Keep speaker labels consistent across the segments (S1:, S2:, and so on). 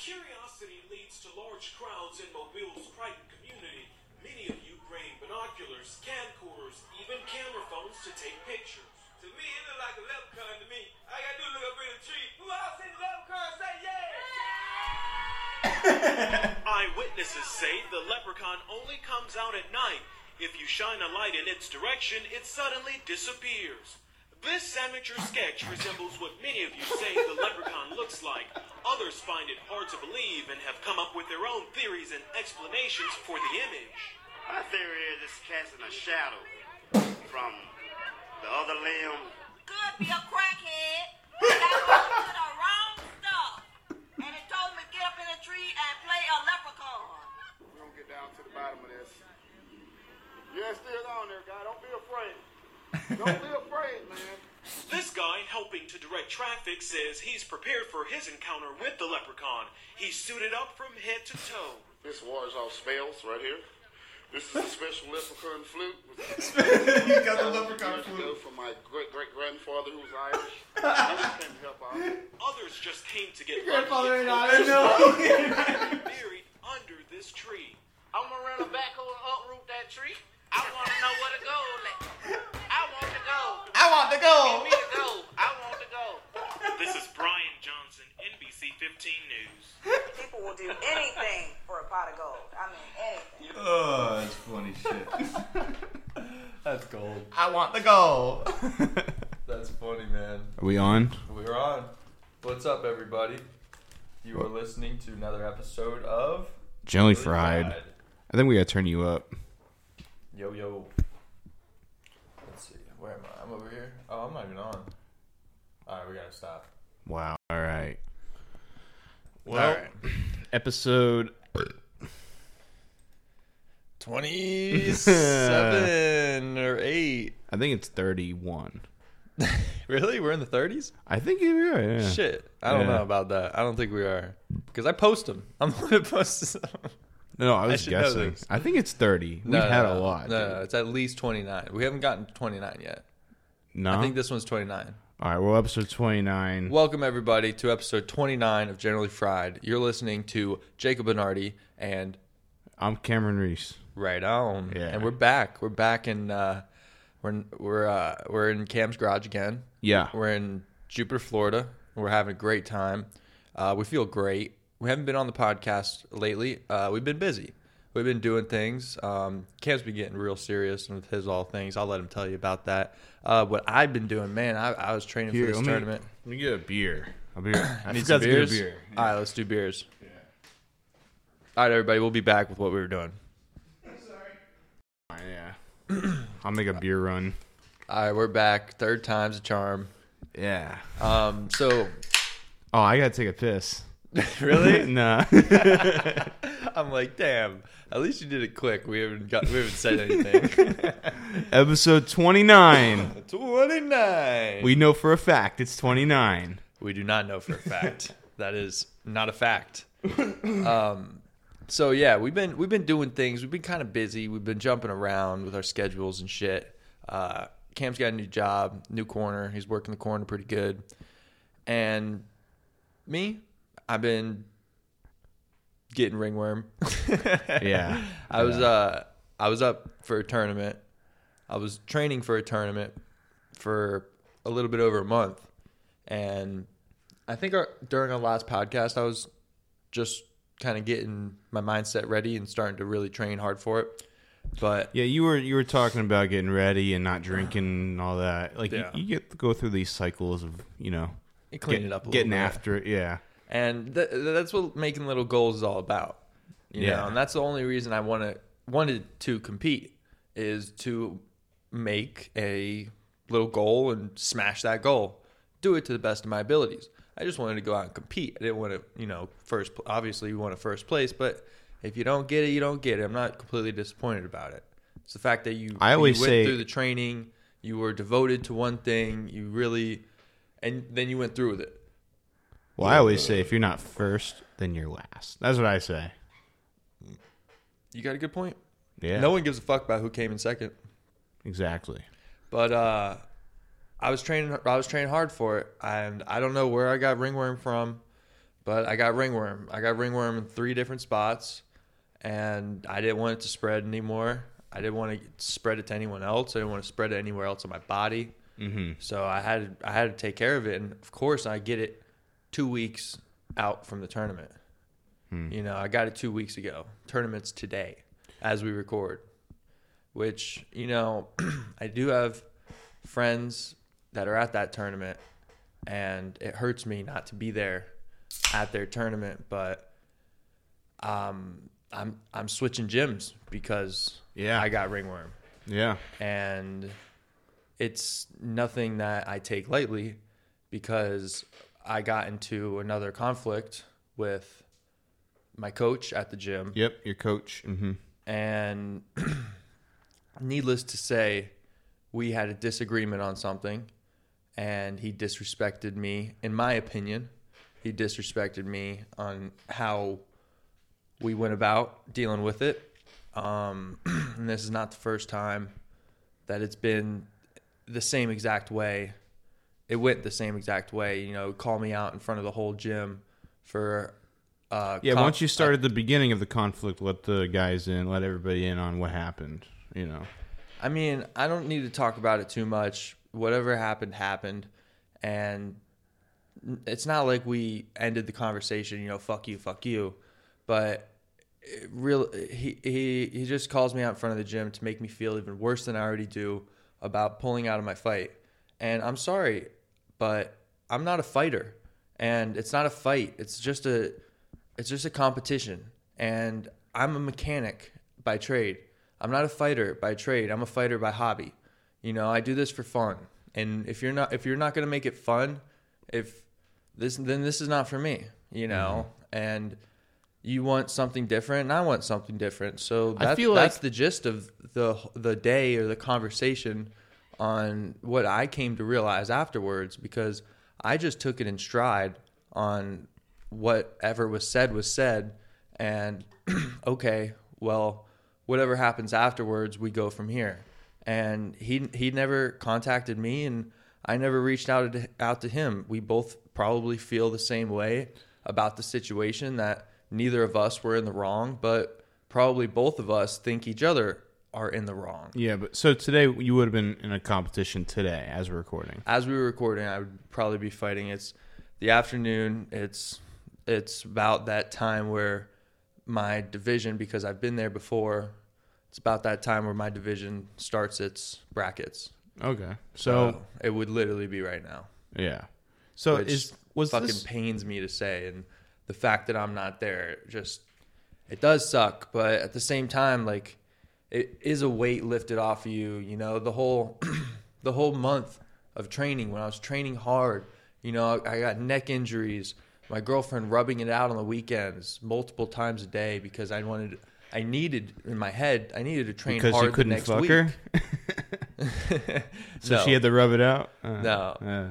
S1: Curiosity leads to large crowds in Mobile's private community. Many of you bring binoculars, camcorders, even camera phones to take pictures.
S2: To me, it look like a leprechaun to me. I gotta do look up in the tree. Who else in the leprechaun say yeah?
S1: Eyewitnesses say the leprechaun only comes out at night. If you shine a light in its direction, it suddenly disappears. This amateur sketch resembles what many of you say the leprechaun looks like. Others find it hard to believe and have come up with their own theories and explanations for the image.
S3: My theory is it's casting a shadow from the other limb.
S4: Could be a crackhead. That was to the wrong stuff. And it told me get up in a tree and play a leprechaun.
S5: We're going to get down to the bottom of this. Yeah, it's still on there, guy. Don't be afraid. Don't be afraid, man.
S1: This guy helping to direct traffic says he's prepared for his encounter with the leprechaun. He's suited up from head to toe.
S5: This water's all spells right here. This is a special leprechaun flute.
S6: you got the leprechaun
S5: Years ago
S6: flute.
S5: From my great great grandfather who was Irish. I just came to help out.
S1: Others just came to get
S6: Grandfather
S1: lucky.
S6: ain't I know.
S1: buried under this tree.
S2: I'm gonna run a backhoe and uproot that tree. I wanna know where to go. Like, I want to go.
S6: I want the
S2: Me
S6: goal.
S2: to go. I want to go.
S1: This is Brian Johnson, NBC 15 News.
S4: People will do anything for a pot of gold. I mean, anything.
S7: Oh, that's funny shit. that's gold.
S6: I want the goal.
S7: That's funny, man.
S8: Are we on?
S7: We're on. What's up, everybody? You are listening to another episode of
S8: Jelly
S7: Really
S8: fried. I think we gotta turn you up.
S7: Yo, yo. Let's see. Where am I? I'm over here. Oh, I'm not even on. All right, we gotta stop.
S8: Wow. All right.
S6: Well,
S8: Episode.
S6: twenty-seven or eight.
S8: I think it's 31.
S6: Really, we're in the thirties.
S8: I think you are. Yeah.
S6: Shit, I don't
S8: Yeah.
S6: know about that. I don't think we are because I post them. I'm the one who posts them.
S8: No, I
S6: I
S8: was
S6: should know
S8: guessing.
S6: this.
S8: I think it's 30.
S6: No,
S8: We've
S6: no,
S8: had
S6: no.
S8: a lot.
S6: No, no, it's at least twenty-nine. We haven't gotten to twenty-nine yet.
S8: No.
S6: I think this one's twenty-nine.
S8: All right. Well, episode 29.
S6: Welcome everybody to episode twenty-nine of Generally Fried. You're listening to Jacob Benardi and
S8: I'm Cameron Reese.
S6: Right on.
S8: Yeah.
S6: And we're back. We're back in uh we're we're uh we're in Cam's garage again.
S8: Yeah.
S6: We're in Jupiter, Florida. We're having a great time. Uh we feel great. We haven't been on the podcast lately. Uh we've been busy. We've been doing things. Um Cam's been getting real serious with his all things. I'll let him tell you about that. Uh what I've been doing, man, I, I was training for this
S8: let me,
S6: tournament.
S8: Let me get a beer. A beer. I
S6: Need
S8: forgot
S6: some
S8: to get a
S6: beers?
S8: beer.
S6: All right, let's do beers. All right, everybody, we'll be back with what we were doing.
S8: Yeah. I'll make a beer run.
S6: All right, we're back. Third time's a charm.
S8: Yeah.
S6: Um, so
S8: Oh, I gotta take a piss.
S6: really,
S8: nah.
S6: I'm like, damn. At least you did it quick. We haven't got, we haven't said anything.
S8: episode 29.
S6: Twenty nine. We
S8: We know for a fact it's 29.
S6: we do not know for a fact. that is not a fact. Um, so yeah, we've been we've been doing things. We've been kind of busy. We've been jumping around with our schedules and shit. Uh, Cam's got a new job, new corner. He's working the corner pretty good. And me, I've been getting ringworm.
S8: Yeah.
S6: I was uh I was up for a tournament. I was training for a tournament for a little bit over a month, and I think our, during our last podcast, I was just kind of getting my mindset ready and starting to really train hard for it. But
S8: Yeah, you were you were talking about getting ready and not drinking and all that. Like
S6: Yeah.
S8: you, you get to go through these cycles of you know
S6: it cleaned
S8: get-
S6: it up a little
S8: getting
S6: bit.
S8: after it. Yeah,
S6: and th- th- that's what making little goals is all about you
S8: Yeah.
S6: know and that's the only reason i want to wanted to compete is to make a little goal and smash that goal do it to the best of my abilities i just wanted to go out and compete i didn't want to you know first pl- obviously you want to first place but if you don't get it you don't get it i'm not completely disappointed about it it's the fact that you
S8: I
S6: you
S8: always
S6: went
S8: say-
S6: through the training you were devoted to one thing you really and then you went through with it
S8: Well, I always say if you're not first, then you're last. That's what I say.
S6: you got a good point
S8: Yeah,
S6: No one gives a fuck about who came in second.
S8: exactly.
S6: But uh, I was training. I was training hard for it, and I don't know where I got ringworm from. But I got ringworm. I got ringworm in three different spots, and I didn't want it to spread anymore. I didn't want to spread it to anyone else. I didn't want to spread it anywhere else on my body. Mm-hmm. So I had I had to take care of it, and of course I get it two weeks out from the tournament. You know, I got it two weeks ago. Tournament's today, as we record which you know I do have friends that are at that tournament and it hurts me not to be there at their tournament but um I'm I'm switching gyms because
S8: Yeah.
S6: I got ringworm
S8: Yeah.
S6: and it's nothing that I take lightly because I got into another conflict with my coach at the gym
S8: Yep. Your coach. Mm-hmm.
S6: and needless to say, we had a disagreement on something, and he disrespected me. In my opinion, he disrespected me on how we went about dealing with it. Um, and this is not the first time that it's been the same exact way. It went the same exact way. You know, call me out in front of the whole gym for. Uh,
S8: Yeah.
S6: com-
S8: once you start at the beginning of the conflict, let the guys in, let everybody in on what happened. You know.
S6: I mean, I don't need to talk about it too much. Whatever happened happened, and it's not like we ended the conversation. You know, fuck you, fuck you. But it real, he he he just calls me out in front of the gym to make me feel even worse than I already do about pulling out of my fight. And I'm sorry, but I'm not a fighter, and it's not a fight. It's just a it's just a competition, and I'm a mechanic by trade. I'm not a fighter by trade. I'm a fighter by hobby. You know, I do this for fun. And if you're not if you're not going to make it fun, if this then this is not for me, you know. And you want something different, and I want something different. So
S8: I
S6: that's,
S8: feel
S6: that's
S8: like-
S6: the gist of the the day or the conversation on what I came to realize afterwards because I just took it in stride on whatever was said was said and okay, well, whatever happens afterwards, we go from here. And he he never contacted me, and I never reached out to, out to him. We both probably feel the same way about the situation that neither of us were in the wrong, but probably both of us think each other are in the wrong.
S8: Yeah. But so today you would have been in a competition today as we're recording.
S6: As we were recording, I would probably be fighting. It's the afternoon. It's it's about that time where my division, because I've been there before, it's about that time where my division starts its brackets.
S8: Okay. So
S6: So it would literally be right now.
S8: yeah. So
S6: Oh. Which
S8: is was
S6: fucking
S8: this?
S6: pains me to say, and the fact that I'm not there just it does suck. But at the same time, like it is a weight lifted off of you. You know, the whole the whole month of training when I was training hard. You know, I, I got neck injuries. My girlfriend rubbing it out on the weekends multiple times a day because I wanted, I needed in my head, I needed to train
S8: because
S6: hard
S8: you couldn't
S6: the next
S8: fuck
S6: week.
S8: her, so
S6: No.
S8: she had to rub it out. Uh,
S6: No.
S8: uh.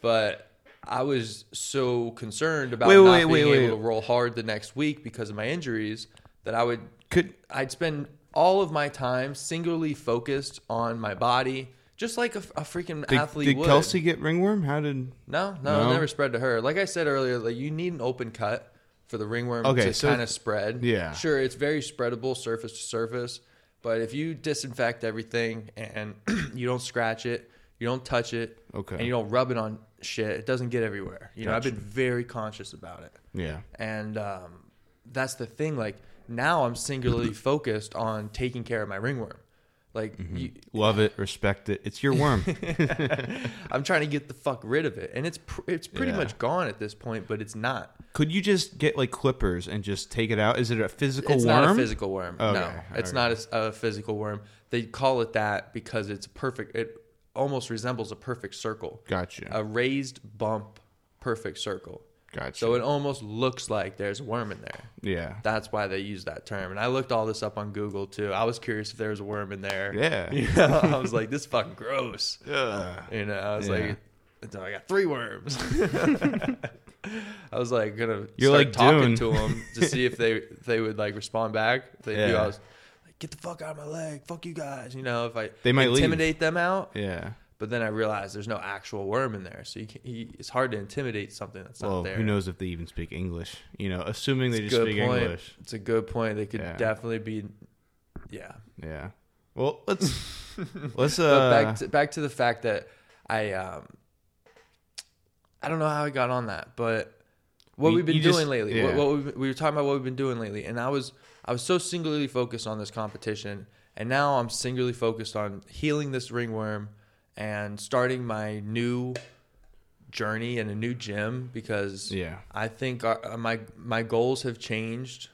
S6: but I was so concerned about
S8: Wait,
S6: not
S8: wait,
S6: being
S8: wait, wait.
S6: able to roll hard the next week because of my injuries that I would
S8: Could-
S6: I'd spend all of my time singularly focused on my body, just like a, a freaking
S8: Did,
S6: athlete
S8: did
S6: would.
S8: Kelsey get ringworm? How did?
S6: No, no,
S8: No?
S6: it never spread to her. Like I said earlier, like you need an open cut for the ringworm
S8: Okay,
S6: to
S8: so-
S6: kind of spread.
S8: Yeah.
S6: Sure, it's very spreadable surface to surface, but if you disinfect everything and you don't scratch it, you don't touch it,
S8: Okay.
S6: and you don't rub it on shit, it doesn't get everywhere. You know, I've
S8: Gotcha.
S6: been very conscious about it.
S8: Yeah.
S6: And um, that's the thing. Like now I'm singularly focused on taking care of my ringworm. Like
S8: Mm-hmm.
S6: you,
S8: Love it, respect it. It's your worm.
S6: I'm trying to get the fuck rid of it, and it's pr- it's pretty
S8: Yeah.
S6: much gone at this point, but it's not.
S8: Could you just get like clippers and just take it out? Is it a physical
S6: It's
S8: worm?
S6: not a physical worm. no,
S8: Okay,
S6: it's
S8: okay.
S6: not a s- a, physical worm. They call it that because it's perfect. It almost resembles a perfect circle.
S8: Gotcha.
S6: A raised bump, perfect circle.
S8: Gotcha.
S6: So it almost looks like there's a worm in there.
S8: yeah.
S6: That's why they use that term. And I looked all this up on Google too. I was curious if there was a worm in there.
S8: Yeah.
S6: You know, I was like, this is fucking gross.
S8: Ugh.
S6: You know, I was
S8: Yeah.
S6: like, "So I got three worms. I was like, gonna
S8: You're
S6: start
S8: like
S6: talking
S8: Dune.
S6: to them to see if they if they would like respond back. If they do,
S8: Yeah.
S6: I was like, get the fuck out of my leg, fuck you guys. You know, if I
S8: They might leave.
S6: intimidate them out,
S8: Yeah.
S6: But then I realized there's no actual worm in there, so you can, he, it's hard to intimidate something that's
S8: Well,
S6: not there.
S8: who knows if they even speak English? You know, assuming they
S6: It's a
S8: just
S6: good
S8: speak
S6: point.
S8: English.
S6: It's a good point. They could
S8: Yeah.
S6: definitely be, yeah.
S8: Yeah. Well, let's let's
S6: But
S8: uh
S6: back to, back to the fact that I um I don't know how I got on that, but what
S8: You-
S6: we've been
S8: you just-
S6: doing lately,
S8: yeah.
S6: what, what we've, we were talking about what we've been doing lately, and I was I was so singularly focused on this competition, and now I'm singularly focused on healing this ringworm and starting my new journey in a new gym because
S8: Yeah.
S6: I think our, uh, my my goals have changed.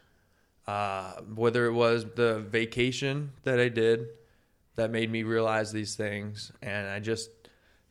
S6: Uh, whether it was the vacation that I did that made me realize these things, and I just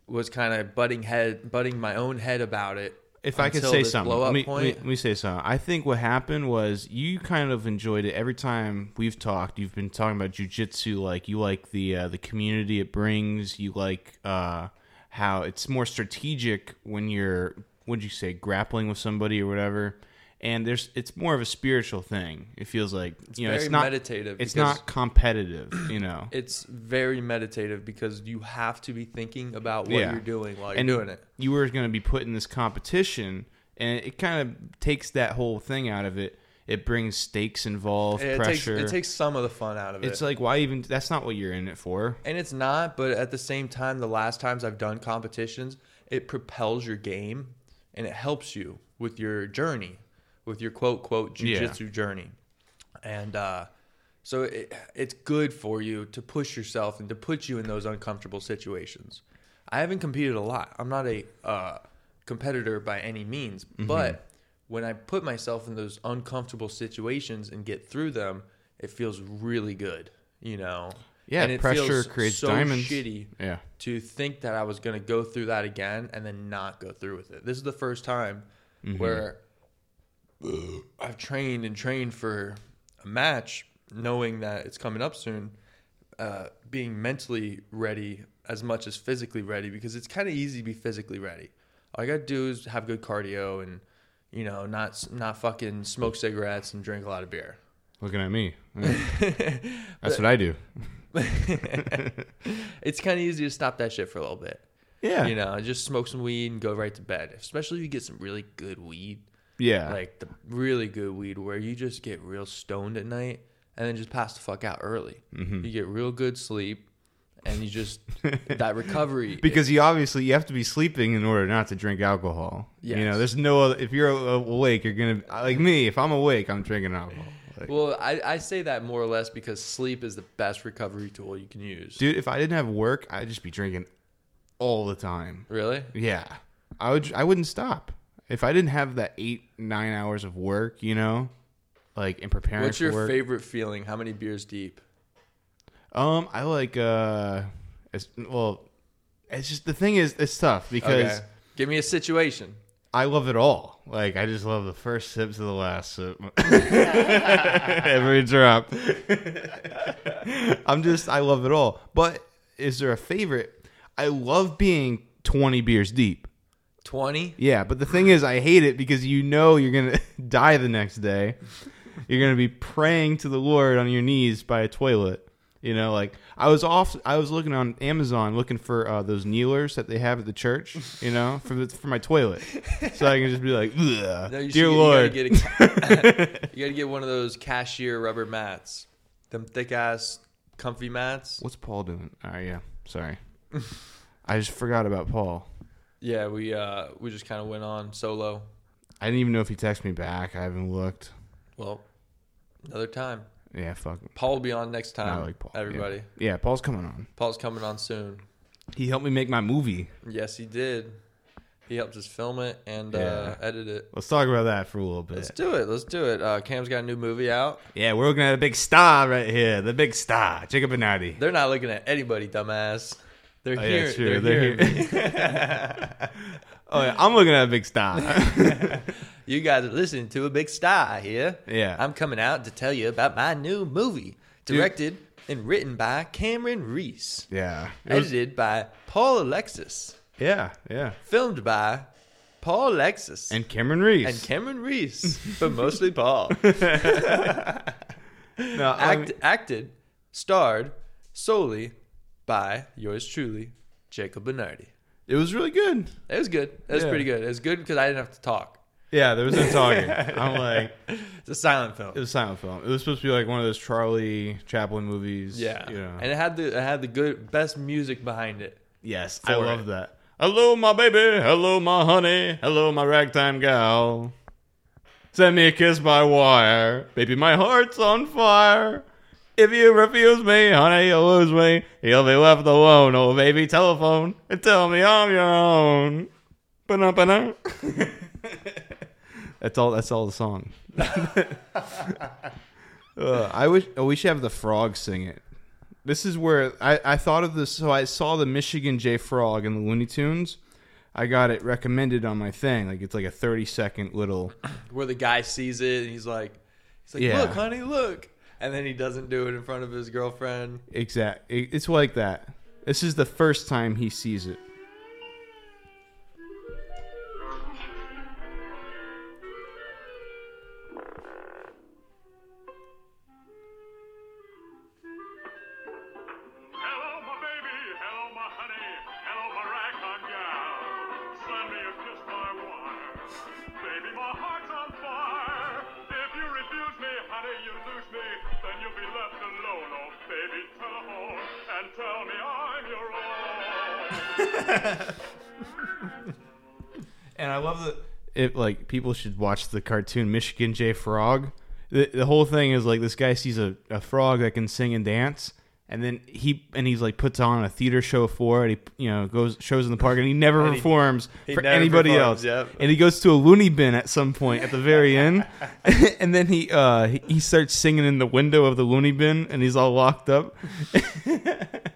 S6: was kind of butting head, butting my own head about it.
S8: if I could
S6: until
S8: say
S6: this
S8: something,
S6: blow up
S8: let me, let, me,
S6: point.
S8: let me say something. I think what happened was you kind of enjoyed it. Every time we've talked, you've been talking about jujitsu. Like you like the uh, the community it brings. You like uh, how it's more strategic when you're what'd you say grappling with somebody or whatever. And there's it's more of a spiritual thing. It feels like you know
S6: very
S8: it's not
S6: meditative
S8: It's
S6: because-
S8: not competitive. You know.
S6: it's very meditative because you have to be thinking about what
S8: Yeah.
S6: you're doing while you're
S8: and
S6: doing it.
S8: You were going to be put in this competition, and it kind of takes that whole thing out of it. It brings stakes involved,
S6: It takes,
S8: pressure.
S6: it takes some of the fun out of it.
S8: It's like why even? That's not what you're in it for.
S6: and it's not but at the same time the last times i've done competitions it propels your game and it helps you with your journey with your quote quote
S8: Yeah.
S6: jiu-jitsu journey and uh, so it, it's good for you to push yourself and to put you in those uncomfortable situations i haven't competed a lot i'm not a uh, competitor by any means
S8: Mm-hmm.
S6: but when i put myself in those uncomfortable situations and get through them it feels really good you know
S8: Yeah,
S6: and it
S8: pressure
S6: feels
S8: creates
S6: so
S8: diamonds.
S6: Shitty
S8: Yeah.
S6: to think that I was going to go through that again and then not go through with it. This is the first time
S8: Mm-hmm.
S6: where I've trained and trained for a match, knowing that it's coming up soon. Uh, being mentally ready as much as physically ready because it's kind of easy to be physically ready. All you gotta do is have good cardio and you know not not fucking smoke cigarettes and drink a lot of beer.
S8: Looking at me. Yeah. that's what I do.
S6: it's kind of easy to stop that shit for a little bit.
S8: Yeah.
S6: You know, just smoke some weed and go right to bed. Especially if you get some really good weed,
S8: Yeah.
S6: like the really good weed where you just get real stoned at night and then just pass the fuck out early.
S8: Mm-hmm.
S6: You get real good sleep and you just that recovery
S8: because you obviously you have to be sleeping in order not to drink alcohol. You
S6: Yes.
S8: know, there's no other, if you're awake, you're gonna like me. If I'm awake, I'm drinking alcohol. Like,
S6: well, I, I say that more or less because sleep is the best recovery tool you can use.
S8: dude, if I didn't have work, I'd just be drinking all the time.
S6: Really?
S8: Yeah, I would. I wouldn't stop if I didn't have that eight nine hours of work. You know, like in preparing.
S6: What's your
S8: for work.
S6: favorite feeling? How many beers deep?
S8: Um, I like uh, as well. It's just the thing is it's tough because
S6: Okay. Give me a situation.
S8: I love it all. Like I just love the first sip to the last sip, every drop. I'm just I love it all. But is there a favorite? I love being 20 beers deep.
S6: 20?
S8: Yeah, but the thing is, I hate it because you know you're gonna die the next day. You're gonna be praying to the Lord on your knees by a toilet. You know, like I was off. I was looking on Amazon looking for uh, those kneelers that they have at the church. You know, for the, for my toilet, so I can just be like, Ugh,
S6: No, you should
S8: dear
S6: get-
S8: Lord.
S6: You gotta, get a, you gotta get one of those cashier rubber mats, them thick ass, comfy mats.
S8: What's Paul doing? Oh yeah, sorry. I just forgot about Paul.
S6: Yeah, we uh we just kind of went on solo.
S8: I didn't even know if he texted me back. I haven't looked.
S6: Well, another time.
S8: Yeah, fuck. him.
S6: Paul will be on next
S8: I
S6: time.
S8: like Paul. Yeah.
S6: Everybody,
S8: yeah, Paul's coming on.
S6: Paul's coming on soon.
S8: He helped me make my movie.
S6: Yes, he did. He helped us film it and uh,
S8: Yeah.
S6: edit it.
S8: Let's talk about that for a little bit.
S6: Let's do it. Let's do it. Uh, Cam's got a new movie out.
S8: Yeah, we're looking at a big star right here. The big star, Jacob Benatti.
S6: They're not looking at anybody, dumbass. They're
S8: Oh,
S6: here.
S8: yeah, sure.
S6: They're,
S8: They're
S6: hearing me.
S8: here. oh, yeah, I'm looking at a big star.
S6: You guys are listening to a big star here.
S8: Yeah.
S6: I'm coming out to tell you about my new movie, directed and written by Cameron Reese,
S8: yeah. It was-
S6: edited by Paul Alexis,
S8: yeah, yeah.
S6: filmed by Paul Alexis
S8: And Cameron Reese.
S6: and Cameron Reese, but mostly Paul.
S8: no, I mean-
S6: Act, acted, starred solely by yours truly, Jacob Benardi.
S8: It was really good.
S6: It was good. It was
S8: Yeah.
S6: pretty good. It was good because I didn't have to talk.
S8: Yeah, there was no talking. I'm like,
S6: It's a silent film.
S8: it was a silent film. It was supposed to be like one of those Charlie Chaplin movies.
S6: yeah.
S8: you know.
S6: and it had the it had the good best music behind it.
S8: yes, I
S6: for
S8: love
S6: it.
S8: that. Hello, my baby. Hello, my honey. Hello, my ragtime gal. Send me a kiss by wire, baby. My heart's on fire. If you refuse me, honey, you'll lose me. You'll be left alone. Oh, baby, telephone and tell me I'm your own. Ba-na, ba-na. that's all. That's all the song. Uh, I wish oh, we should have the frog sing it. This is where I, I thought of this. So I saw the Michigan J Frog in the Looney Tunes. I got it recommended on my thing. Like it's like a thirty second little.
S6: where the guy sees it and he's like, he's like,
S8: Yeah.
S6: look, honey, look, and then he doesn't do it in front of his girlfriend.
S8: Exact. it- It's like that. This is the first time he sees it.
S9: Hello, my baby. Hello, my honey. Hello, my ragtime gal. Send me a kiss by wire. Baby, my heart's on fire. If you refuse me, honey, you lose me. Then you'll be left alone. Oh, baby, telephone and tell me I'm your own.
S8: And I love the it like people should watch the cartoon Michigan J Frog. The, the whole thing is like this guy sees a, a frog that can sing and dance, and then he and he's like puts on a theater show for it. He you know goes shows in the park, and he never
S6: he-
S8: performs
S6: he
S8: for
S6: never
S8: anybody
S6: performs,
S8: else.
S6: yep.
S8: And he goes to a loony bin at some point at the very end, and then he uh he, he starts singing in the window of the loony bin, and he's all locked up.
S6: That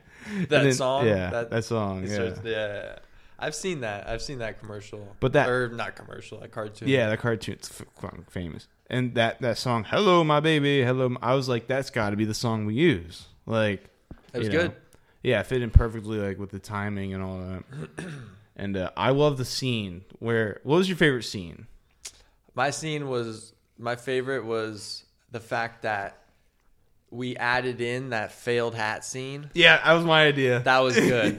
S8: then-
S6: song,
S8: yeah, that song,
S6: it
S8: yeah.
S6: starts- yeah. I've seen that. I've seen that commercial,
S8: But that-
S6: or not commercial, that cartoon.
S8: Yeah, the cartoon's f- fucking famous. And that that song, "Hello, my baby, hello," my-" I was like, that's got to be the song we use. Like,
S6: It was
S8: you know.
S6: good.
S8: Yeah, it fit in perfectly, like with the timing and all that. and uh, I love the scene where. What was your favorite scene?
S6: My scene was my favorite was the fact that we added in that failed hat scene.
S8: Yeah, that was my idea.
S6: That was good.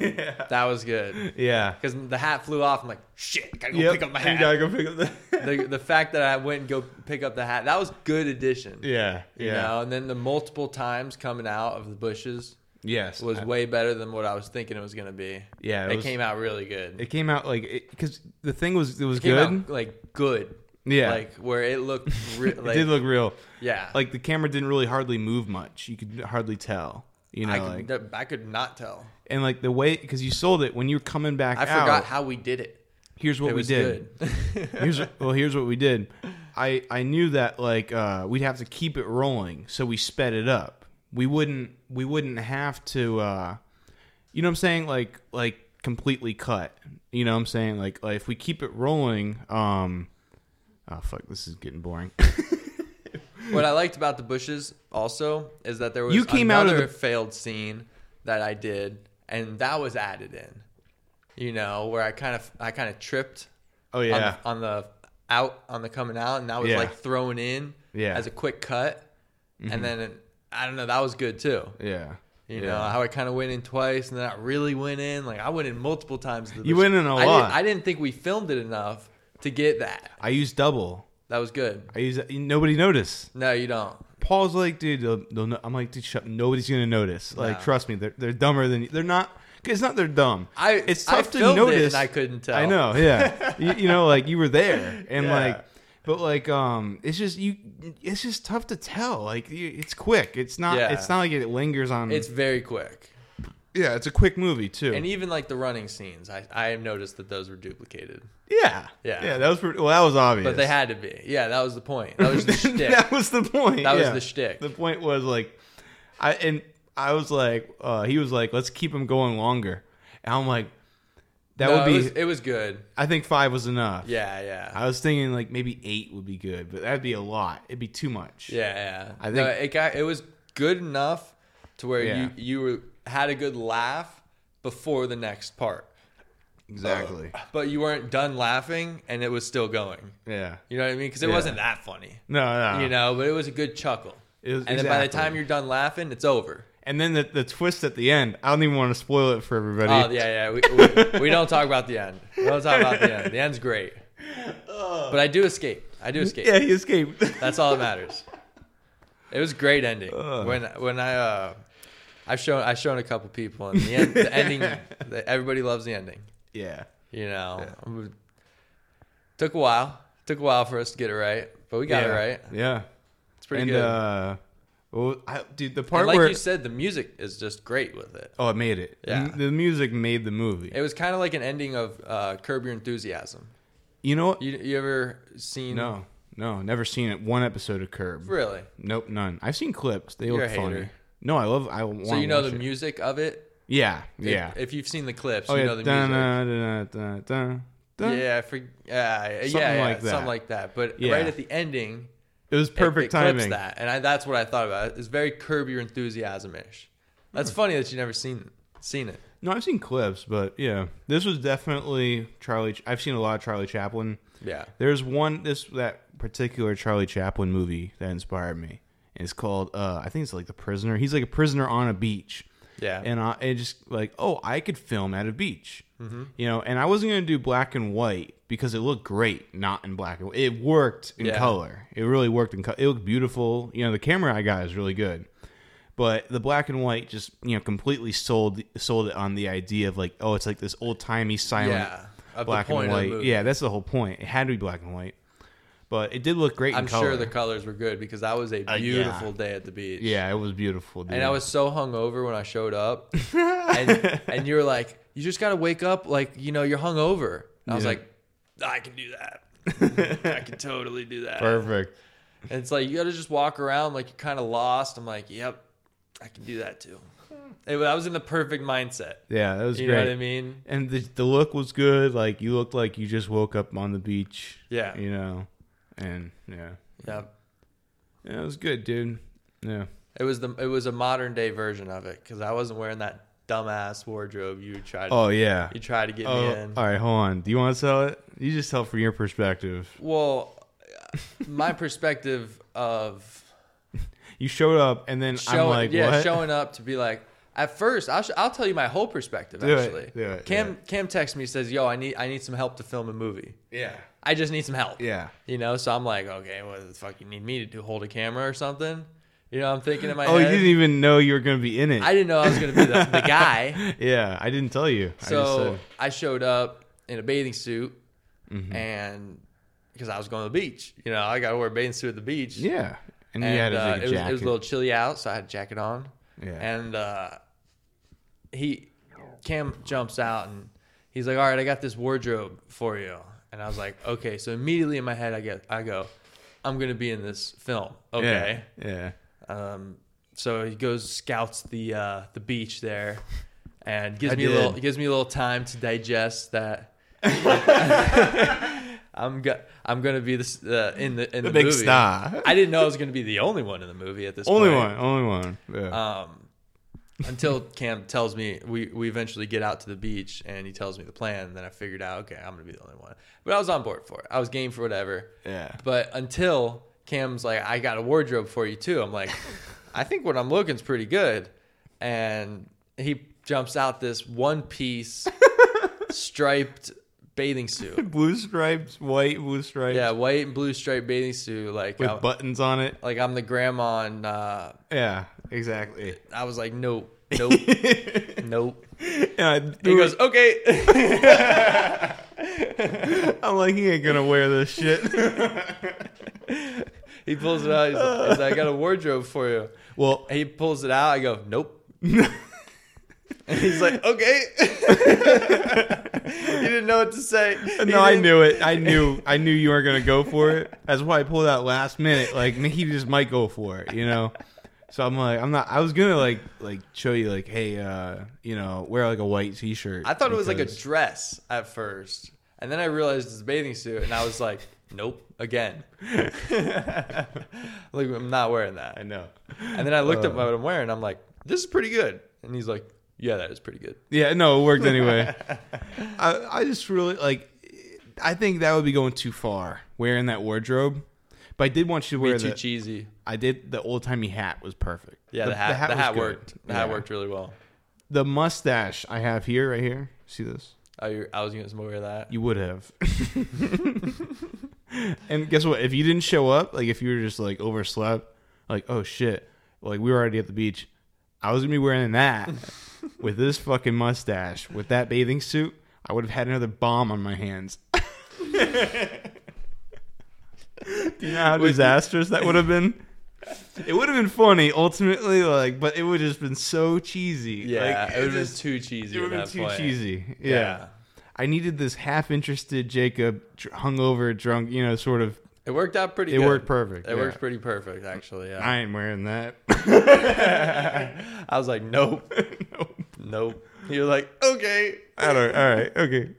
S6: That was good.
S8: yeah.
S6: Because the hat flew off, I'm like, shit, gotta go
S8: Yep,
S6: pick up my
S8: you
S6: hat.
S8: gotta go pick up the-
S6: the, the fact that I went and go pick up the hat, that was good addition.
S8: yeah. Yeah.
S6: You know, and then the multiple times coming out of the bushes
S8: yes.
S6: was
S8: I-
S6: way better than what I was thinking it was going to be.
S8: Yeah, it
S6: It,
S8: was-
S6: came out really good.
S8: It came out like because the thing was it was
S6: came
S8: good.
S6: out like good.
S8: Yeah.
S6: Like where it looked re-
S8: it
S6: like
S8: did look real.
S6: yeah.
S8: Like the camera didn't really hardly move much. You could hardly tell. You know,
S6: I could,
S8: like,
S6: that- I could not tell.
S8: and like the way because you sold it when you were coming back
S6: I
S8: out.
S6: forgot how we did it.
S8: here's what
S6: It
S8: we
S6: was
S8: did.
S6: good.
S8: here's well, here's what we did. I I knew that like uh, we'd have to keep it rolling, so we sped it up. We wouldn't we wouldn't have to. Uh, you know what I'm saying? Like like completely cut. You know what I'm saying? Like, like if we keep it rolling, um, oh fuck, this is getting boring.
S6: what I liked about the bushes also is that there was
S8: You came out of
S6: another
S8: the-
S6: failed scene that I did, and that was added in. You know, where I kind of I kind of tripped
S8: oh
S6: on,
S8: yeah,
S6: the, on the out on the coming out, and that was
S8: Yeah.
S6: like thrown in
S8: Yeah. Mm-hmm.
S6: as a quick cut, and then it, I don't know, that was good too.
S8: yeah.
S6: You
S8: yeah.
S6: know how I kind of went in twice, and then I really went in. Like I went in multiple times. to the
S8: You
S6: bus-
S8: went in a
S6: I didn't-
S8: lot.
S6: I didn't think we filmed it enough to get that.
S8: I use double.
S6: That was good.
S8: I use nobody noticed.
S6: No, you don't.
S8: Paul's like, dude, they'll, they'll no-" I'm like, dude, shut, nobody's gonna notice. Like,
S6: No.
S8: trust me, they're, they're dumber than you. They're not. 'cause It's not they're dumb.
S6: I-
S8: it's
S6: I
S8: tough to
S6: filmed it
S8: notice.
S6: and I couldn't tell.
S8: I know. Yeah, you, you know, like you were there, and like, but like, um, it's just you. It's just tough to tell. Like, you, it's quick. It's not.
S6: Yeah.
S8: It's not like it lingers on.
S6: It's very quick.
S8: yeah. It's a quick movie too.
S6: And even like the running scenes, I I noticed that those were duplicated,
S8: yeah.
S6: Yeah.
S8: Yeah. That was pretty, well. That was obvious.
S6: but they had to be. Yeah, that was the point. That was the shtick.
S8: that was the point.
S6: That was
S8: yeah.
S6: the shtick.
S8: The point was like, I and I was like, uh, he was like, let's keep him going longer. And I'm like, that
S6: No,
S8: would
S6: it
S8: be.
S6: was, it was good.
S8: I think five was enough.
S6: Yeah, yeah,
S8: I was thinking like maybe eight would be good, but that'd be a lot. It'd be too much.
S6: yeah, yeah.
S8: I
S6: I think
S8: think-
S6: it got it was good enough to where
S8: Yeah.
S6: you you were, had a good laugh before the next part,
S8: exactly.
S6: but you weren't done laughing and it was still going.
S8: yeah.
S6: You know what I mean? Because it
S8: Yeah.
S6: wasn't that funny,
S8: No, no.
S6: you know, but it was a good chuckle.
S8: It was-
S6: and then by the
S8: exactly.
S6: time you're done laughing, it's over.
S8: And then the, the twist at the end, I don't even want to spoil it for everybody.
S6: Oh yeah, yeah. We, we, we don't talk about the end. We don't talk about the end. The end's great, but I do escape. I do escape.
S8: Yeah, he escaped.
S6: That's all that matters. It was a great ending. When when I uh, I've shown I've shown a couple people and the, end, the ending. the- everybody loves the ending.
S8: yeah.
S6: You know, Um, took a while. Took a while for us to get it right, but we got
S8: yeah.
S6: it right.
S8: Yeah.
S6: It's pretty
S8: and,
S6: good.
S8: uh, well, I, dude, the part
S6: and like
S8: where
S6: you said, the music is just great with it.
S8: oh, it made it.
S6: Yeah.
S8: The, the music made the movie.
S6: It was kind of like an ending of uh, Curb Your Enthusiasm.
S8: you know what?
S6: You, you ever seen?
S8: No, no, never seen it. One episode of Curb.
S6: Really?
S8: Nope, none. I've seen clips. They
S6: You're
S8: look
S6: a
S8: funny.
S6: hater.
S8: No, I love. I want.
S6: So you know
S8: watch
S6: the
S8: it.
S6: music of it.
S8: Yeah,
S6: If-
S8: yeah.
S6: If you've seen the clips,
S8: oh
S6: you
S8: yeah.
S6: know the
S8: Dun,
S6: music.
S8: dun, dun, dun, dun.
S6: Yeah, I for, uh, yeah,
S8: Something
S6: yeah,
S8: like that.
S6: something like that. But
S8: Yeah.
S6: right at the ending,
S8: It was
S6: it-
S8: perfect
S6: it clips
S8: timing.
S6: that, and I, that's what I thought about. it. It's very curb your enthusiasm ish. That's funny that you never seen seen it.
S8: No, I've seen clips, but yeah, this was definitely Charlie. I've seen a lot of Charlie Chaplin.
S6: Yeah,
S8: There's one this that particular Charlie Chaplin movie that inspired me. And it's called uh, I think it's like The Prisoner. He's like a prisoner on a beach.
S6: Yeah.
S8: And I it just like oh I could film at a beach.
S6: Mm-hmm.
S8: You know, and I wasn't gonna do black and white because it looked great not in black and white. It worked in
S6: Yeah.
S8: color. It really worked in color. It looked beautiful. You know, the camera I got is really good. But the black and white just you know completely sold sold it on the idea of like oh it's like this old timey silent
S6: Yeah, of the
S8: black
S6: point
S8: and
S6: of the
S8: white
S6: movie.
S8: yeah yeah, that's the whole point. It had to be black and white, but it did look great.
S6: I'm
S8: in color. Uh,
S6: sure the colors were good because that was a
S8: yeah.
S6: beautiful day at the beach.
S8: yeah, it was beautiful. Dude.
S6: and I was so hungover when I showed up, and and you were like, you just gotta wake up, like you know, you're hungover. And I was
S8: Yeah.
S6: like, I can do that. I can totally do that.
S8: perfect.
S6: And it's like you got to just walk around like you're kind of lost. I'm like, yep, I can do that too. It, I was in the perfect mindset.
S8: Yeah, that was
S6: You
S8: great.
S6: know what I mean?
S8: And the the look was good. Like you looked like you just woke up on the beach.
S6: Yeah.
S8: you know, and yeah,
S6: Yep.
S8: yeah it was good, dude. Yeah,
S6: It was the it was a modern day version of it because I wasn't wearing that dumbass wardrobe you tried.
S8: oh yeah.
S6: you tried to get
S8: Oh,
S6: me in.
S8: all right, hold on. Do you want to sell it? You just tell from your perspective.
S6: Well, my perspective of
S8: You showed up, and then I'm
S6: showing
S8: like,
S6: yeah
S8: what?
S6: showing up to be like. At first, I'll, sh- I'll tell you my whole perspective.
S8: Do it,
S6: actually,
S8: do it,
S6: Cam
S8: yeah.
S6: Cam texts me says, "Yo, I need I need some help to film a movie."
S8: yeah,
S6: I just need some help.
S8: Yeah.
S6: You know, so I'm like, okay, what the fuck you need me to do? Hold a camera or something? You know, I'm thinking in my
S8: Oh, you
S6: head.
S8: didn't even know you were gonna be in it.
S6: I didn't know I was gonna be the, the guy.
S8: yeah, I didn't tell you. I just
S6: So
S8: said- Mm-hmm.
S6: I, showed up in a bathing suit, and because I was going to the beach, you know, I got to wear a bathing suit at the beach.
S8: Yeah, and,
S6: and
S8: he had his
S6: uh,
S8: like,
S6: it, was,
S8: jacket.
S6: it was a little chilly out, so I had a jacket on.
S8: Yeah.
S6: And uh, he, Cam jumps out and he's like, "All right, I got this wardrobe for you." And I was like, "Okay." So immediately in my head, I get, I go, "I'm gonna be in this film." Okay.
S8: Yeah, yeah.
S6: Um, so he goes scouts the uh, the beach there, and gives
S8: I
S6: me a little
S8: did.
S6: gives me a little time to digest that. I'm go- I'm gonna be this uh, in the in the,
S8: big
S6: movie.
S8: star.
S6: I didn't know I was gonna be the only one in the movie at this
S8: Only
S6: point.
S8: one, only one. Yeah.
S6: Um, until Cam tells me we we eventually get out to the beach and he tells me the plan. And then I figured out okay I'm gonna be the only one. But I was on board for it. I was game for whatever.
S8: Yeah.
S6: But until Cam's like, I got a wardrobe for you too. I'm like, I think what I'm looking is pretty good. And he jumps out this one piece striped bathing suit.
S8: blue stripes, white blue stripes.
S6: Yeah, white and blue striped bathing suit. Like,
S8: with
S6: I'm,
S8: buttons on it.
S6: like I'm the grandma, and uh,
S8: Yeah, exactly.
S6: I was like, nope, nope, nope.
S8: And I
S6: He
S8: threw
S6: goes,
S8: it-
S6: okay.
S8: I'm like, he ain't gonna wear this shit.
S6: he pulls it out. He's like, he's like, I got a wardrobe for you.
S8: well,
S6: He pulls it out. I go, nope. and he's like, okay. you didn't know what to say.
S8: no, I knew it. I knew, I knew you weren't gonna go for it. That's why I pulled out last minute. Like, he just might go for it, you know. So I'm like, I'm not. I was gonna like, like show you, like, hey, uh, you know, wear like a white t-shirt.
S6: I thought it was like a
S8: because-
S6: dress at first, and then I realized it's a bathing suit, and I was like, nope, again. like I'm not wearing that.
S8: I know.
S6: And then I looked at what I'm wearing. I'm like, this is pretty good. And he's like, yeah, that is pretty good.
S8: Yeah, no, it worked anyway. I, I just really like. I think that would be going too far wearing that wardrobe, but But I did want you to
S6: Be
S8: wear
S6: too
S8: the.
S6: cheesy.
S8: I did the old timey hat was perfect.
S6: Yeah, the, hat. The
S8: was
S6: hat,
S8: good.
S6: worked. The hat
S8: Yeah.
S6: worked really well.
S8: The mustache I have here, right here. See this?
S6: Oh, you're, I was gonna wear that.
S8: You would have. and guess what? If you didn't show up, like if you were just like overslept, like oh shit, like we were already at the beach. I was gonna be wearing that with this fucking mustache, with that bathing suit. I would have had another bomb on my hands. Do you know how disastrous that would have been? It would have been funny ultimately, like, but it would have just been so cheesy.
S6: yeah,
S8: like,
S6: it would have been
S8: just-
S6: too cheesy.
S8: it would
S6: at
S8: have
S6: that
S8: been too
S6: point.
S8: cheesy. Yeah.
S6: Yeah.
S8: I needed this half interested Jacob, dr- hungover, drunk, you know, sort of.
S6: It worked out pretty.
S8: It
S6: good.
S8: worked perfect,
S6: It
S8: yeah.
S6: worked pretty perfect, actually. Yeah.
S8: I ain't wearing that.
S6: I was like, nope,
S8: nope.
S6: nope. You're like, okay,
S8: I don't. All right. Okay.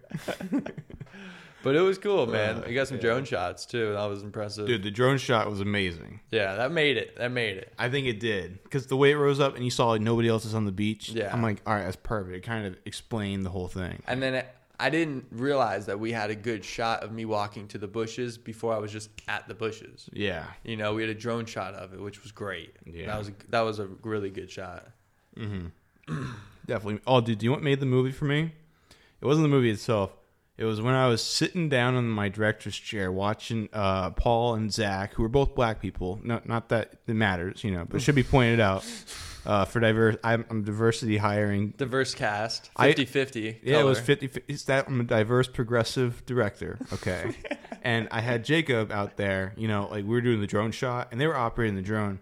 S6: but it was cool, man. You got some drone shots too. That was impressive.
S8: Uh, Dude, the drone shot was amazing.
S6: Yeah, that made it. That made it.
S8: I think it did because the way it rose up and you saw like nobody else is on the beach.
S6: Yeah.
S8: I'm like, all right, that's perfect. It kind of explained the whole thing.
S6: And then it, I didn't realize that we had a good shot of me walking to the bushes before I was just at the bushes.
S8: Yeah.
S6: You know, we had a drone shot of it, which was great.
S8: Yeah.
S6: That was a, that was a really good shot.
S8: Definitely. Oh, dude, do you want made the movie for me? It wasn't the movie itself. It was when I was sitting down on my director's chair watching uh, Paul and Zach, who are both black people. No, not that it matters, you know, but it should be pointed out uh, for diverse. I'm, I'm diversity hiring.
S6: Diverse cast,
S8: I-
S6: 50-50.
S8: Yeah, it was
S6: color.
S8: 50. It's that I'm a diverse progressive director. Okay. and I had Jacob out there, you know, like we were doing the drone shot and they were operating the drone.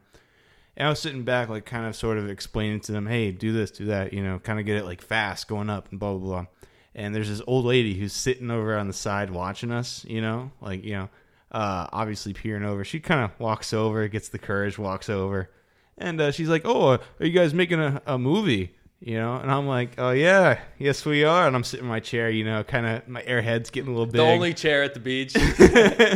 S8: And I was sitting back, like kind of sort of explaining to them, hey, do this, do that, you know, kind of get it like fast going up and blah, blah, blah. And there's this old lady who's sitting over on the side watching us, you know, like, you know, uh, obviously peering over. She kind of walks over, gets the courage, walks over. And uh, she's like, oh, are you guys making a, a movie? You know, and I'm like, oh, yeah, yes, we are. And I'm sitting in my chair, you know, kind of my airhead's getting a little big.
S6: The only chair at the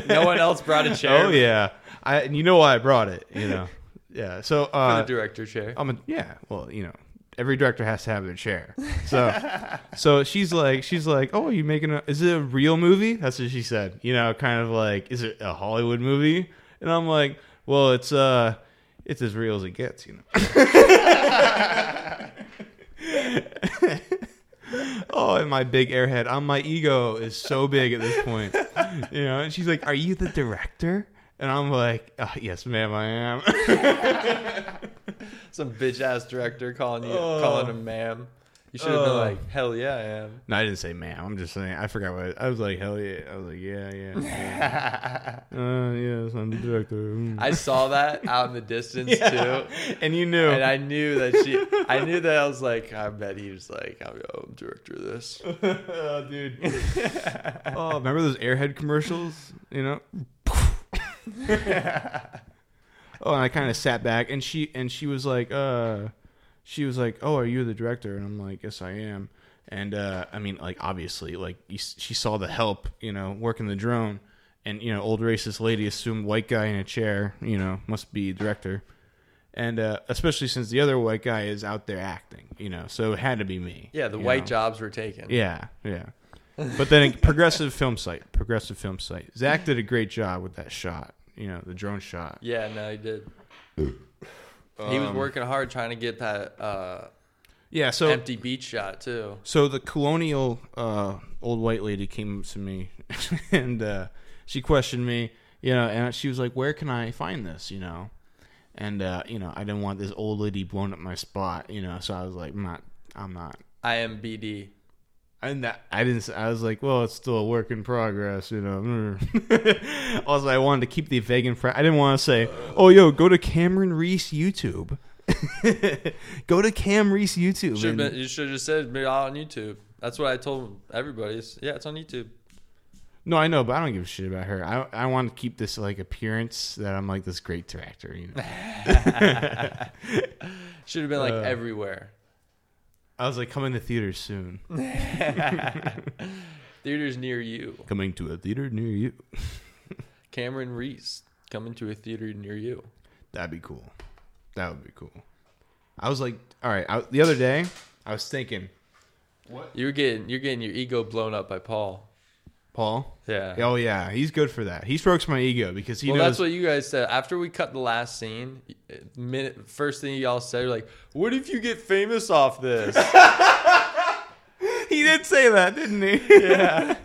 S6: beach. no one else brought a chair.
S8: oh, yeah. I, and you know why I brought it, you know. Yeah. So,
S6: The
S8: uh,
S6: director chair.
S8: I'm a yeah. Well, you know, every director has to have their chair. So, so she's like, she's like, oh, you making a? Is it a real movie? That's what she said. You know, kind of like, is it a Hollywood movie? And I'm like, well, it's uh, it's as real as it gets. You know. Oh, and my big airhead. Um, my ego is so big at this point. You know, and she's like, "Are you the director?" And I'm like, uh, "Yes, ma'am, I am."
S6: Some bitch ass director calling you, calling him ma'am. You should have been
S8: Oh.
S6: like, hell yeah, I am.
S8: No, I didn't say man. I'm just saying. I forgot what I was like. Hell yeah! I was like, yeah, yeah, yeah. uh, yes, I'm the director. Mm.
S6: I saw that out in the distance too.
S8: and you knew.
S6: And I knew that she, I knew that I was like, I bet he was like, I'm, I'm director of this.
S8: oh, dude. oh, remember those Airhead commercials? You know. oh, and I kind of sat back, and she and she was like, uh, she was like, oh, are you the director? And I'm like, yes, I am. And uh, I mean, like obviously, like you, s- she saw the help, you know, working the drone, and you know, old racist lady assumed white guy in a chair, you know, must be director. And uh, especially since the other white guy is out there acting, you know, so it had to be me.
S6: Yeah, the
S8: you
S6: white
S8: know?
S6: jobs were taken.
S8: Yeah, yeah. But then progressive film site, progressive film site. Zach did a great job with that shot. You know, the drone shot.
S6: Yeah, no, he did. he was working hard trying to get that uh,
S8: Yeah. So
S6: empty beach shot too.
S8: so the colonial uh, old white lady came up to me, and uh, she questioned me. You know, and she was like, "Where can I find this?" You know, and uh, you know, I didn't want this old lady blowing up my spot. You know, so I was like, "I'm not. I'm not."
S6: IMBD.
S8: And that I didn't. s- I was like, well, it's still a work in progress, you know. Mm. also, I wanted to keep the vague and fr- I didn't want to say, oh, yo, go to Cameron Reese YouTube. go to Cam Reese YouTube.
S6: Should have
S8: and-
S6: been. You should have just said it out on YouTube. That's what I told everybody. It's- Yeah, it's on YouTube.
S8: no, I know, but I don't give a shit about her. I I want to keep this like appearance that I'm like this great director. You know,
S6: Should have been
S8: Uh.
S6: like everywhere.
S8: I was like coming to theaters soon.
S6: Theaters near you.
S8: coming to a theater near you.
S6: Cameron Reese coming to a theater near you.
S8: That'd be cool. That would be cool. I was like, all right. I, the other day, I was thinking.
S6: You're getting you're getting your ego blown up by Paul.
S8: Paul.
S6: Yeah.
S8: Oh yeah, he's good for that. He strokes my ego because he
S6: well,
S8: knows.
S6: that's what you guys said. After we cut the last scene, minute, first thing y'all said, you're like, what if you get famous off this?
S8: he did say that, didn't he?
S6: yeah.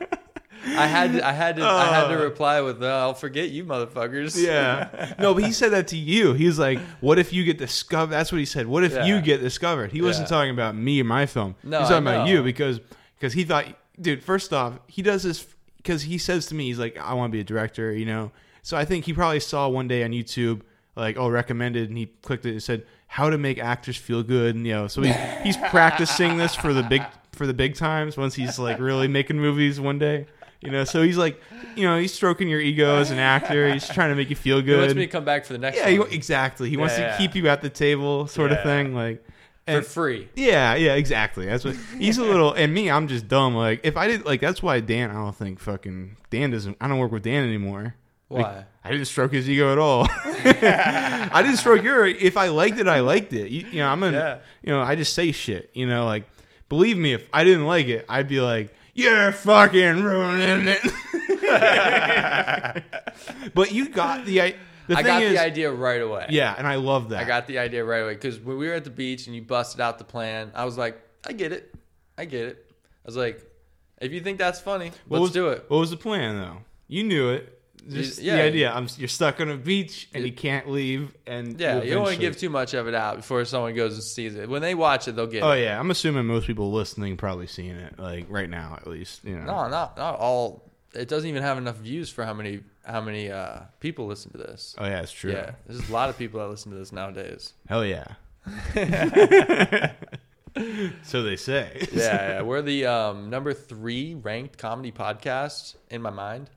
S6: I had to, I had to I had to reply with, "No, I'll forget you motherfuckers.
S8: Uh. yeah. No, but he said that to you. He was like, "What if you get discovered?" That's what he said. What if
S6: Yeah.
S8: you get discovered? He wasn't
S6: Yeah.
S8: talking about me or my film.
S6: No,
S8: he was talking
S6: I
S8: about
S6: know.
S8: you because because he thought, dude. First off, he does this because he says to me, he's like, "I want to be a director," you know. So I think he probably saw one day on YouTube, like, "Oh, recommended," and he clicked it and said, "How to make actors feel good," and you know. So he's he's practicing this for the big for the big times once he's like really making movies one day. You know, so he's like, you know, he's stroking your ego as an actor. He's trying to make you feel good.
S6: He wants me to come back for the next
S8: Yeah,
S6: one
S8: he, exactly. He wants
S6: Yeah.
S8: to keep you at the table, sort
S6: Yeah.
S8: of thing. Like,
S6: for
S8: and,
S6: free.
S8: yeah, yeah, exactly. That's what he's a little. And me, I'm just dumb. Like, if I did, like, that's why Dan. I don't think fucking Dan doesn't. I don't work with Dan anymore.
S6: Why?
S8: I didn't stroke his ego at all. I didn't stroke your. If I liked it, I liked it. You, you know, I'm an.
S6: Yeah.
S8: You know, I just say shit. You know, like, believe me, if I didn't like it, I'd be like, "You're fucking ruining it." but you got the. I, the
S6: I
S8: thing
S6: got
S8: is,
S6: the idea right away.
S8: yeah, and I love that.
S6: I got the idea right away because when we were at the beach and you busted out the plan, I was like, I get it, I get it. I was like, if you think that's funny, let's
S8: was,
S6: do it.
S8: What was the plan though? You knew it. Just
S6: yeah.
S8: the idea. I'm, you're stuck on a beach and you can't leave. And
S6: Yeah, you don't want to
S8: eventually-
S6: give too much of it out before someone goes and sees it. When they watch it, they'll get
S8: Oh
S6: it.
S8: yeah, I'm assuming most people listening probably seeing it like right now at least. You know.
S6: No, not not all. It doesn't even have enough views for how many how many uh, people listen to this.
S8: Oh yeah, it's true.
S6: Yeah, there's a lot of people that listen to this nowadays.
S8: Hell yeah. so they say.
S6: Yeah, yeah. we're the um, number three ranked comedy podcast in my mind.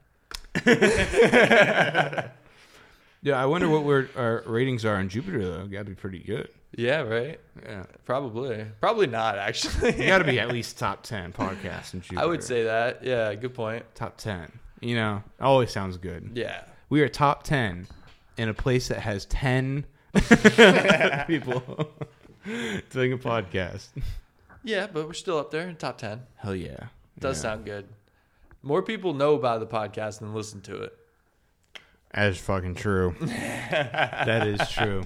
S8: Yeah, I wonder what we're, our ratings are on Jupiter though. Got to be pretty good.
S6: Yeah, right.
S8: Yeah.
S6: Probably, probably not actually.
S8: Got to be at least top ten podcasts in Jupiter.
S6: I would say that. Yeah, good point.
S8: top ten. You know, always sounds good.
S6: Yeah.
S8: We are top 10 in a place that has 10 people doing a podcast.
S6: Yeah, but we're still up there in top 10.
S8: Hell yeah.
S6: Does sound good. More people know about the podcast than listen to it.
S8: That is fucking true. that is true.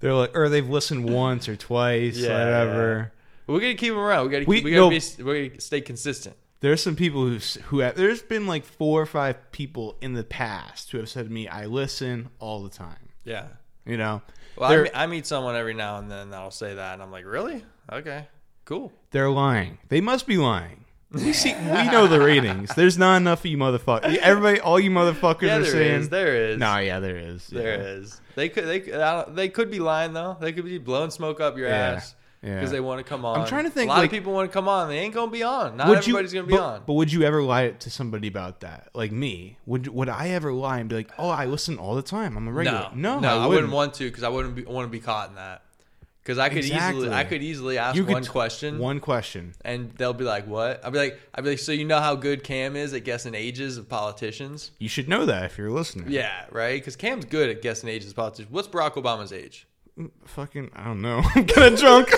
S8: They're like, or they've listened once or twice,
S6: Yeah,
S8: whatever.
S6: We're going to keep them around. We got to
S8: We-
S6: we, got to
S8: no.
S6: be we're going to stay consistent.
S8: There's some people who who have, there's been like four or five people in the past who have said to me, "I listen all the time."
S6: Yeah.
S8: You know,
S6: Well, I,
S8: They're-
S6: meet, I meet someone every now and then that'll say that and I'm like, "Really? Okay. Cool."
S8: They're lying. They must be lying. We see. We know the ratings. There's not enough of you motherfuckers. Everybody, all you motherfuckers
S6: Yeah,
S8: are
S6: there is.
S8: saying.
S6: There is.
S8: no, yeah, there is.
S6: There
S8: yeah.
S6: is. They could they could- I don't- they could be lying though. They could be blowing smoke up your
S8: Yeah,
S6: ass
S8: yeah.
S6: because they want to come on.
S8: trying to think,
S6: A lot
S8: like-
S6: of people want to come on. They ain't gonna be on. Not
S8: Would you-
S6: everybody's gonna be
S8: but-
S6: on.
S8: But would you ever lie to somebody about that? Like me? Would Would I ever lie and be like, "Oh, I listen all the time. I'm a regular." No,
S6: no, I wouldn't,
S8: wouldn't.
S6: want to because I wouldn't be, want to be caught in that. Because I could
S8: Exactly.
S6: easily, I could easily ask
S8: You could
S6: one
S8: t-
S6: question,
S8: One question.
S6: and they'll be like, "What?" I'll be like, "I'll be like, so you know how good Cam is at guessing ages of politicians?"
S8: You should know that if you're listening.
S6: Yeah, right. Because Cam's good at guessing ages of politicians. What's Barack Obama's age?
S8: Fucking, I don't know. I'm kind of drunk.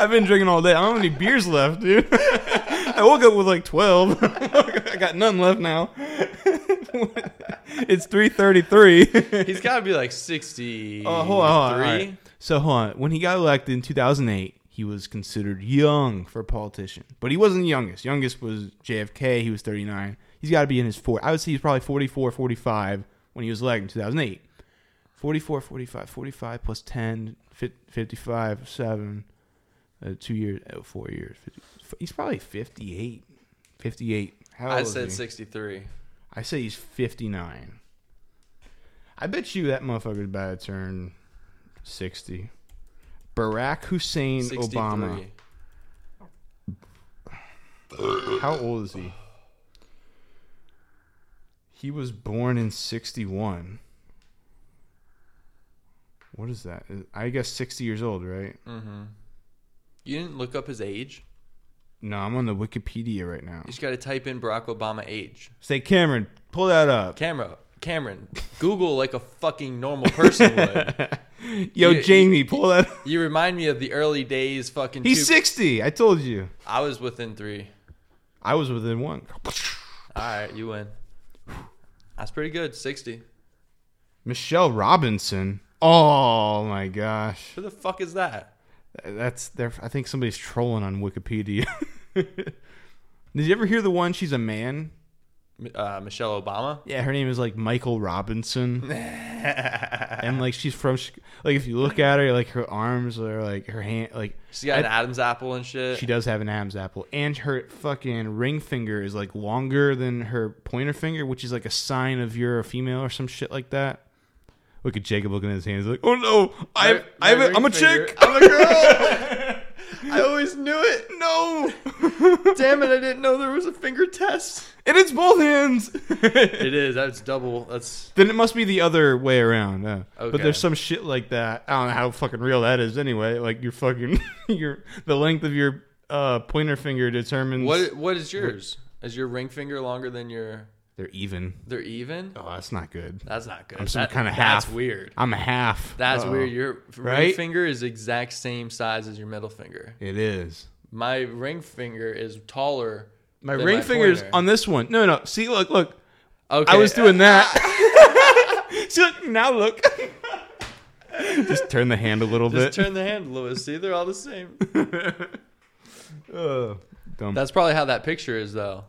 S8: I've been drinking all day. I don't have any beers left, dude. I woke up with like 12. I got none left now. it's 3.33.
S6: He's got to be like sixty.
S8: oh, hold on, hold on. all
S6: three.
S8: right. So, hold on. When he got elected in 2008, he was considered young for a politician. But he wasn't the youngest. Youngest was JFK. He was 39. He's got to be in his 40. I would say he's probably 44, 45 when he was elected in 2008. 44, 45, 45 plus 10, fif- 55, 7, uh, two years, uh, four years. 50, he's probably 58. 58. How old
S6: I
S8: is
S6: said
S8: he?
S6: sixty-three.
S8: I say he's 59. I bet you that motherfucker's about to turn 60. Barack Hussein
S6: 63.
S8: Obama. How old is he? He was born in 61. What is that? I guess 60 years old, right?
S6: You didn't look up his age.
S8: No, I'm on the Wikipedia right now.
S6: You just got to type in Barack Obama age.
S8: Say, Cameron, pull that up.
S6: Camera, Cameron, Google like a fucking normal person would.
S8: Yo,
S6: you-
S8: Jamie, pull that up.
S6: You remind me of the early days. Fucking.
S8: He's
S6: two-
S8: 60. I told you.
S6: I was within three.
S8: I was within one.
S6: All right, you win. That's pretty good. 60.
S8: Michelle Robinson. Oh my gosh,
S6: Who the fuck is that?
S8: that's there. I think somebody's trolling on Wikipedia. Did you ever hear the one? She's a man.
S6: M- Uh, Michelle Obama?
S8: Yeah, her name is like Michael Robinson, and like she's from Chi- like if you look at her, like her arms are like her hand, like
S6: She got an
S8: I-
S6: Adam's apple and shit.
S8: she does have an Adam's apple, and her fucking ring finger is like longer than her pointer finger, which is like a sign of you're a female or some shit like that. Look at Jacob looking at his hands, like, oh no, I, I,
S7: my ring
S8: I'm a
S7: finger-
S8: chick, I'm a girl. I always knew it. No,
S6: Damn it, I didn't know there was a finger test.
S8: and it's both hands.
S6: It is. That's double. That's
S8: then it must be the other way around. uh, But
S6: Okay.
S8: there's some shit like that. I don't know how fucking real that is anyway. Like your fucking your the length of your uh, pointer finger determines
S6: what what is yours? Is your ring finger longer than your
S8: they're even.
S6: they're even?
S8: Oh, that's not good.
S6: That's not good.
S8: I'm some
S6: That-
S8: kind of half.
S6: That's weird.
S8: I'm a half.
S6: That's
S8: Uh-oh.
S6: weird. Your ring
S8: Right?
S6: finger is the exact same size as your middle finger.
S8: It is.
S6: My ring finger is taller.
S8: My
S6: than
S8: ring
S6: my
S8: finger's
S6: pointer.
S8: on this one. No, no. See, look, look.
S6: Okay.
S8: I was doing that. See, look, now look. Just turn the hand a little
S6: Just
S8: bit.
S6: turn the hand, Lewis. See, they're all the same.
S8: Ugh. dumb.
S6: That's probably how that picture is, though.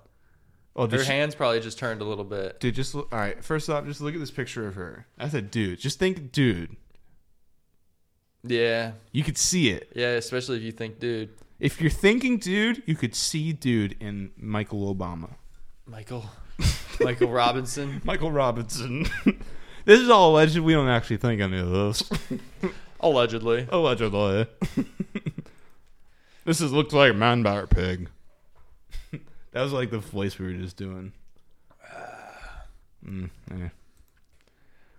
S8: oh,
S6: Their
S8: did she-
S6: hands probably just turned a little bit.
S8: Dude, just look, all right. First off, just look at this picture of her. That's a dude. Just think, dude.
S6: Yeah,
S8: You could see it.
S6: yeah. Especially if you think, dude,
S8: If you're thinking, dude, you could see, dude, in Michael Obama,
S6: Michael, Michael Robinson.
S8: Michael Robinson. this is all alleged. We don't actually think any of those.
S6: Allegedly.
S8: Allegedly. this is looks like a man by a pig. that was like the voice we were just doing. Mm, yeah.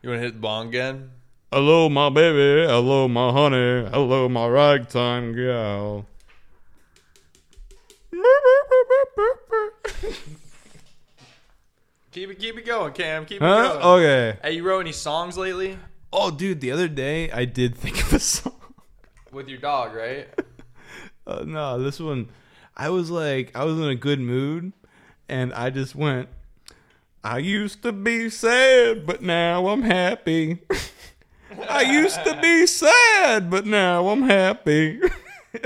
S6: You want to hit the bong again?
S8: Hello, my baby. Hello, my honey. Hello, my ragtime gal.
S6: Keep it, keep it going, Cam. Keep it
S8: Huh? Oh,
S6: going.
S8: Okay.
S6: Hey, you wrote any songs lately
S8: Oh, dude, the other day I did think of a song.
S6: with your dog, right?
S8: Uh, no, this one, I was like, I was in a good mood, and I just went. I used to be sad, but now I'm happy. I used to be sad, but now I'm happy.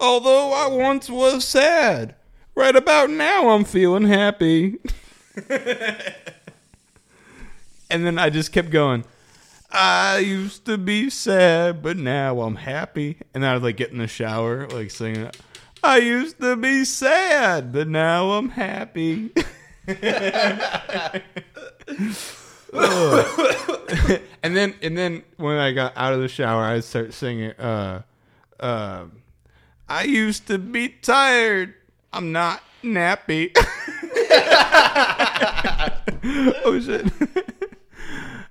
S8: Although I once was sad, right about now I'm feeling happy. and then I just kept going. I used to be sad, but now I'm happy. And I would like get in the shower, like singing, I used to be sad, but now I'm happy. Ugh. and then and then when I got out of the shower, I'd start singing, uh, uh, I used to be tired. I'm not nappy. oh shit.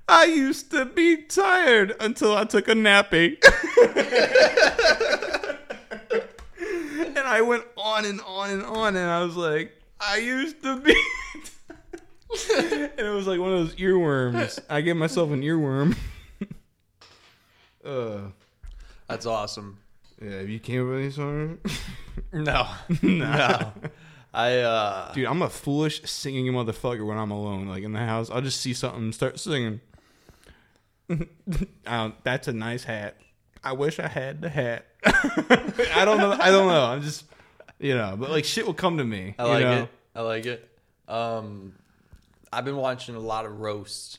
S8: I used to be tired until I took a nappy. and I went on and on and on, and I was like, I used to be. and it was like one of those earworms. I gave myself an earworm. uh,
S6: That's awesome.
S8: yeah, have you came up with any songs?
S6: No, no. I uh,
S8: Dude, I'm a foolish singing motherfucker when I'm alone, like in the house. I'll just see something and start singing. um, that's a nice hat. I wish I had the hat. I don't know. I don't know. I'm just, you know, but like shit will come to me.
S6: I
S8: you
S6: like
S8: know?
S6: it. I like it. Um, I've been watching a lot of roasts,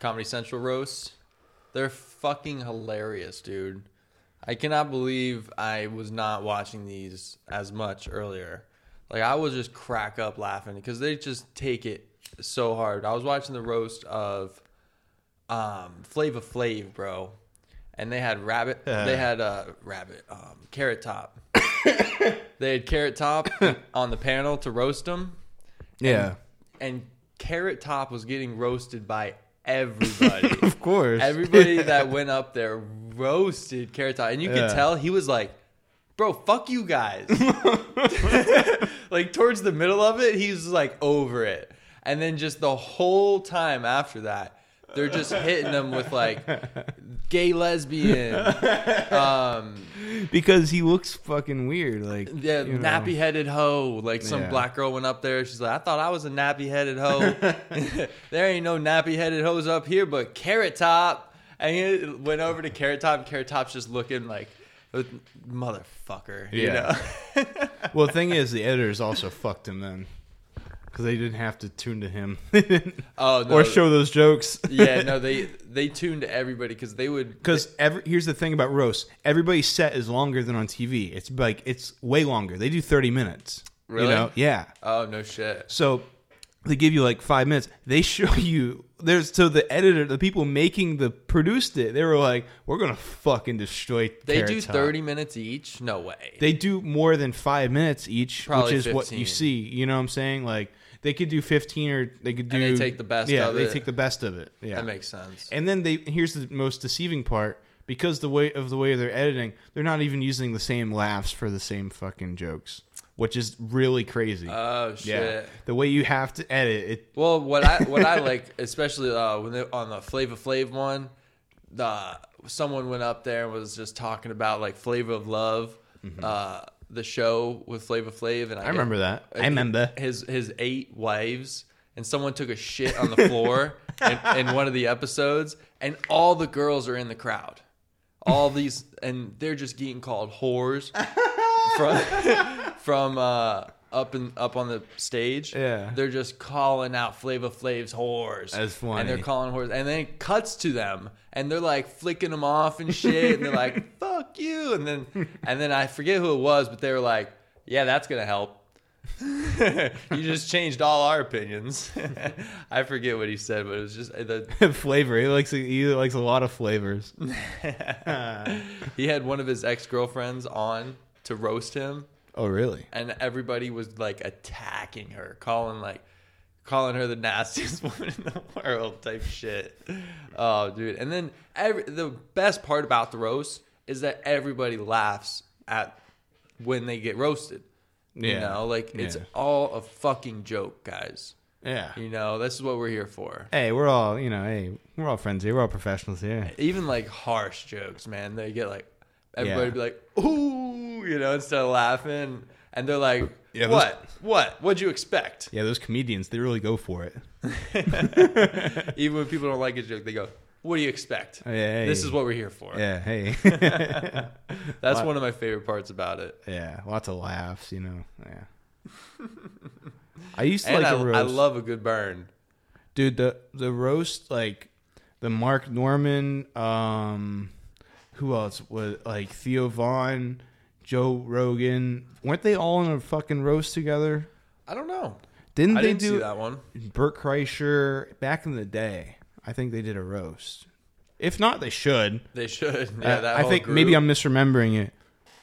S6: Comedy Central roasts. They're fucking hilarious, dude. I cannot believe I was not watching these as much earlier. Like I was just crack up laughing because they just take it so hard. I was watching the roast of um Flava Flav, bro. And they had rabbit. They had uh rabbit um carrot top. they had carrot top on the panel to roast them
S8: Yeah,
S6: and Carrot Top was getting roasted by everybody.
S8: of course.
S6: everybody that went up there roasted Carrot Top, and you
S8: Yeah.
S6: could tell he was like, "Bro, fuck you guys." like towards the middle of it, he's like over it, and then just the whole time after that, They're just hitting them with like gay lesbian,
S8: because he looks fucking weird. Like
S6: yeah,
S8: you know.
S6: nappy headed hoe. Like some
S8: Yeah.
S6: black girl went up there. She's like, I thought I was a nappy headed hoe. there ain't no nappy headed hoes up here, but Carrot Top. And he went over to Carrot Top. And Carrot Top's just looking like, "Uh, motherfucker. You
S8: Yeah.
S6: know?
S8: Well, the thing is, the editors also fucked him then, because they didn't have to tune to him or
S6: Oh, no.
S8: show those jokes.
S6: yeah, no, they they tuned to everybody because they would.
S8: Because every here's the thing about roast. Everybody's set is longer than on TV. It's like it's way longer. They do thirty minutes.
S6: Really?
S8: You know? Yeah.
S6: Oh no shit.
S8: So they give you like five minutes. They show you there's so the editor, the people making the produced it, they were like, we're gonna fucking destroy.
S6: They
S8: Carrot
S6: do
S8: Top."
S6: thirty minutes each. No way.
S8: They do more than five minutes each,
S6: Probably
S8: which is what you
S6: 15.
S8: see. You know what I'm saying? Like they could do fifteen or they could do.
S6: And they take the best
S8: Yeah,
S6: of
S8: they
S6: it.
S8: take the best of it. Yeah,
S6: that makes sense.
S8: And then they here's the most deceiving part because the way of the way they're editing, they're not even using the same laughs for the same fucking jokes, which is really crazy.
S6: Oh shit.
S8: the way you have to edit it.
S6: Well, what I what I like, especially uh, when they, on the Flava Flav one, the someone went up there and was just talking about like Flavor of Love, uh, the show with Flava Flav, and I,
S8: Mm-hmm. I remember that. I
S6: and
S8: remember.
S6: his his eight wives, and someone took a shit on the floor in, in one of the episodes, and all the girls are in the crowd, all these, and they're just getting called whores from from uh, up and up on the stage.
S8: Yeah.
S6: they're just calling out Flava Flav's whores.
S8: That's
S6: And they're
S8: funny.
S6: calling whores, and then it cuts to them, and they're like flicking them off and shit, and they're like "fuck you," and then and then I forget who it was, but they were like, "Yeah, that's gonna help." you just changed all our opinions. I forget what he said, but it was just the,
S8: flavor. He likes he likes a lot of flavors.
S6: he had one of his ex girlfriends on to roast him,
S8: Oh, really?
S6: and everybody was like attacking her, calling like calling her the nastiest woman in the world type shit. Oh, dude! And then every the best part about the roast is that everybody laughs at when they get roasted. You
S8: Yeah.
S6: know, like it's
S8: Yeah.
S6: all a fucking joke, guys.
S8: Yeah.
S6: You know, this is what we're here for.
S8: Hey, we're all you know. Hey, we're all friends here. We're all professionals here.
S6: even like harsh jokes, man. They get like everybody
S8: Yeah.
S6: be like, "Ooh," you know, instead of laughing, and they're like,
S8: Yeah, those-
S6: "What? What? What'd you expect?"
S8: Yeah, those comedians, they really go for it.
S6: Even when people don't like a joke, they go, "What do you expect?
S8: Hey.
S6: This is what we're here for."
S8: Oh, Yeah. Hey.
S6: That's one of my favorite parts about it.
S8: yeah. Lots of laughs. You know. Yeah. I used to
S6: And
S8: like
S6: I,
S8: the roast.
S6: I love a good burn.
S8: dude the the roast like the mark norman um who else was like theo vaughn joe rogan weren't they all in a fucking roast together
S6: I don't know.
S8: didn't
S6: I
S8: they
S6: didn't
S8: do
S6: see that one.
S8: burt kreischer back in the day i think they did a roast if not they should
S6: They should. Yeah,
S8: I-
S6: that
S8: Uh, i
S6: whole
S8: think maybe
S6: group.
S8: i'm misremembering it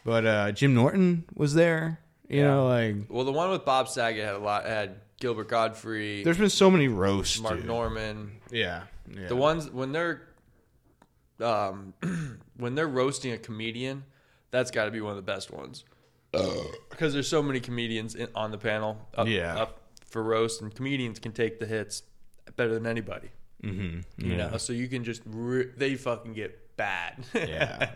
S8: but uh jim norton was there you know like
S6: Well, the one with Bob Saget had a lot. Had Gilbert Godfrey,
S8: there's been so many roasts
S6: Mark
S8: dude.
S6: Norman.
S8: yeah, yeah
S6: The ones when they're um when they're roasting a comedian, that's got to be one of the best ones. Because there's so many comedians in, on the panel up,
S8: Yeah.
S6: up for roast, and comedians can take the hits better than anybody. Mm-hmm. You know, so you can just re- they fucking get bad.
S8: yeah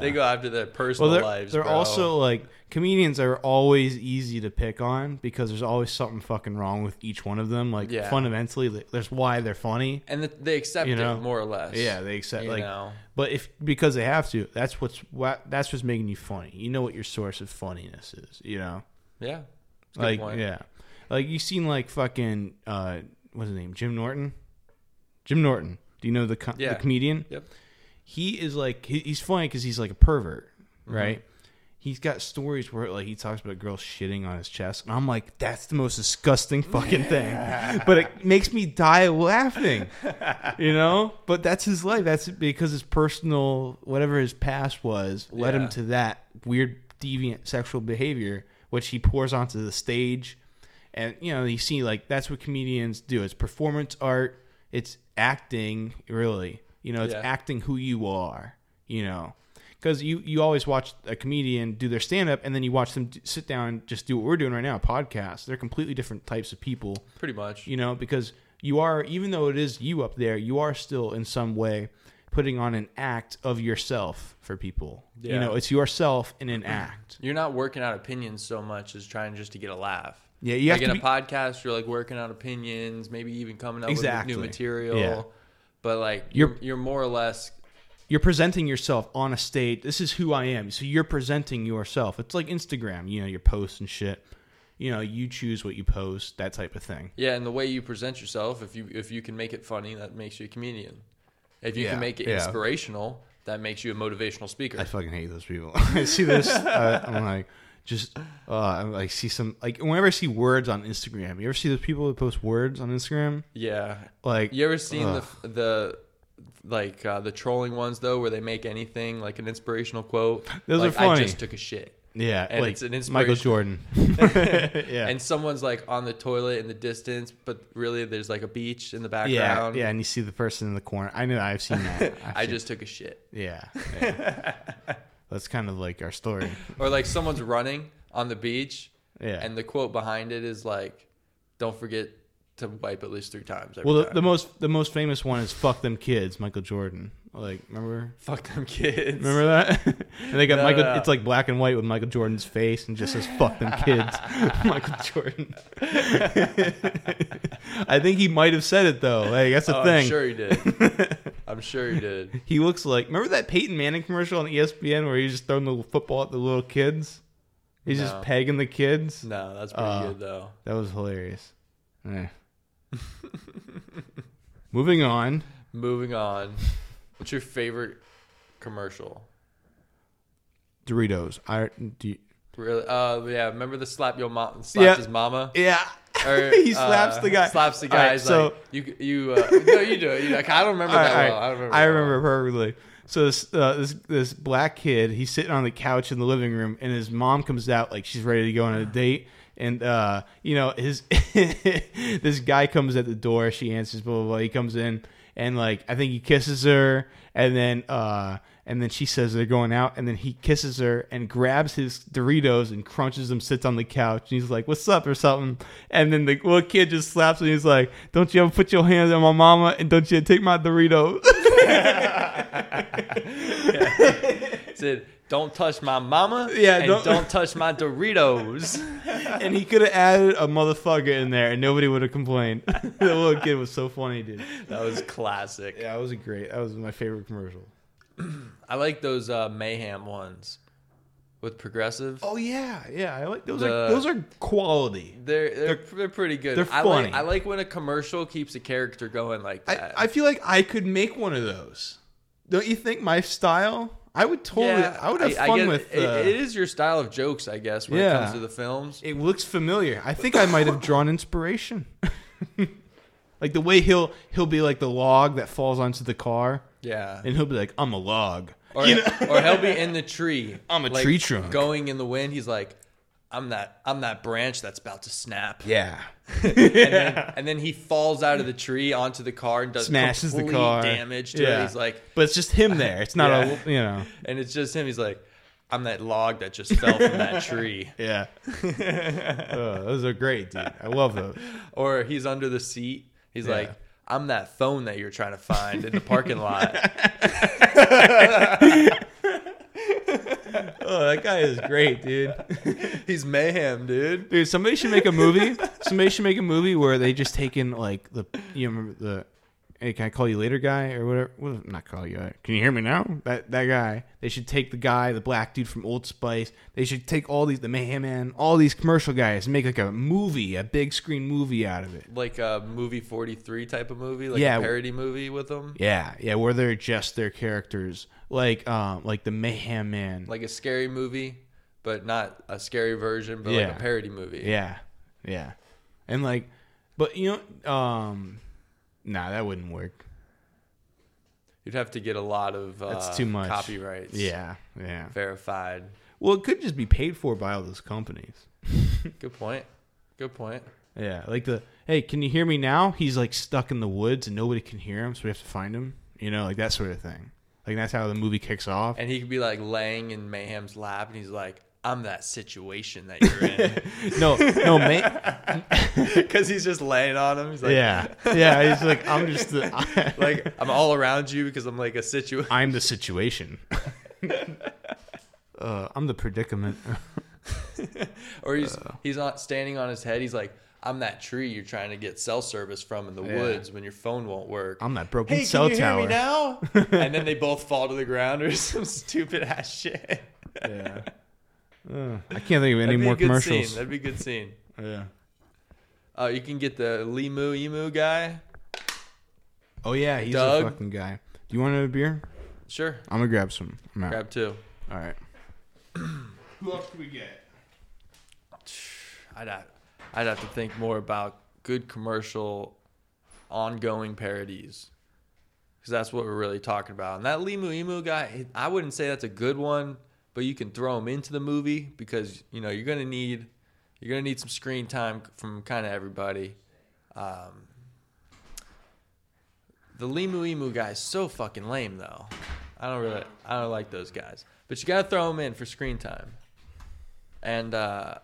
S6: they go after their personal
S8: Well, they're,
S6: lives.
S8: they're
S6: bro.
S8: also like comedians are always easy to pick on because there's always something fucking wrong with each one of them. Like
S6: Yeah.
S8: fundamentally, like, there's why they're funny.
S6: and th- they accept
S8: You know?
S6: it more or less.
S8: Yeah, they accept
S6: You
S8: like,
S6: know.
S8: but if because they have to, that's what's what that's what's making you funny. You know what your source of funniness is. You know,
S6: yeah, It's a good
S8: like
S6: point.
S8: yeah, like you seen like fucking uh, what's his name, Jim Norton, Jim Norton. Do you know the co-
S6: Yeah.
S8: the comedian?
S6: Yep.
S8: he is like he, he's funny because he's like a pervert, right? He's got stories where like he talks about girls shitting on his chest, and I'm like, that's the most disgusting fucking thing. But it makes me die laughing, you know. But that's his life. That's because his personal whatever his past was led
S6: Yeah.
S8: him to that weird deviant sexual behavior, which he pours onto the stage. And you know, you see like that's what comedians do. It's performance art. It's acting, really. You know, it's
S6: Yeah.
S8: acting who you are. You know, because you you always watch a comedian do their stand up, and then you watch them d- sit down and just do what we're doing right now, a podcast. They're completely different types of people.
S6: pretty much.
S8: You know, because you are even though it is you up there, you are still in some way putting on an act of yourself for people. You
S6: Yeah.
S8: know, it's yourself in an act.
S6: You're not working out opinions so much as trying just to get a laugh.
S8: Yeah, you have
S6: like
S8: to
S6: in
S8: be-
S6: a podcast, you're like working out opinions, maybe even coming up
S8: Exactly.
S6: with new material.
S8: Yeah.
S6: But like
S8: You're-
S6: you're you're, more or less
S8: You're presenting yourself on a stage. This is who I am. So you're presenting yourself. It's like Instagram, you know, your posts and shit. You know, you choose what you post, that type of thing.
S6: yeah, and the way you present yourself, if you if you can make it funny, that makes you a comedian. If you
S8: Yeah,
S6: can make it
S8: yeah.
S6: inspirational, that makes you a motivational speaker.
S8: I fucking hate those people. I see this, uh, I'm like, just uh, I like see some like whenever I see words on Instagram. You ever see those people that post words on Instagram?
S6: yeah.
S8: Like
S6: You ever seen
S8: ugh.
S6: the the like uh, the trolling ones though, where they make anything like an inspirational quote?
S8: Those are
S6: like, I
S8: funny.
S6: just took a shit.
S8: yeah,
S6: and
S8: like
S6: it's an
S8: Michael Jordan. yeah,
S6: and someone's like on the toilet in the distance, but really there's like a beach in the
S8: yeah,
S6: background.
S8: yeah, and you see the person in the corner. I know I've seen that. I've
S6: I
S8: seen-
S6: just took a shit.
S8: yeah. yeah. That's kind of like our story.
S6: Or like someone's running on the beach,
S8: Yeah.
S6: and the quote behind it is like, "Don't forget to wipe at least three times." Every
S8: well, the,
S6: time.
S8: the most the most famous one is "fuck them kids," Michael Jordan. Like, remember
S6: fuck them kids.
S8: Remember that? and they got
S6: No,
S8: Michael.
S6: no.
S8: It's like black and white with Michael Jordan's face, and just says "fuck them kids." Michael Jordan. I think he might have said it though. Like that's the
S6: Oh,
S8: thing.
S6: I'm sure he did. I'm sure he did.
S8: He looks like. Remember that Peyton Manning commercial on E ESPN where he's just throwing the football at the little kids? He's just
S6: No.
S8: pegging the kids.
S6: No, that's pretty
S8: Uh,
S6: good though.
S8: That was hilarious. Eh. Moving on.
S6: Moving on. What's your favorite commercial?
S8: Doritos. I do. You,
S6: Really? Uh, yeah. Remember the slap your mom, slaps
S8: Yeah.
S6: his mama.
S8: yeah.
S6: Or,
S8: he slaps
S6: uh,
S8: the guy.
S6: Slaps the
S8: All right,
S6: guy. He's
S8: so
S6: like, you, you, uh, no, you do it. You, like, I don't remember that
S8: Alright,
S6: well. I
S8: alright.
S6: don't remember.
S8: I
S6: that
S8: remember perfectly. So this, uh, this this black kid, he's sitting on the couch in the living room, and his mom comes out like she's ready to go on a date, and uh, you know his this guy comes at the door, she answers, blah blah blah. He comes in, and like I think he kisses her, and then uh, and then she says they're going out, and then he kisses her and grabs his Doritos and crunches them, sits on the couch, and he's like, "What's up?" or something. And then the little kid just slaps him. He's like, "Don't you ever put your hands on my mama, and don't you take my Doritos."
S6: Well. Said, don't touch my mama.
S8: Yeah,
S6: and
S8: don't-
S6: don't, touch my Doritos.
S8: and he could have added a motherfucker in there, and nobody would have complained. the little kid was so funny, dude.
S6: that was classic.
S8: Yeah, that was a great. That was my favorite commercial.
S6: I like those uh, mayhem ones with progressive.
S8: Oh yeah, yeah. I like those.
S6: The-
S8: are those are quality.
S6: They're, they're
S8: They're-
S6: they're pretty good.
S8: they're
S6: I
S8: funny.
S6: like, I like when a commercial keeps a character going like
S8: I,
S6: that.
S8: I feel like I could make one of those. Don't you think my style? I would totally. I would have
S6: I
S8: fun
S6: guess
S8: with.
S6: it,
S8: uh,
S6: it is your style of jokes, I guess, when
S8: Yeah.
S6: it comes to the films.
S8: It looks familiar. I think I might have drawn inspiration. like the way he'll he'll be like the log that falls onto the car,
S6: Yeah,
S8: and he'll be like, "I'm a log."
S6: Or, or he'll be in the tree.
S8: I'm a tree trunk.
S6: Going in the wind, he's like, I'm that I'm that branch that's about to snap.
S8: Yeah.
S6: And then he falls out of the tree onto the car and does
S8: smashes the
S6: complete
S8: car,
S6: damage to it. He's like,
S8: but it's just him there. It's not a,
S6: Yeah.
S8: you know,
S6: and it's just him. He's like, I'm that log that just fell from that tree.
S8: yeah. Uh, those are great, dude. I love those.
S6: Or he's under the seat. He's
S8: Yeah.
S6: like, I'm that phone that you're trying to find in the parking lot.
S8: Oh, that guy is great, dude.
S6: he's mayhem, dude.
S8: Dude, somebody should make a movie. Somebody should make a movie where they just take in like the you remember the hey, can I call you later guy or whatever? What, not call you. uh, Can you hear me now? That that guy. They should take the guy, the black dude from Old Spice. They should take all these the Mayhem Man, all these commercial guys, and make like a movie, a big screen movie out of it.
S6: Like a movie 43 type of movie, like
S8: Yeah.
S6: a parody movie with him.
S8: Yeah, yeah, where they're just their characters, like um, like the Mayhem Man.
S6: like a scary movie, but not a scary version, but
S8: Yeah.
S6: like a parody movie.
S8: yeah, yeah, and like, but you know, um, nah, that wouldn't work.
S6: You'd have to get a lot of uh,
S8: That's too much.
S6: copyrights.
S8: Yeah, yeah.
S6: verified.
S8: Well, it could just be paid for by all those companies.
S6: Good point. Good point.
S8: Yeah, like the hey, can you hear me now? He's like stuck in the woods and nobody can hear him, so we have to find him. You know, like that sort of thing. Like that's how the movie kicks off.
S6: And he could be like laying in Mayhem's lap, and he's like, I'm that situation that you're in.
S8: No, no, man.
S6: Because he's just laying on him. He's like,
S8: yeah, yeah. He's like, I'm just the,
S6: like I'm all around you because I'm like a situation.
S8: I'm the situation. uh, I'm the predicament.
S6: Or he's he's not standing on his head. He's like, I'm that tree you're trying to get cell service from in the woods when your phone won't work.
S8: I'm that broken
S6: hey, can
S8: cell
S6: you
S8: tower.
S6: hear me now? and then they both fall to the ground or some stupid ass shit.
S8: Yeah. Uh, I can't think of any
S6: That'd be
S8: more
S6: a good
S8: commercials.
S6: Scene. That'd be a good scene.
S8: Yeah.
S6: Oh, you can get the Limu Emu guy.
S8: Oh yeah, he's
S6: Doug?
S8: a fucking guy. Do you want another beer?
S6: Sure,
S8: I'm gonna grab some. I'm out.
S6: grab two.
S8: All right. Who else do we get?
S6: I'd have, I'd have to think more about good commercial, ongoing parodies, because that's what we're really talking about. And that Limu Emu guy, he- I wouldn't say that's a good one, but you can throw him into the movie because you know you're gonna need, you're gonna need some screen time from kind of everybody. Um, the Limu Emu guy is so fucking lame though. I don't really, I don't like those guys. But you gotta throw him in for screen time. And uh,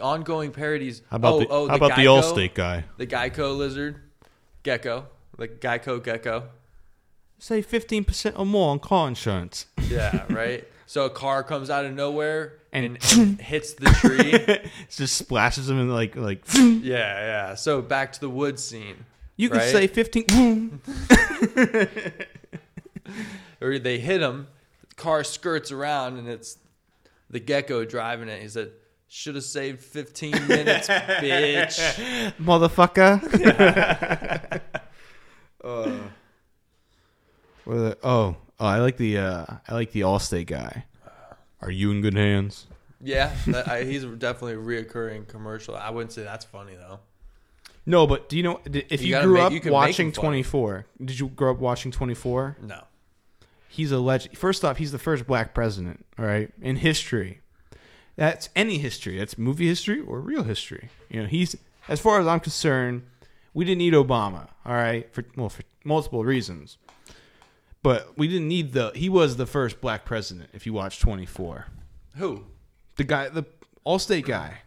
S6: ongoing parodies.
S8: How about
S6: oh,
S8: the
S6: oh,
S8: How about the
S6: Geico-
S8: Allstate guy?
S6: the Geico lizard, gecko, the Geico gecko.
S8: Say fifteen percent or more on car insurance.
S6: Yeah, right. so a car comes out of nowhere and,
S8: And-
S6: and hits the tree.
S8: just splashes him in like like.
S6: yeah, yeah. So back to the woods scene.
S8: You could
S6: Right?
S8: say fifteen.
S6: or they hit him. The car skirts around, and it's the gecko driving it. He said, "Should have saved 15 minutes, bitch."
S8: motherfucker. uh, what are the, oh, oh, I like the uh, I like the Allstate guy. Are you in good hands?
S6: Yeah, that, I, he's definitely a reoccurring commercial. I wouldn't say that's funny though.
S8: No, but do you know d- if
S6: You
S8: you,
S6: gotta
S8: grew
S6: make-
S8: up
S6: you can make him
S8: watching
S6: funny.
S8: Twenty Four? Did you grow up watching Twenty Four?
S6: No.
S8: He's a legend. First off, he's the first black president, all right, in history. That's any history. That's movie history or real history. You know, he's as far as I'm concerned, we didn't need Obama, all right, for well for multiple reasons. But we didn't need the he was the first black president if you watch 24.
S6: Who?
S8: The guy the Allstate guy.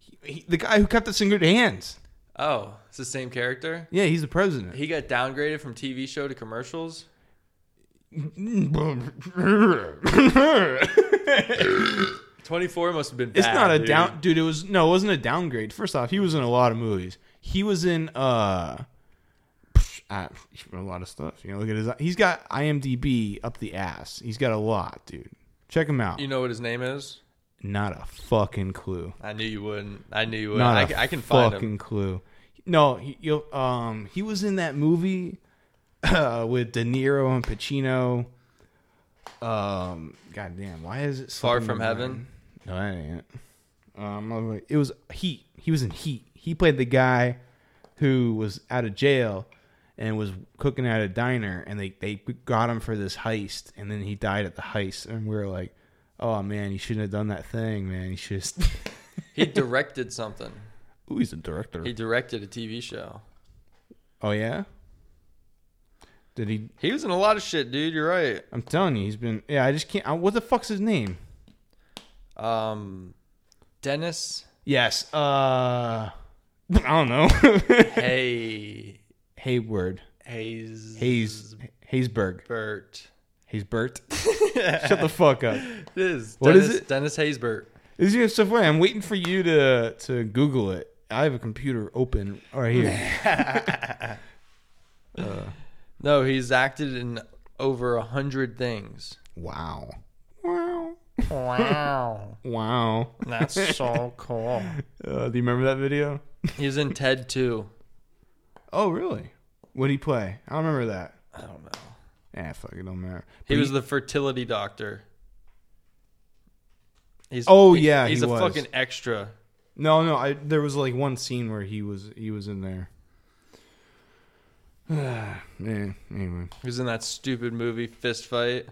S8: He, he, the guy who kept us in good hands.
S6: Oh, it's the same character.
S8: Yeah, he's the president.
S6: He got downgraded from TV show to commercials. Twenty four must have been. Bad,
S8: It's not a
S6: Ah, dude.
S8: down, dude. It was no, it wasn't a downgrade. First off, he was in a lot of movies. He was in uh, psh, uh, a lot of stuff. You know, look at his. He's got IMDb up the ass. He's got a lot, dude. Check him out.
S6: You know what his name is?
S8: Not a fucking clue.
S6: I knew you wouldn't. I knew you would.
S8: Not
S6: I,
S8: a
S6: ca- I can find
S8: fucking
S6: him.
S8: clue. No, he, you um, he was in that movie uh, with De Niro and Pacino. Um, goddamn, why is it
S6: Far
S8: slipping
S6: from
S8: my
S6: heaven.
S8: mind? No, that ain't it. Um, I was like- it was Heat. He was in Heat. He played the guy who was out of jail and was cooking at a diner, and they they got him for this heist, and then he died at the heist, and we were like, "Oh man, you shouldn't have done that thing, man. You should." have
S6: He directed something.
S8: Ooh, he's a director.
S6: He directed a TV show.
S8: oh yeah. Did he?
S6: He was in a lot of shit, dude. You're right.
S8: I'm telling you, he's been. Yeah, I just can't. I, what the fuck's his name?
S6: Um, Dennis.
S8: Yes. Uh, I don't know.
S6: Hey,
S8: Hayward.
S6: Hayes.
S8: Hayes. Haysburg.
S6: Bert.
S8: Haysbert. Shut the fuck up.
S6: It is.
S8: What
S6: Dennis,
S8: is it?
S6: Dennis Haysbert.
S8: This is so funny. I'm waiting for you to to Google it. I have a computer open right here.
S6: No, he's acted in over a hundred things.
S8: wow. Wow.
S6: Wow,
S8: Wow.
S6: that's so cool.
S8: Uh, do you remember that video?
S6: He was in Ted too.
S8: Oh, really? What would he play? I don't remember that.
S6: I don't know.
S8: Ah, fuck it, don't matter.
S6: He
S8: But
S6: was the fertility doctor. He's
S8: Oh,
S6: he-
S8: yeah,
S6: he's
S8: he
S6: a
S8: was.
S6: fucking extra.
S8: no, no. I there was like one scene where he was he was in there. Man, anyway.
S6: He was in that stupid movie Fist Fight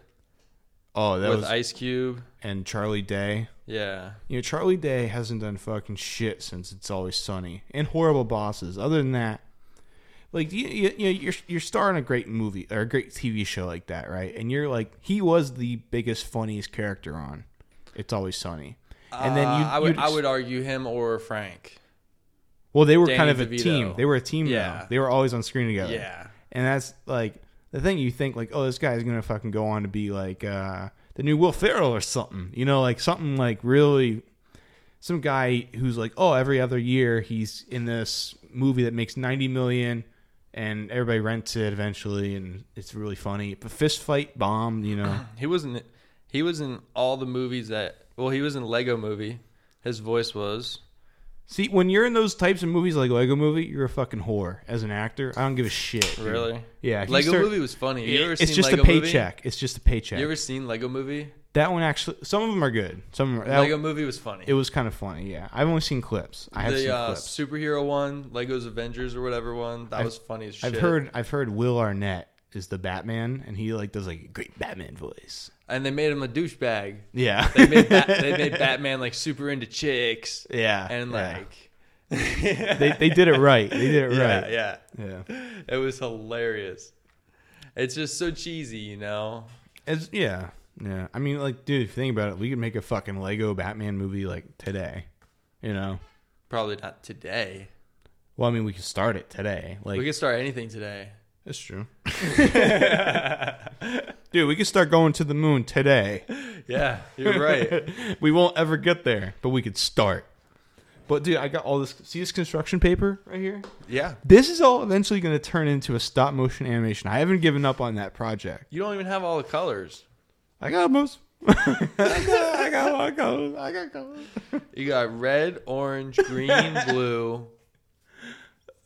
S8: Oh, that
S6: with
S8: was
S6: Ice Cube.
S8: and Charlie Day.
S6: Yeah,
S8: You know, Charlie Day hasn't done fucking shit since It's Always Sunny, and horrible bosses. Other than that, like you, you, you know, you're you're starring a great movie or a great TV show like that, right? And you're like, he was the biggest, funniest character on. It's Always Sunny. And then you,
S6: Uh, I would
S8: you'd
S6: I would argue him or Frank.
S8: Well, they were
S6: Danny
S8: kind of a
S6: DeVito.
S8: team. They were a team. Yeah,
S6: Yeah.
S8: they were always on screen together.
S6: Yeah.
S8: and that's like the thing you think like, oh, this guy's gonna fucking go on to be like uh, the new Will Ferrell or something. You know, like something like really some guy who's like, oh, every other year he's in this movie that makes ninety million. And everybody rents it eventually, and it's really funny. But fist fight bomb, you know.
S6: He wasn't. He was in all the movies that. Well, he was in Lego Movie. His voice was.
S8: See, when you're in those types of movies like Lego Movie, you're a fucking whore as an actor. I don't give a shit. dude.
S6: Really?
S8: Yeah. if you
S6: Lego
S8: start-
S6: Movie was funny. You ever
S8: it's
S6: seen
S8: just
S6: Lego
S8: a
S6: Movie?
S8: paycheck. It's just a paycheck.
S6: You ever seen Lego Movie?
S8: that one actually, some of them are good. Some of them are, that,
S6: Lego Movie was funny.
S8: It was kind of funny. Yeah, I've only seen clips. I have seen
S6: the uh,
S8: clips.
S6: superhero one, Lego's Avengers or whatever one, that was funny as shit.
S8: I've heard. I've heard Will Arnett is the Batman, and he like does like a great Batman voice.
S6: and they made him a douchebag.
S8: Yeah.
S6: They made Bat- they made Batman like super into chicks.
S8: Yeah,
S6: and
S8: yeah.
S6: like
S8: they they did it right. They did it
S6: yeah,
S8: right.
S6: yeah,
S8: Yeah.
S6: It was hilarious. It's just so cheesy, you know.
S8: It's, yeah. Yeah. I mean, like, dude, if you think about it, we could make a fucking Lego Batman movie like today. You know.
S6: Probably not today.
S8: Well, I mean, we could start it today. Like,
S6: We could start anything today.
S8: That's true. Dude, we could start going to the moon today.
S6: Yeah, you're right.
S8: We won't ever get there, but we could start. But dude, I got all this. See this construction paper right here?
S6: yeah,
S8: This is all eventually going to turn into a stop motion animation. I haven't given up on that project.
S6: you don't even have all the colors.
S8: I got most. I got, I got, I got, I got,
S6: You got red, orange, green, blue,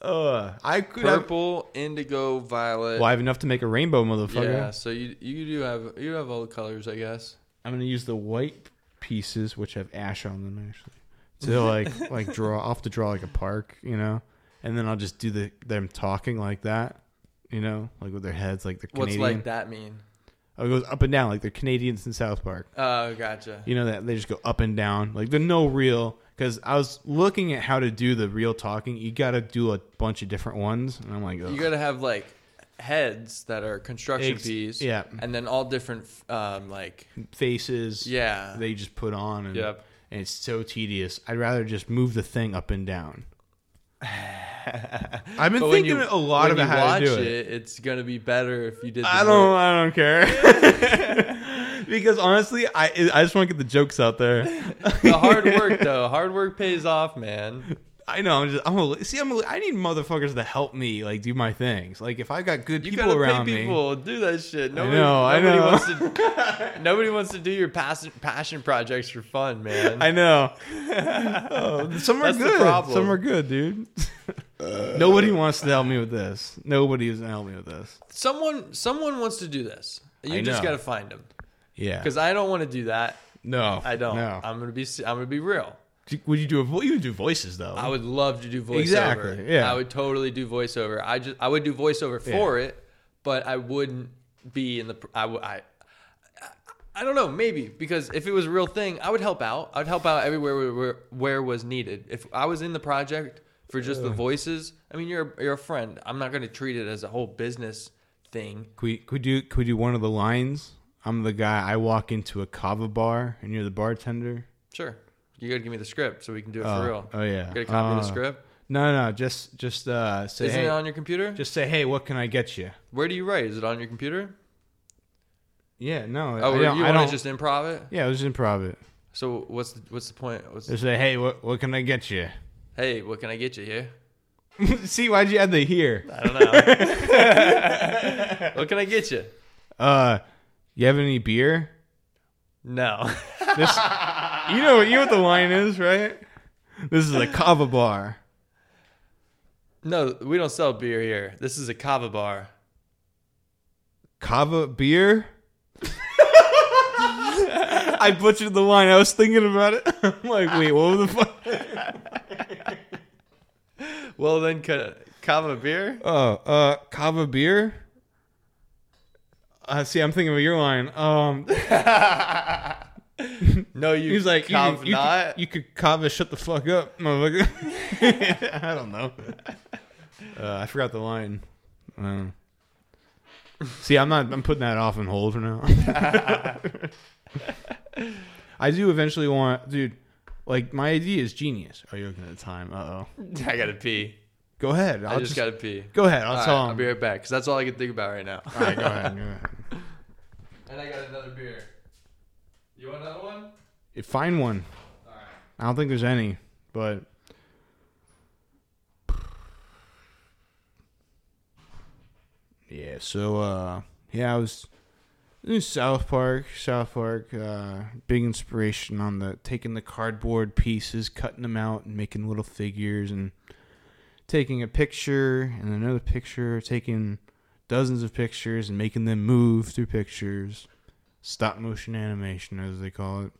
S8: Uh, I could have.
S6: purple, indigo, violet.
S8: Well, I have enough to make a rainbow, motherfucker.
S6: Yeah, so you you do have you have all the colors, I guess.
S8: I'm gonna use the white pieces, which have ash on them, actually, to like like draw. I'll have to draw like a park, you know, and then I'll just do the them talking like that, you know, like with their heads, like the
S6: What's
S8: Canadian.
S6: like that mean?
S8: Oh, it goes up and down, like they're Canadians in South Park.
S6: Oh, gotcha.
S8: You know that they just go up and down, like the no real. Because I was looking at how to do the real talking, you got to do a bunch of different ones, and I'm like,
S6: You
S8: ugh.
S6: gotta have like heads that are construction
S8: Ex-
S6: piece,
S8: yeah.
S6: and then all different um like
S8: faces,
S6: Yeah.
S8: they just put on, and,
S6: Yep.
S8: and it's so tedious. I'd rather just move the thing up and down. I've been
S6: But when
S8: thinking
S6: you-
S8: a lot
S6: when
S8: about
S6: you
S8: how to do
S6: watch
S8: it.
S6: It's gonna be better if you did. The
S8: I don't.
S6: work.
S8: I don't care. because honestly, I I just want to get the jokes out there.
S6: The hard work though, hard work pays off, man.
S8: I know. I'm just. I'm a, see. I'm. A, I need motherfuckers to help me like do my things. Like if I got good
S6: You
S8: people
S6: gotta
S8: around
S6: pay
S8: me.
S6: people to do that shit. Nobody,
S8: know, I
S6: nobody
S8: know.
S6: Wants to, nobody wants to do your passion passion projects for fun, man.
S8: I know. Oh, some are
S6: That's the
S8: good.
S6: problem.
S8: Some are good, dude. Nobody wants to help me with this. Nobody is going to help me with this.
S6: someone someone wants to do this. You
S8: I
S6: just
S8: know.
S6: gotta find them
S8: Yeah.
S6: because I don't want to do that.
S8: no,
S6: I don't.
S8: No.
S6: I'm gonna be. I'm gonna be real.
S8: would you do a vo- you would do voices though?
S6: I would love to do voiceover.
S8: Exactly, yeah.
S6: I would totally do voiceover. I just I would do voiceover for it, but I wouldn't be in the. pr- I would. I, I- I don't know. Maybe because if it was a real thing, I would help out. I'd help out everywhere where, where, where was needed. If I was in the project for just the voices, I mean, you're a- you're a friend. I'm not going to treat it as a whole business thing.
S8: Could we, could you could you one of the lines? I'm the guy. I walk into a kava bar and you're the bartender.
S6: Sure, you got to give me the script so we can do it
S8: Oh,
S6: for real.
S8: oh, yeah.
S6: you got to
S8: Uh,
S6: copy the script.
S8: No, no, just just uh, say
S6: Isn't
S8: hey,
S6: it on your computer?
S8: just say hey. What can I get you?
S6: Where do you write? Is it on your computer?
S8: Yeah, no,
S6: Oh,
S8: I don't.
S6: you
S8: I
S6: want
S8: don't
S6: to just improv it?
S8: yeah, it was improv. It
S6: So what's the, what's the point? What's
S8: just say hey. What what can I get you?
S6: hey, what can I get you here?
S8: See, why'd you add the here?
S6: I don't know. what can I get you?
S8: Uh, you have any beer?
S6: No.
S8: This, you know, you know what the line is, right? This is a kava bar.
S6: No, we don't sell beer here. This is a kava bar.
S8: Kava beer. I butchered the line. I was thinking about it. I'm like, wait, what the fuck?
S6: Well then ca- kava beer?
S8: Oh, uh, kava beer. Uh, see, I'm thinking of your line. Um,
S6: No, you
S8: he's like, you,
S6: kava
S8: could- you, could,
S6: not.
S8: you could kava shut the fuck up, motherfucker. I don't know. Uh, I forgot the line. Uh, see, I'm not. I'm putting that off and hold for now. I do eventually want, dude. Like my idea is genius. Are you looking at the time? Uh oh.
S6: I gotta pee.
S8: Go ahead.
S6: i
S8: I'll
S6: just gotta pee.
S8: go ahead. I'll
S6: All right,
S8: tell him.
S6: I'll be right back because that's all I can think about right now.
S8: All right, go ahead. Go ahead.
S6: And I got another beer. You want another one?
S8: Yeah, Find one. I don't think there's any, but yeah. So uh, yeah, I was in South Park. South Park, uh, big inspiration on the taking the cardboard pieces, cutting them out, and making little figures, and taking a picture and another picture, taking dozens of pictures and making them move through pictures. Stop motion animation, as they call it.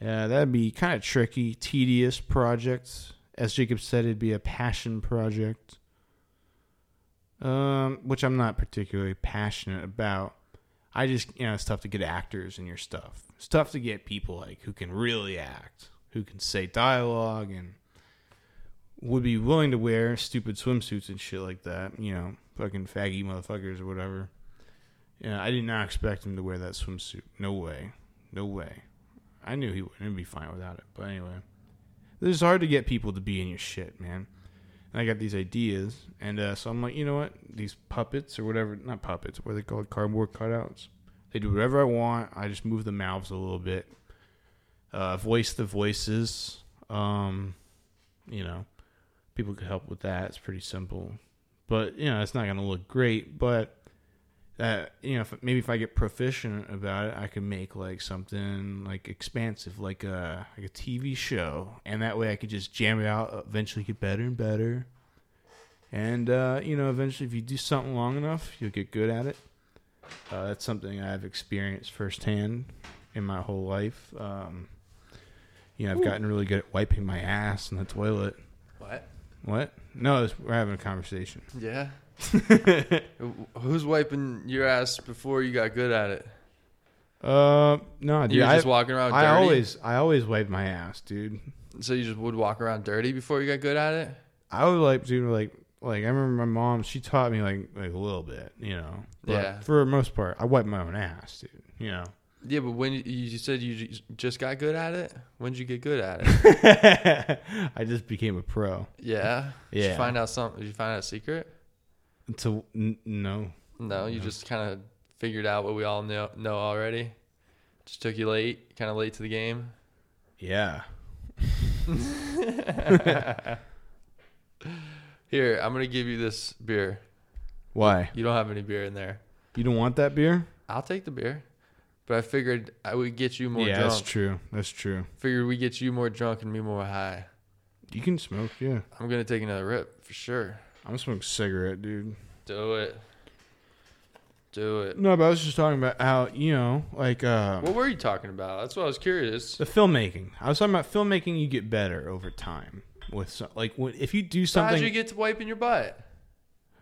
S8: Yeah, that'd be kind of tricky, tedious project. As Jacob said, it'd be a passion project, um, which I'm not particularly passionate about. I just, you know, it's tough to get actors in your stuff. It's tough to get people like who can really act, who can say dialogue, and would be willing to wear stupid swimsuits and shit like that. You know, fucking faggy motherfuckers or whatever. Yeah, I did not expect him to wear that swimsuit. No way. No way. I knew he wouldn't be fine without it. But anyway, this is hard to get people to be in your shit, man. And I got these ideas, and uh, so I'm like, you know what? These puppets or whatever—not puppets. What are they called? Cardboard cutouts. They do whatever I want. I just move the mouths a little bit, uh, voice the voices. Um, you know, people could help with that. It's pretty simple, but you know, it's not gonna look great, but that you know if, maybe if I get proficient about it, I could make like something like expansive, like a like a TV show, and that way I could just jam it out. Eventually, get better and better, and uh, you know, eventually, if you do something long enough, you'll get good at it. Uh, that's something I've experienced firsthand in my whole life. Um, you know, I've gotten really good at wiping my ass in the toilet.
S6: What?
S8: What? No, it's, we're having a conversation.
S6: Yeah. Who's wiping your ass before you got good at it?
S8: Uh, no, dude.
S6: You were
S8: I,
S6: just walking around
S8: I
S6: dirty?
S8: always, I always wipe my ass, dude.
S6: So you just would walk around dirty before you got good at it?
S8: I would like, dude, like, like I remember my mom. She taught me like, like a little bit, you know. But
S6: Yeah.
S8: For the most part, I wipe my own ass, dude. You know.
S6: Yeah, but when you, you said you j- just got good at it, when did you get good at it?
S8: I just became a pro.
S6: Yeah. Did you
S8: Yeah.
S6: find out something? Did you find out a secret?
S8: To n- no,
S6: No, you just kind of figured out what we all know, know already. Just took you late, kind of late to the game.
S8: yeah.
S6: Here, I'm going to give you this beer.
S8: Why?
S6: You don't have any beer in there.
S8: You don't want that beer?
S6: I'll take the beer. But I figured I would get you more
S8: yeah,
S6: drunk.
S8: that's true. That's true.
S6: Figured we get you more drunk and me more high.
S8: You can smoke, yeah.
S6: I'm going to take another rip for sure.
S8: I'm gonna smoke a cigarette, dude.
S6: Do it. Do it.
S8: No, but I was just talking about how you know, like, uh,
S6: What were you talking about? That's what I was curious.
S8: The filmmaking. I was talking about filmmaking. You get better over time with so, like when, if you do
S6: How'd
S8: something.
S6: you get to wiping your butt?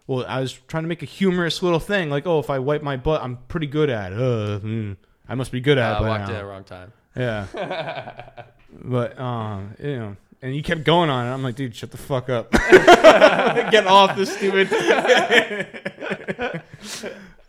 S8: well, I was trying to make a humorous little thing, like oh, if I wipe my butt, I'm pretty good at. It. Uh, mm, I must be good
S6: Uh,
S8: at. it
S6: I
S8: by
S6: walked in
S8: now.
S6: at the wrong time.
S8: Yeah. but um, you know, and you kept going on it. I'm like, dude, shut the fuck up. Get off this stupid. but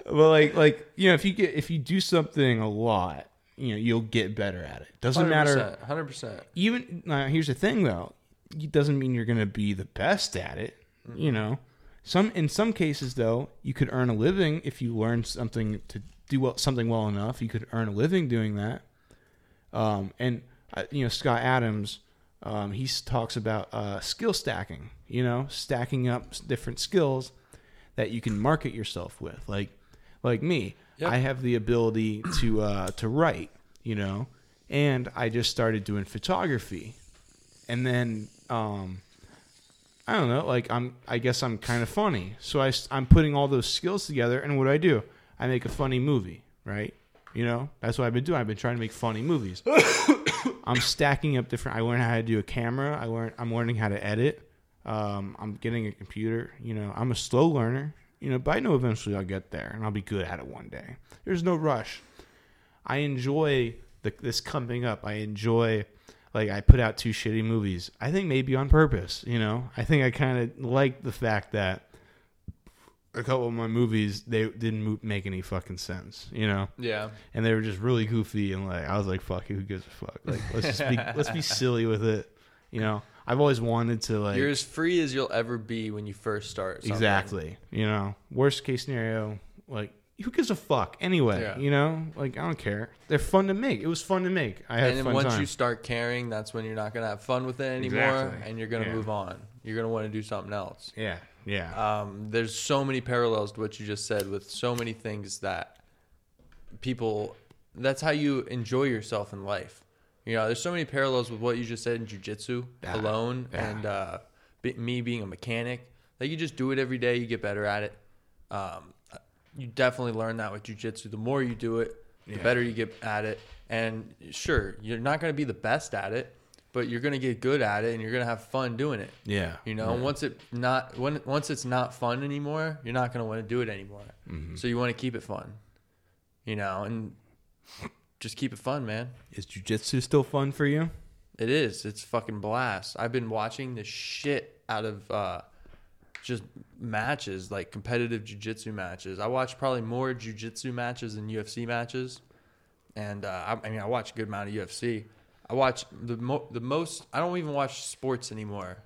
S8: like, like you know, if you get if you do something a lot, you know, you'll get better at it. Doesn't matter.
S6: 100%.
S8: even now, here's the thing though it doesn't mean you're going to be the best at it you know some in some cases though you could earn a living if you learn something to do well, something well enough you could earn a living doing that um, and uh, you know scott adams um, he s- talks about uh, skill stacking you know stacking up s- different skills that you can market yourself with like like me
S6: Yep.
S8: i have the ability to uh, to write you know and i just started doing photography and then um i don't know like i'm i guess i'm kind of funny so I, am putting all those skills together and what do i do i make a funny movie right you know that's what i've been doing i've been trying to make funny movies i'm stacking up different i learned how to do a camera i learned i'm learning how to edit um, i'm getting a computer you know i'm a slow learner you know but i know eventually i'll get there and i'll be good at it one day there's no rush I enjoy the, this coming up. I enjoy like I put out two shitty movies. I think maybe on purpose, you know. I think I kind of like the fact that a couple of my movies, they didn't mo- make any fucking sense, you know.
S6: Yeah.
S8: And they were just really goofy, and like I was like, "Fuck, it, who gives a fuck? Like, let's just be let's be silly with it." You know, I've always wanted to like
S6: You're as free as you'll ever be when you first start. something.
S8: Exactly. You know, worst case scenario, like who gives a fuck anyway?
S6: Yeah.
S8: You know, like I don't care. They're fun to make. It was fun to make. I had
S6: And
S8: a
S6: then
S8: fun
S6: once
S8: time.
S6: you start caring, that's when you're not going to have fun with it anymore
S8: Exactly.
S6: and you're going to
S8: Yeah.
S6: move on. You're going to want to do something else.
S8: yeah, yeah,
S6: Um, there's so many parallels to what you just said with so many things that people, that's how you enjoy yourself in life. You know, there's so many parallels with what you just said in jujitsu
S8: Yeah.
S6: alone
S8: Yeah.
S6: and uh, be, me being a mechanic. Like, you just do it every day, you get better at it. Um, you definitely learn that with jujitsu. The more you do it, the
S8: Yeah.
S6: better you get at it. And sure, you're not going to be the best at it, but you're going to get good at it and you're going to have fun doing it.
S8: yeah.
S6: You know, once it not when once it's not fun anymore, you're not going to want to do it anymore.
S8: Mm-hmm.
S6: So you want to keep it fun. You know, and just keep it fun, man.
S8: is jujitsu still fun for you?
S6: It is. It's fucking blast. I've been watching the shit out of uh, just matches, like competitive jujitsu matches. I watch probably more jujitsu matches than UFC matches, and uh, I, I mean, I watch a good amount of UFC. I watch the mo- the most. I don't even watch sports anymore.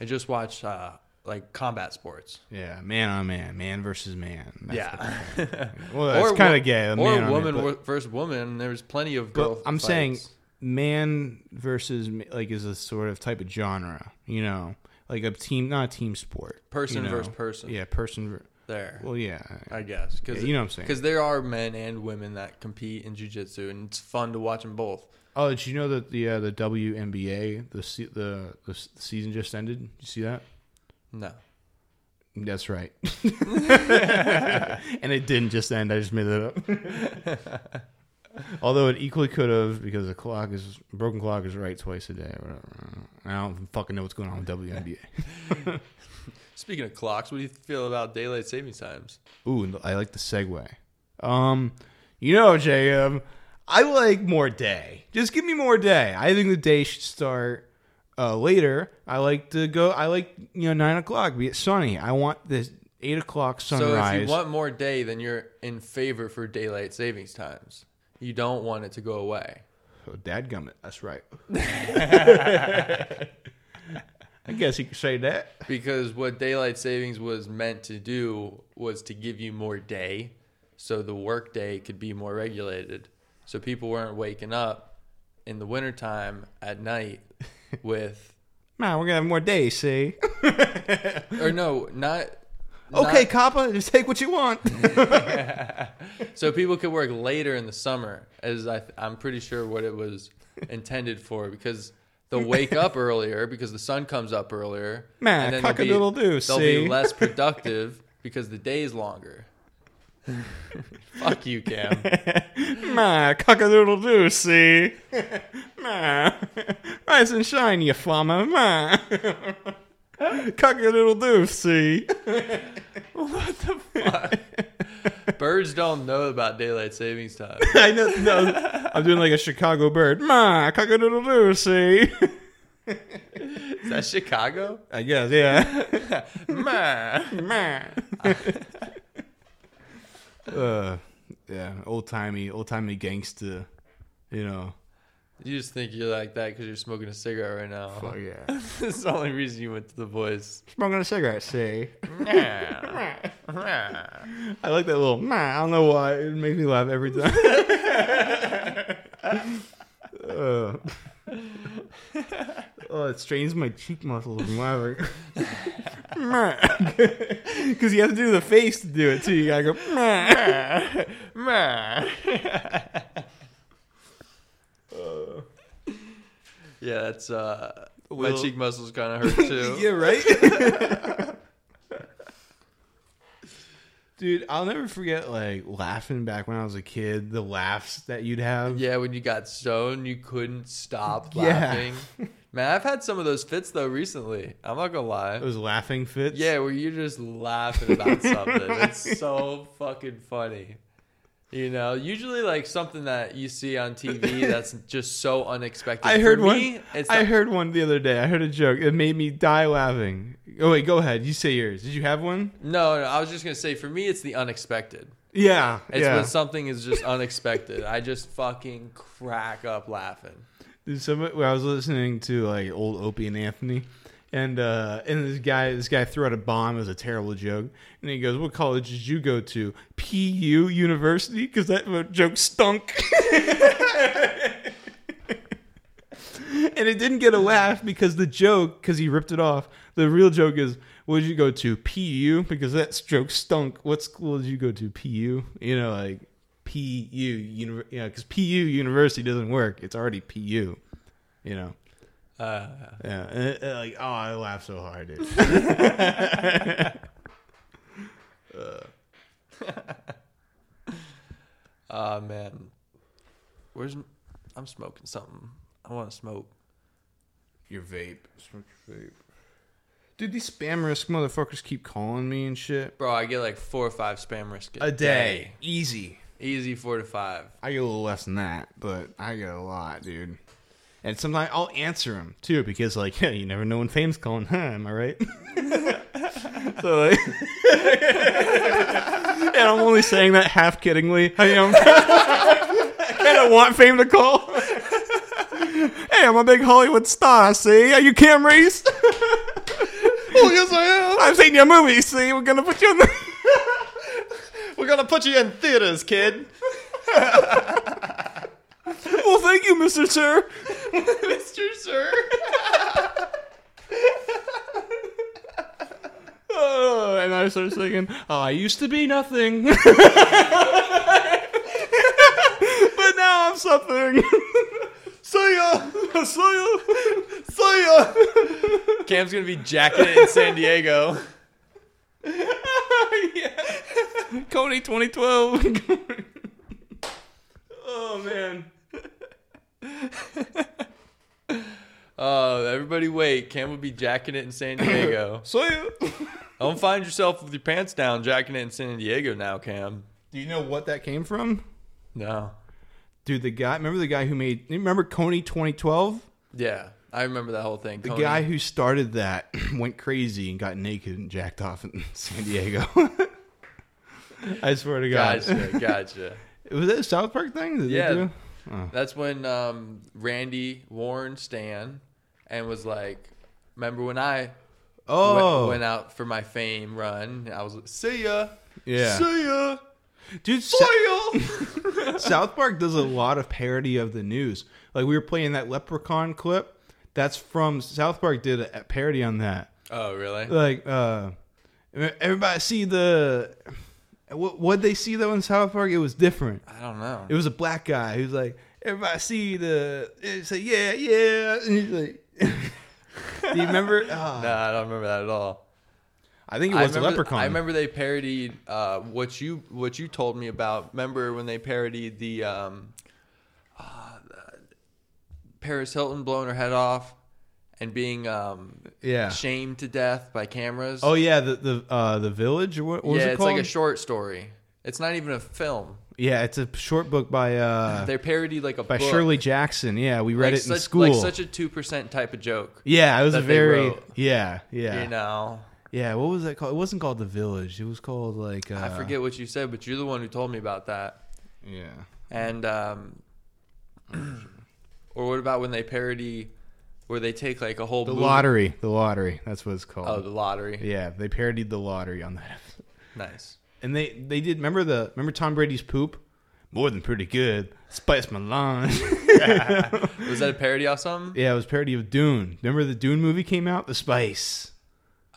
S6: I just watch uh, like combat sports.
S8: Yeah, man on man, man versus man. That's the-
S6: yeah,
S8: well, it's
S6: wo-
S8: kind of gay.
S6: Or
S8: man on
S6: woman
S8: man, but-
S6: wo- versus woman. There's plenty of girl.
S8: but I'm
S6: fights.
S8: saying man versus ma- like is a sort of type of genre. You know, like a team, not a team sport. you
S6: Person
S8: know?
S6: versus person.
S8: Yeah, person. Ver-
S6: there.
S8: well, yeah.
S6: I guess because
S8: Yeah, you know what I'm saying.
S6: Because there are men and women that compete in jujitsu, and it's fun to watch them both.
S8: Oh, did you know that the uh, the WNBA the se- the the s- season just ended? Did you see that?
S6: No,
S8: That's right. and it didn't just end. I just made that up. Although it equally could have, because the clock is broken. Clock is right twice a day. Or whatever. I don't fucking know what's going on with WNBA.
S6: speaking of clocks, what do you feel about daylight savings times?
S8: Ooh, and I like the segue. Um, you know, JM, I like more day. Just give me more day. I think the day should start uh, later. I like to go. I like you know nine o'clock. Be it sunny. I want this eight o'clock sunrise.
S6: So if you want more day, then you're in favor for daylight savings times. You don't want it to go away.
S8: Oh, dadgummit. That's right. I guess you could say that.
S6: Because what daylight savings was meant to do was to give you more day, so the work day could be more regulated. So people weren't waking up in the wintertime at night with,
S8: Man, we're gonna have more days. See.
S6: or no, not.
S8: okay,
S6: not-
S8: Kappa, just take what you want.
S6: so people could work later in the summer, as I th- I'm pretty sure what it was intended for, because they'll wake up earlier because the sun comes up earlier.
S8: Man,
S6: they'll be-
S8: cock-a-doodle-doo,
S6: They'll
S8: see?
S6: be less productive because the day's longer. Fuck you, Cam.
S8: Ma, cockadoodle doo, see? Ma, rise and shine, you farmer, ma. Cockadoodle doo, see?
S6: what the fuck? Birds don't know about daylight savings time.
S8: I know, no, I'm doing like a Chicago bird. Ma, cockadoodle doo, see?
S6: Is that Chicago?
S8: I guess, yeah.
S6: Man.
S8: Ma. uh, yeah, old timey, old timey gangster, you know.
S6: You just think you're like that because you're smoking a cigarette right now.
S8: Fuck yeah.
S6: That's the only reason you went to the voice.
S8: Smoking a cigarette, see? I like that little meh. I don't know why. It makes me laugh every time. Uh. oh, it strains my cheek muscles from laughing. Because you have to do the face to do it too. You gotta go meh. meh.
S6: Yeah, that's uh my
S8: Will-
S6: cheek muscles kind of hurt too.
S8: Yeah, right? Dude, I'll never forget like laughing back when I was a kid, the laughs that you'd have.
S6: Yeah, when you got stoned, you couldn't stop
S8: Yeah.
S6: laughing. Man, I've had some of those fits though recently. I'm not gonna lie.
S8: It was laughing fits.
S6: Yeah, where you're just laughing about something. It's so fucking funny. You know, usually like something that you see on TV that's just so unexpected.
S8: I heard
S6: For me,
S8: one.
S6: It's
S8: I
S6: the-
S8: heard one the other day. I heard a joke. It made me die laughing. Oh wait, go ahead. You say yours. Did you have one?
S6: no, no. I was just gonna say, for me, it's the unexpected.
S8: Yeah.
S6: It's
S8: yeah.
S6: when something is just unexpected. I just fucking crack up laughing.
S8: Dude, some when I was listening to like old Opie and Anthony, and uh, and this guy this guy threw out a bomb. It was a terrible joke, and he goes, "What college did you go to? PU University? Because that joke stunk." and it didn't get a laugh because the joke, because he ripped it off. The real joke is, what did you go to? PU? Because that joke stunk. What school did you go to? PU? You know, like PU, univer- you know, because PU university doesn't work. It's already PU, you know. Uh, yeah, and it- it, like, oh, I laugh so hard, dude.
S6: Oh man, where's I'm smoking something. I want to smoke.
S8: Your vape. Smoke your vape. Dude, these spam risk motherfuckers keep calling me and shit.
S6: Bro, I get like four or five spam risk
S8: A day. Easy.
S6: Easy four to five.
S8: I get a little less than that, but I get a lot, dude. And sometimes I'll answer them too because, like, you never know when fame's calling. Huh, am I right? so, like, and I'm only saying that half kiddingly. I am. I kind of want fame to call. hey, I'm a big Hollywood star. See, are you Cam Reese? oh yes, I am. I've seen your movie. See, we're gonna put you in the.
S7: We're gonna put you in theaters, kid.
S8: well, thank you, Mister Sir.
S7: Mr. Sir.
S8: Oh, and I started singing, oh, I used to be nothing. but now I'm something. See ya. See ya. See ya.
S6: Cam's gonna be jacking it in San Diego.
S8: Cody 2012. oh, man.
S6: Oh, everybody wait. Cam will be jacking it in San Diego.
S8: See ya.
S6: Don't find yourself with your pants down jacking it in San Diego now, Cam.
S8: Do you know what that came from?
S6: No.
S8: Dude, the guy, remember the guy who made, you remember Coney 2012?
S6: Yeah, I remember that whole thing.
S8: The guy who started that went crazy and got naked and jacked off in San Diego. I swear to God.
S6: Gotcha, gotcha.
S8: Was that a South Park thing? Did they
S6: Yeah.
S8: do?
S7: Oh.
S6: That's when um, Randy warned Stan and was like, "Remember when I went-
S8: Oh,
S6: went out for my fame run? I was like, see ya,
S8: yeah.
S6: see ya,
S8: Dude, Sa- South Park does a lot of parody of the news. Like we were playing that Leprechaun clip. That's from South Park did a a parody on that.
S6: Oh, really?
S8: Like uh everybody see the what what they see though in South Park it was different.
S6: I don't know.
S8: It was a black guy who's like, everybody see the, it's like, yeah, yeah. And he's like, do you remember? Ah.
S6: No, I don't remember that at all.
S8: I think it
S6: I
S8: was a
S6: remember,
S8: leprechaun.
S6: I remember they parodied uh, what you what you told me about. Remember when they parodied the um, ah, the- Paris Hilton blowing her head off and being um,
S8: Yeah.
S6: shamed to death by cameras?
S8: Oh yeah, the the uh, the village or what, what was
S6: yeah,
S8: it
S6: it's
S8: called?
S6: like a short story. It's not even a film.
S8: yeah, it's a short book by uh
S6: They parodied like a
S8: by
S6: book.
S8: Shirley Jackson. Yeah, we read
S6: like
S8: it in
S6: such,
S8: school.
S6: Like such a two percent type of joke.
S8: yeah, it was a
S6: that they
S8: very
S6: wrote.
S8: yeah yeah
S6: You know,
S8: yeah. What was that called? It wasn't called the village. It was called like uh,
S6: I forget what you said, but you're the one who told me about that.
S8: Yeah.
S6: And um, or what about when they parody where they take like a whole
S8: The
S6: movie-
S8: lottery, the lottery. That's what it's called.
S6: Oh, the lottery.
S8: yeah, they parodied the lottery on that episode.
S6: Nice.
S8: And they they did remember the remember Tom Brady's poop? More than pretty good. Spice my line.
S6: Was that a parody of something?
S8: yeah, it was a parody of Dune. Remember the Dune movie came out? The Spice.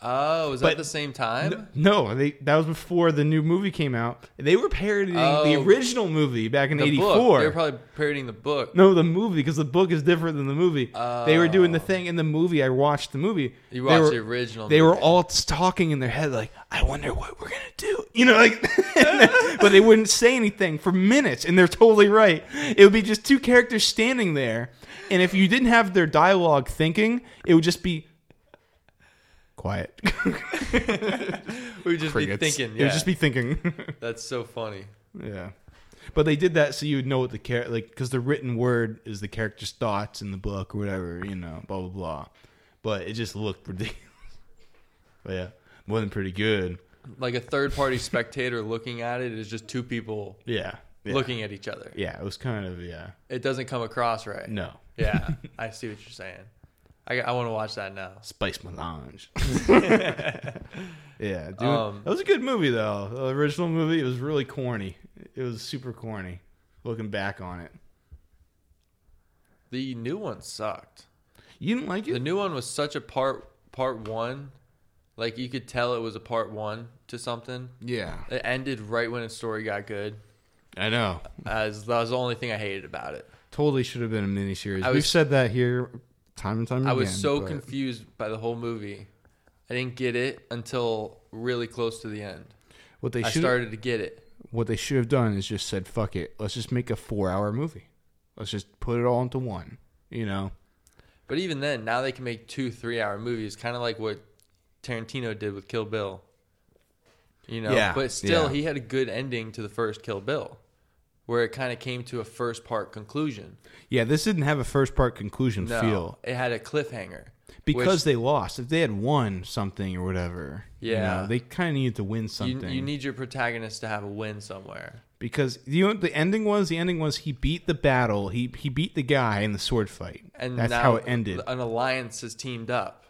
S6: Oh, was that
S8: But-
S6: the same time?
S8: No, they that was before the new movie came out. They were parodying the
S6: Oh.
S8: original movie back in
S6: the book. They were
S8: '84.
S6: probably parodying the book.
S8: no, the movie because the book is different than the movie. They were doing the thing in the movie. I watched the movie.
S6: Oh.
S8: They
S6: You watched
S8: were-
S6: the original
S8: They were
S6: movie.
S8: all talking in their head like, "I wonder what we're gonna do," you know, like. but they wouldn't say anything for minutes, and they're totally right. It would be just two characters standing there, and if you didn't have their dialogue thinking, it would just be quiet.
S6: We would just
S8: Crickets.
S6: be thinking.
S8: It
S6: Yeah,
S8: would just be thinking.
S6: that's so funny.
S8: Yeah. But they did that so you would know what the character like because the written word is the character's thoughts in the book or whatever, you know, blah blah blah. But it just looked ridiculous. But yeah, wasn't pretty good.
S6: Like a third party spectator looking at it is just two people
S8: Yeah, yeah.
S6: looking at each other.
S8: Yeah, it was kind of yeah.
S6: It doesn't come across right.
S8: No,
S6: Yeah, I see what you're saying. I, I want to watch that now.
S8: Spice Melange. yeah, dude,
S6: Um,
S8: that was a good movie though. The original movie it was really corny. It was super corny. Looking back on it,
S6: The new one sucked.
S8: you didn't like it.
S6: The new one was such a part part one, like you could tell it was a part one to something.
S8: yeah,
S6: It ended right when the story got good.
S8: I know.
S6: As that was the only thing I hated about it.
S8: Totally should have been a miniseries.
S6: I
S8: We've
S6: was-
S8: said that here time and time again.
S6: I was so
S8: but-
S6: confused by the whole movie. I didn't get it until really close to the end.
S8: What they
S6: I
S8: should
S6: started to get it.
S8: what they should have done is just said, "Fuck it, let's just make a four-hour movie. Let's just put it all into one." You know?
S6: But even then, now they can make two three hour movies, kind of like what Tarantino did with Kill Bill. You know,
S8: Yeah,
S6: but still,
S8: yeah.
S6: he had a good ending to the first Kill Bill, where it kind of came to a first part conclusion.
S8: Yeah, this didn't have a first-part conclusion
S6: No,
S8: feel
S6: it had a cliffhanger
S8: because
S6: which
S8: they lost. If they had won something or whatever, you
S6: Yeah.
S8: know, they kind of needed to win
S6: you,
S8: something.
S6: you need your protagonist to have a win somewhere.
S8: because you know what the ending was the ending was he beat the battle. He he beat the guy in the sword fight.
S6: And
S8: that's
S6: now
S8: how it ended.
S6: An alliance has teamed up.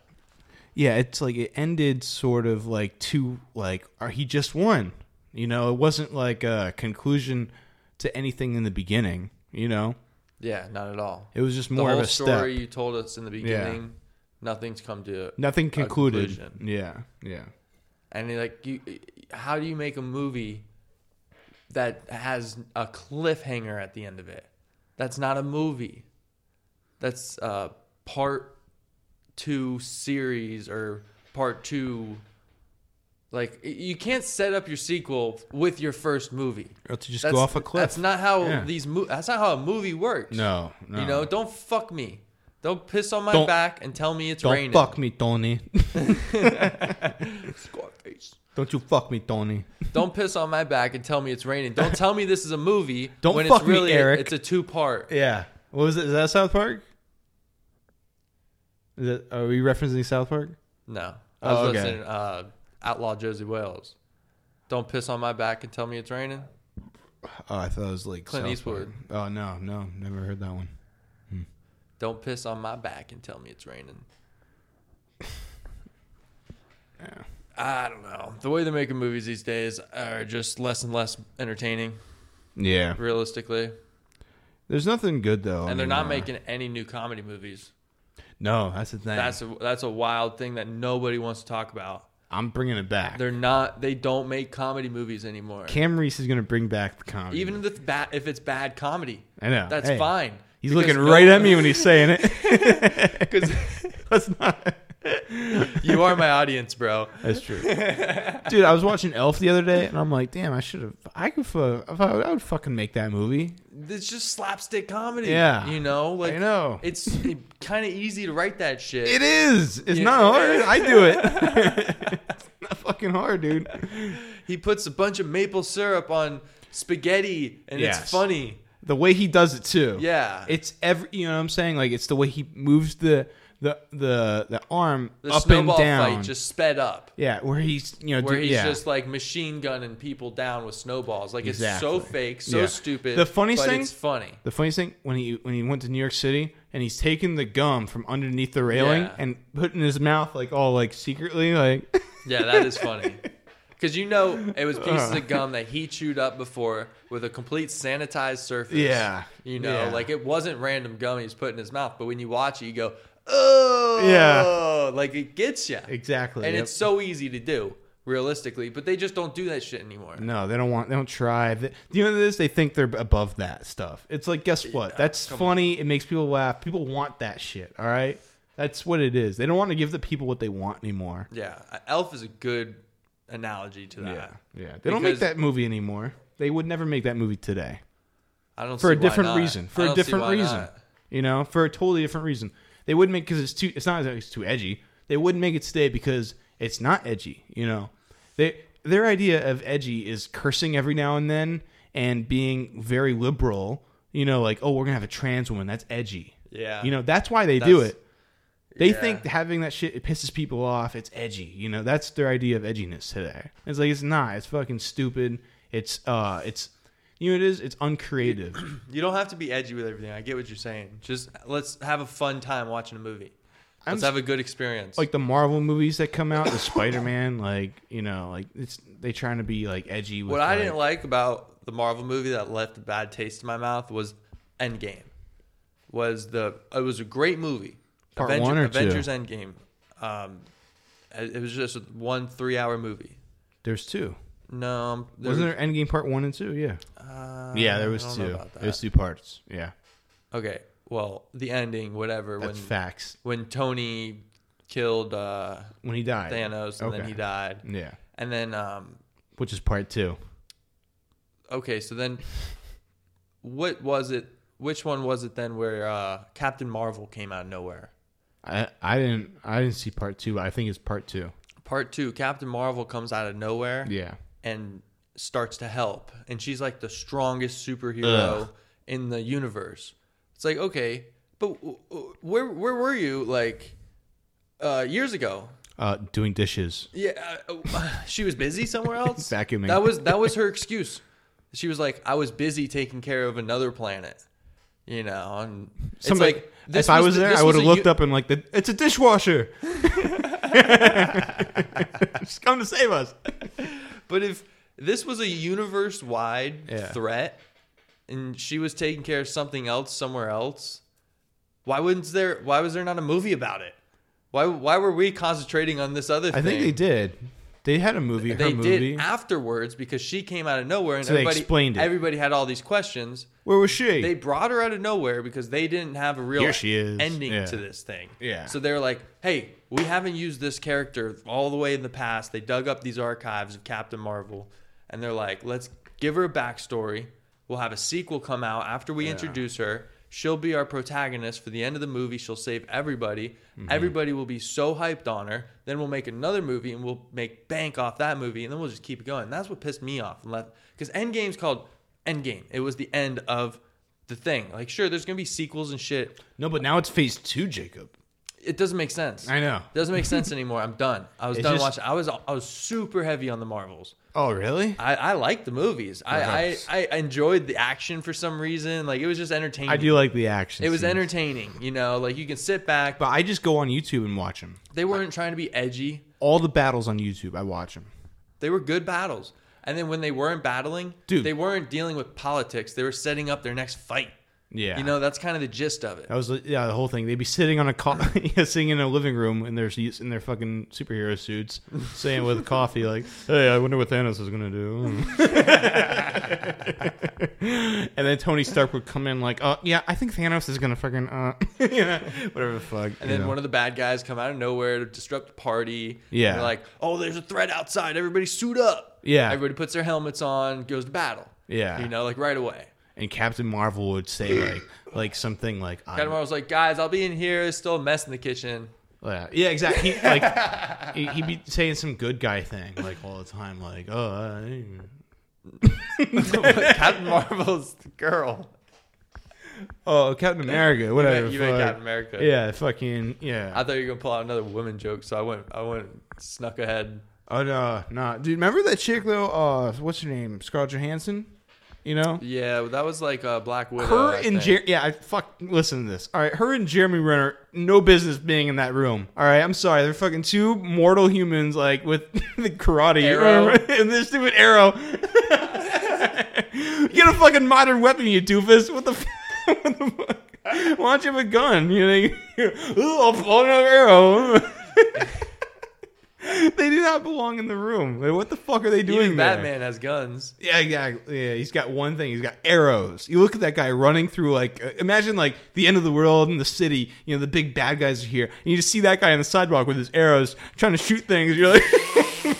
S8: Yeah, it's like it ended sort of like two like or he just won. You know, it wasn't like a conclusion to anything in the beginning. You know,
S6: Yeah, not at all.
S8: it was just
S6: The
S8: more
S6: whole
S8: of a
S6: story
S8: step.
S6: you told us in the beginning, nothing's come to
S8: Nothing concluded.
S6: conclusion.
S8: Yeah, yeah,
S6: and like you how do you make a movie that has a cliffhanger at the end of it that's not a movie that's a part two series or part two like you can't set up your sequel with your first movie
S8: or to just
S6: that's,
S8: go off a cliff.
S6: that's not how
S8: Yeah.
S6: these mo- that's not how a movie works
S8: No, no.
S6: you know don't fuck me don't piss on my
S8: Don't-
S6: back and tell me it's
S8: Don't
S6: raining
S8: fuck me, Tony.
S6: Scarface.
S8: Don't you fuck me, Tony.
S6: Don't piss on my back and tell me it's raining. Don't tell me this is a movie.
S8: Don't
S6: when
S8: fuck
S6: it's
S8: me,
S6: really,
S8: Eric.
S6: It's a two part.
S8: Yeah. What was it? Is that South Park? Is that, are we referencing South Park?
S6: No,
S8: Oh,
S6: I was
S8: okay.
S6: listening. Uh, Outlaw Josie Wales. Don't piss on my back and tell me it's raining.
S8: Oh, I thought it was like
S6: Clint
S8: South Park.
S6: Eastwood.
S8: Oh no, no, never heard that one.
S6: Don't piss on my back and tell me it's raining. I don't know. The way they're making movies these days are just less and less entertaining,
S8: Yeah.
S6: realistically.
S8: There's nothing good though.
S6: And they're not
S8: anymore.
S6: making any new comedy movies.
S8: No, that's the thing.
S6: That's a, that's a wild thing that nobody wants to talk about.
S8: I'm bringing it back.
S6: They're not. They don't make comedy movies anymore.
S8: Cam Reese is going to bring back the comedy.
S6: Even if it's bad, if it's bad comedy,
S8: I know.
S6: that's
S8: Hey,
S6: fine.
S8: he's
S6: Because
S8: looking
S6: no-
S8: right at me when he's saying it. Because that's not.
S6: you are my audience, bro.
S8: That's true. Dude, I was watching Elf the other day, and I'm like, damn, I should have. I could. Fu- if I, I would fucking make that movie.
S6: It's just slapstick comedy.
S8: Yeah.
S6: you know, like
S8: I know.
S6: it's kind of easy to write that shit.
S8: It is. It's
S6: Yeah.
S8: not hard. I do it. it's not fucking hard, dude.
S6: He puts a bunch of maple syrup on spaghetti, and
S8: Yes.
S6: it's funny.
S8: The way he does it too.
S6: Yeah.
S8: It's every. You know what I'm saying? Like it's the way he moves the the the the arm
S6: The
S8: up and
S6: snowball
S8: down.
S6: fight just sped up,
S8: Yeah, where he's you know
S6: where
S8: do-
S6: he's
S8: yeah.
S6: just like machine gunning people down with snowballs. Like it's so
S8: Exactly.
S6: fake, so
S8: Yeah.
S6: stupid.
S8: The funny
S6: but
S8: thing-
S6: it's funny.
S8: the funniest thing when he when he went to New York City and he's taking the gum from underneath the railing
S6: Yeah.
S8: and putting his mouth like all like secretly like
S6: Yeah, that is funny. Because you know it was pieces
S8: Uh.
S6: of gum that he chewed up before with a complete sanitized surface.
S8: Yeah,
S6: You know,
S8: yeah.
S6: like it wasn't random gum he was putting in his mouth, but when you watch it, you go, oh, yeah. like it gets you.
S8: exactly.
S6: And
S8: yep.
S6: it's so easy to do, realistically, but they just don't do that shit anymore.
S8: no, they don't want they don't try. They, you know this? They think they're above that stuff. It's like guess what? That's funny. It makes people laugh. People want that shit. All right, that's what it is. They don't want to give the people what they want anymore.
S6: Yeah, Elf is a good analogy to that.
S8: Yeah, yeah. They don't make
S6: Because-
S8: that movie anymore. They would never make that movie today.
S6: I don't
S8: for
S6: see
S8: a
S6: why
S8: different
S6: not.
S8: reason.
S6: I
S8: For a
S6: don't see
S8: different
S6: why
S8: reason.
S6: not.
S8: You know, for a totally different reason. They wouldn't make because it's too. It's not. that It's too edgy. They wouldn't make it stay because it's not edgy. You know, they their idea of edgy is cursing every now and then and being very liberal, you know, like, oh, we're going to have a trans woman. That's edgy.
S6: Yeah.
S8: You know, that's why they do
S6: That's-
S8: it. They
S6: yeah.
S8: think having that shit it pisses people off. It's edgy. You know, that's their idea of edginess today. It's like it's not. It's fucking stupid. It's uh it's you know what it is? It's uncreative.
S6: You don't have to be edgy with everything. I get what you're saying. Just let's have a fun time watching a movie.
S8: I'm
S6: Let's have a good experience.
S8: like the Marvel movies that come out, the Spider Man, like you know, like it's they trying to be like edgy. With,
S6: what I didn't like about the Marvel movie that left a bad taste in my mouth was Endgame. Was the it was a great movie.
S8: Part one or two?
S6: Avengers Endgame. Um, it it was just one three-hour movie.
S8: There's two.
S6: No, there
S8: Wasn't there Endgame Part One and Two? Yeah.
S6: Uh,
S8: yeah, there
S6: I
S8: was
S6: don't know
S8: two.
S6: about that.
S8: There's two parts. Yeah.
S6: Okay, well, the ending, whatever.
S8: That's
S6: when
S8: facts.
S6: when Tony killed uh,
S8: When he died.
S6: Thanos, and then
S8: Okay. Mm.
S6: he died,
S8: Yeah.
S6: and then um,
S8: Which is part two.
S6: okay, so then what was it? Which one was it then where uh, Captain Marvel came out of nowhere?
S8: I I didn't I didn't see part two. But I think it's part two.
S6: Part two, Captain Marvel comes out of nowhere
S8: Yeah.
S6: and starts to help, and she's like the strongest superhero in the universe. It's like okay, but w- w- where where were you like uh, years ago?
S8: Uh, doing dishes.
S6: Yeah, uh, she was busy somewhere else.
S8: Vacuuming.
S6: That was that was her excuse. She was like, "I was busy taking care of another planet," you know. And it's
S8: Somebody-
S6: like
S8: if I was
S6: the-
S8: there,
S6: this
S8: I would have
S6: a
S8: looked
S6: u-
S8: up and like the it's a dishwasher. She's come to save us.
S6: But if this was a universe-wide
S8: Yeah.
S6: threat, and she was taking care of something else somewhere else, why wouldn't there? Why was there not a movie about it? Why why were we concentrating on this other?
S8: I
S6: thing?
S8: think they did. They had a movie.
S6: They
S8: her movie.
S6: did afterwards because she came out of nowhere and
S8: So they
S6: everybody
S8: explained it.
S6: Everybody had all these questions.
S8: Where was she?
S6: They brought her out of nowhere because they didn't have a real
S8: Here she is.
S6: ending
S8: Yeah.
S6: to this thing.
S8: Yeah.
S6: So they're like, hey, we haven't used this character all the way in the past. They dug up these archives of Captain Marvel and they're like, let's give her a backstory. We'll have a sequel come out after we introduce her. She'll be our protagonist for the end of the movie. She'll save everybody.
S8: Mm-hmm.
S6: Everybody will be so hyped on her. Then we'll make another movie and we'll make bank off that movie and then we'll just keep it going. That's what pissed me off. and left Because Endgame's called Endgame. It was the end of the thing. Like, sure, there's gonna be sequels and shit.
S8: no, but now it's phase two, Jacob.
S6: It doesn't make sense.
S8: I know.
S6: It doesn't make sense anymore. I'm done. I was
S8: It's
S6: done
S8: just-
S6: watching. I was I was super heavy on the Marvels.
S8: Oh, really?
S6: I, I liked the movies. I,
S8: Nice.
S6: I I enjoyed the action for some reason. Like it was just entertaining.
S8: I do like the action.
S6: It was
S8: scenes.
S6: entertaining. You know, like you can sit back.
S8: But I just go on YouTube and watch them.
S6: They weren't trying to be edgy.
S8: All the battles on YouTube, I watch them.
S6: They were good battles. And then when they weren't battling,
S8: Dude.
S6: they weren't dealing with politics. They were setting up their next fight.
S8: Yeah.
S6: You know, that's kind of the gist of it.
S8: That was yeah the whole thing. They'd be sitting on a co- yeah, sitting in a living room in their seats- in their fucking superhero suits, saying with coffee like, "Hey, I wonder what Thanos is gonna do." and then Tony Stark would come in like, "Uh, yeah, I think Thanos is gonna fucking uh, yeah, whatever the fuck."
S6: And then one of the bad guys come out of nowhere to disrupt the party.
S8: Yeah.
S6: And they're like, oh, there's a threat outside. Everybody suit up.
S8: Yeah.
S6: Everybody puts their helmets on, goes to battle.
S8: Yeah.
S6: You know, like right away.
S8: and Captain Marvel would say like like something like, I'm-
S6: Catamaran was like, guys, I'll be in here. There's still a mess in the kitchen.
S8: Yeah, yeah, exactly. He, like he, he'd be saying some good guy thing like all the time, like oh, I,
S6: Captain Marvel's the girl.
S8: oh, Captain America, whatever.
S6: you meant
S8: fuck.
S6: Captain America.
S8: Yeah, fucking
S6: I
S8: yeah.
S6: thought you were gonna pull out another woman joke, so I went, I went, snuck ahead.
S8: oh no, no, dude. Remember that chick though? Uh, what's her name? Scarlett Johansson. You know.
S6: Yeah, that was like a Black Widow.
S8: Her
S6: I
S8: and
S6: think.
S8: Jer- yeah, I fuck. Listen to this. All right, her and Jeremy Renner, no business being in that room. All right, I'm sorry, they're fucking two mortal humans like with the karate
S6: Arrow.
S8: and this stupid arrow. Get a fucking modern weapon, you doofus. What the, f- what the fuck? Why don't you have a gun? You know, you- Ooh, I'll blow another arrow. they do not belong in the room. Like, what the fuck are they doing?
S6: Even
S8: there?
S6: Batman has guns.
S8: Yeah, exactly. Yeah, he's got one thing. He's got arrows. You look at that guy running through like uh, imagine like the end of the world and the city. You know, the big bad guys are here, and you just see that guy on the sidewalk with his arrows trying to shoot things. You're like, you're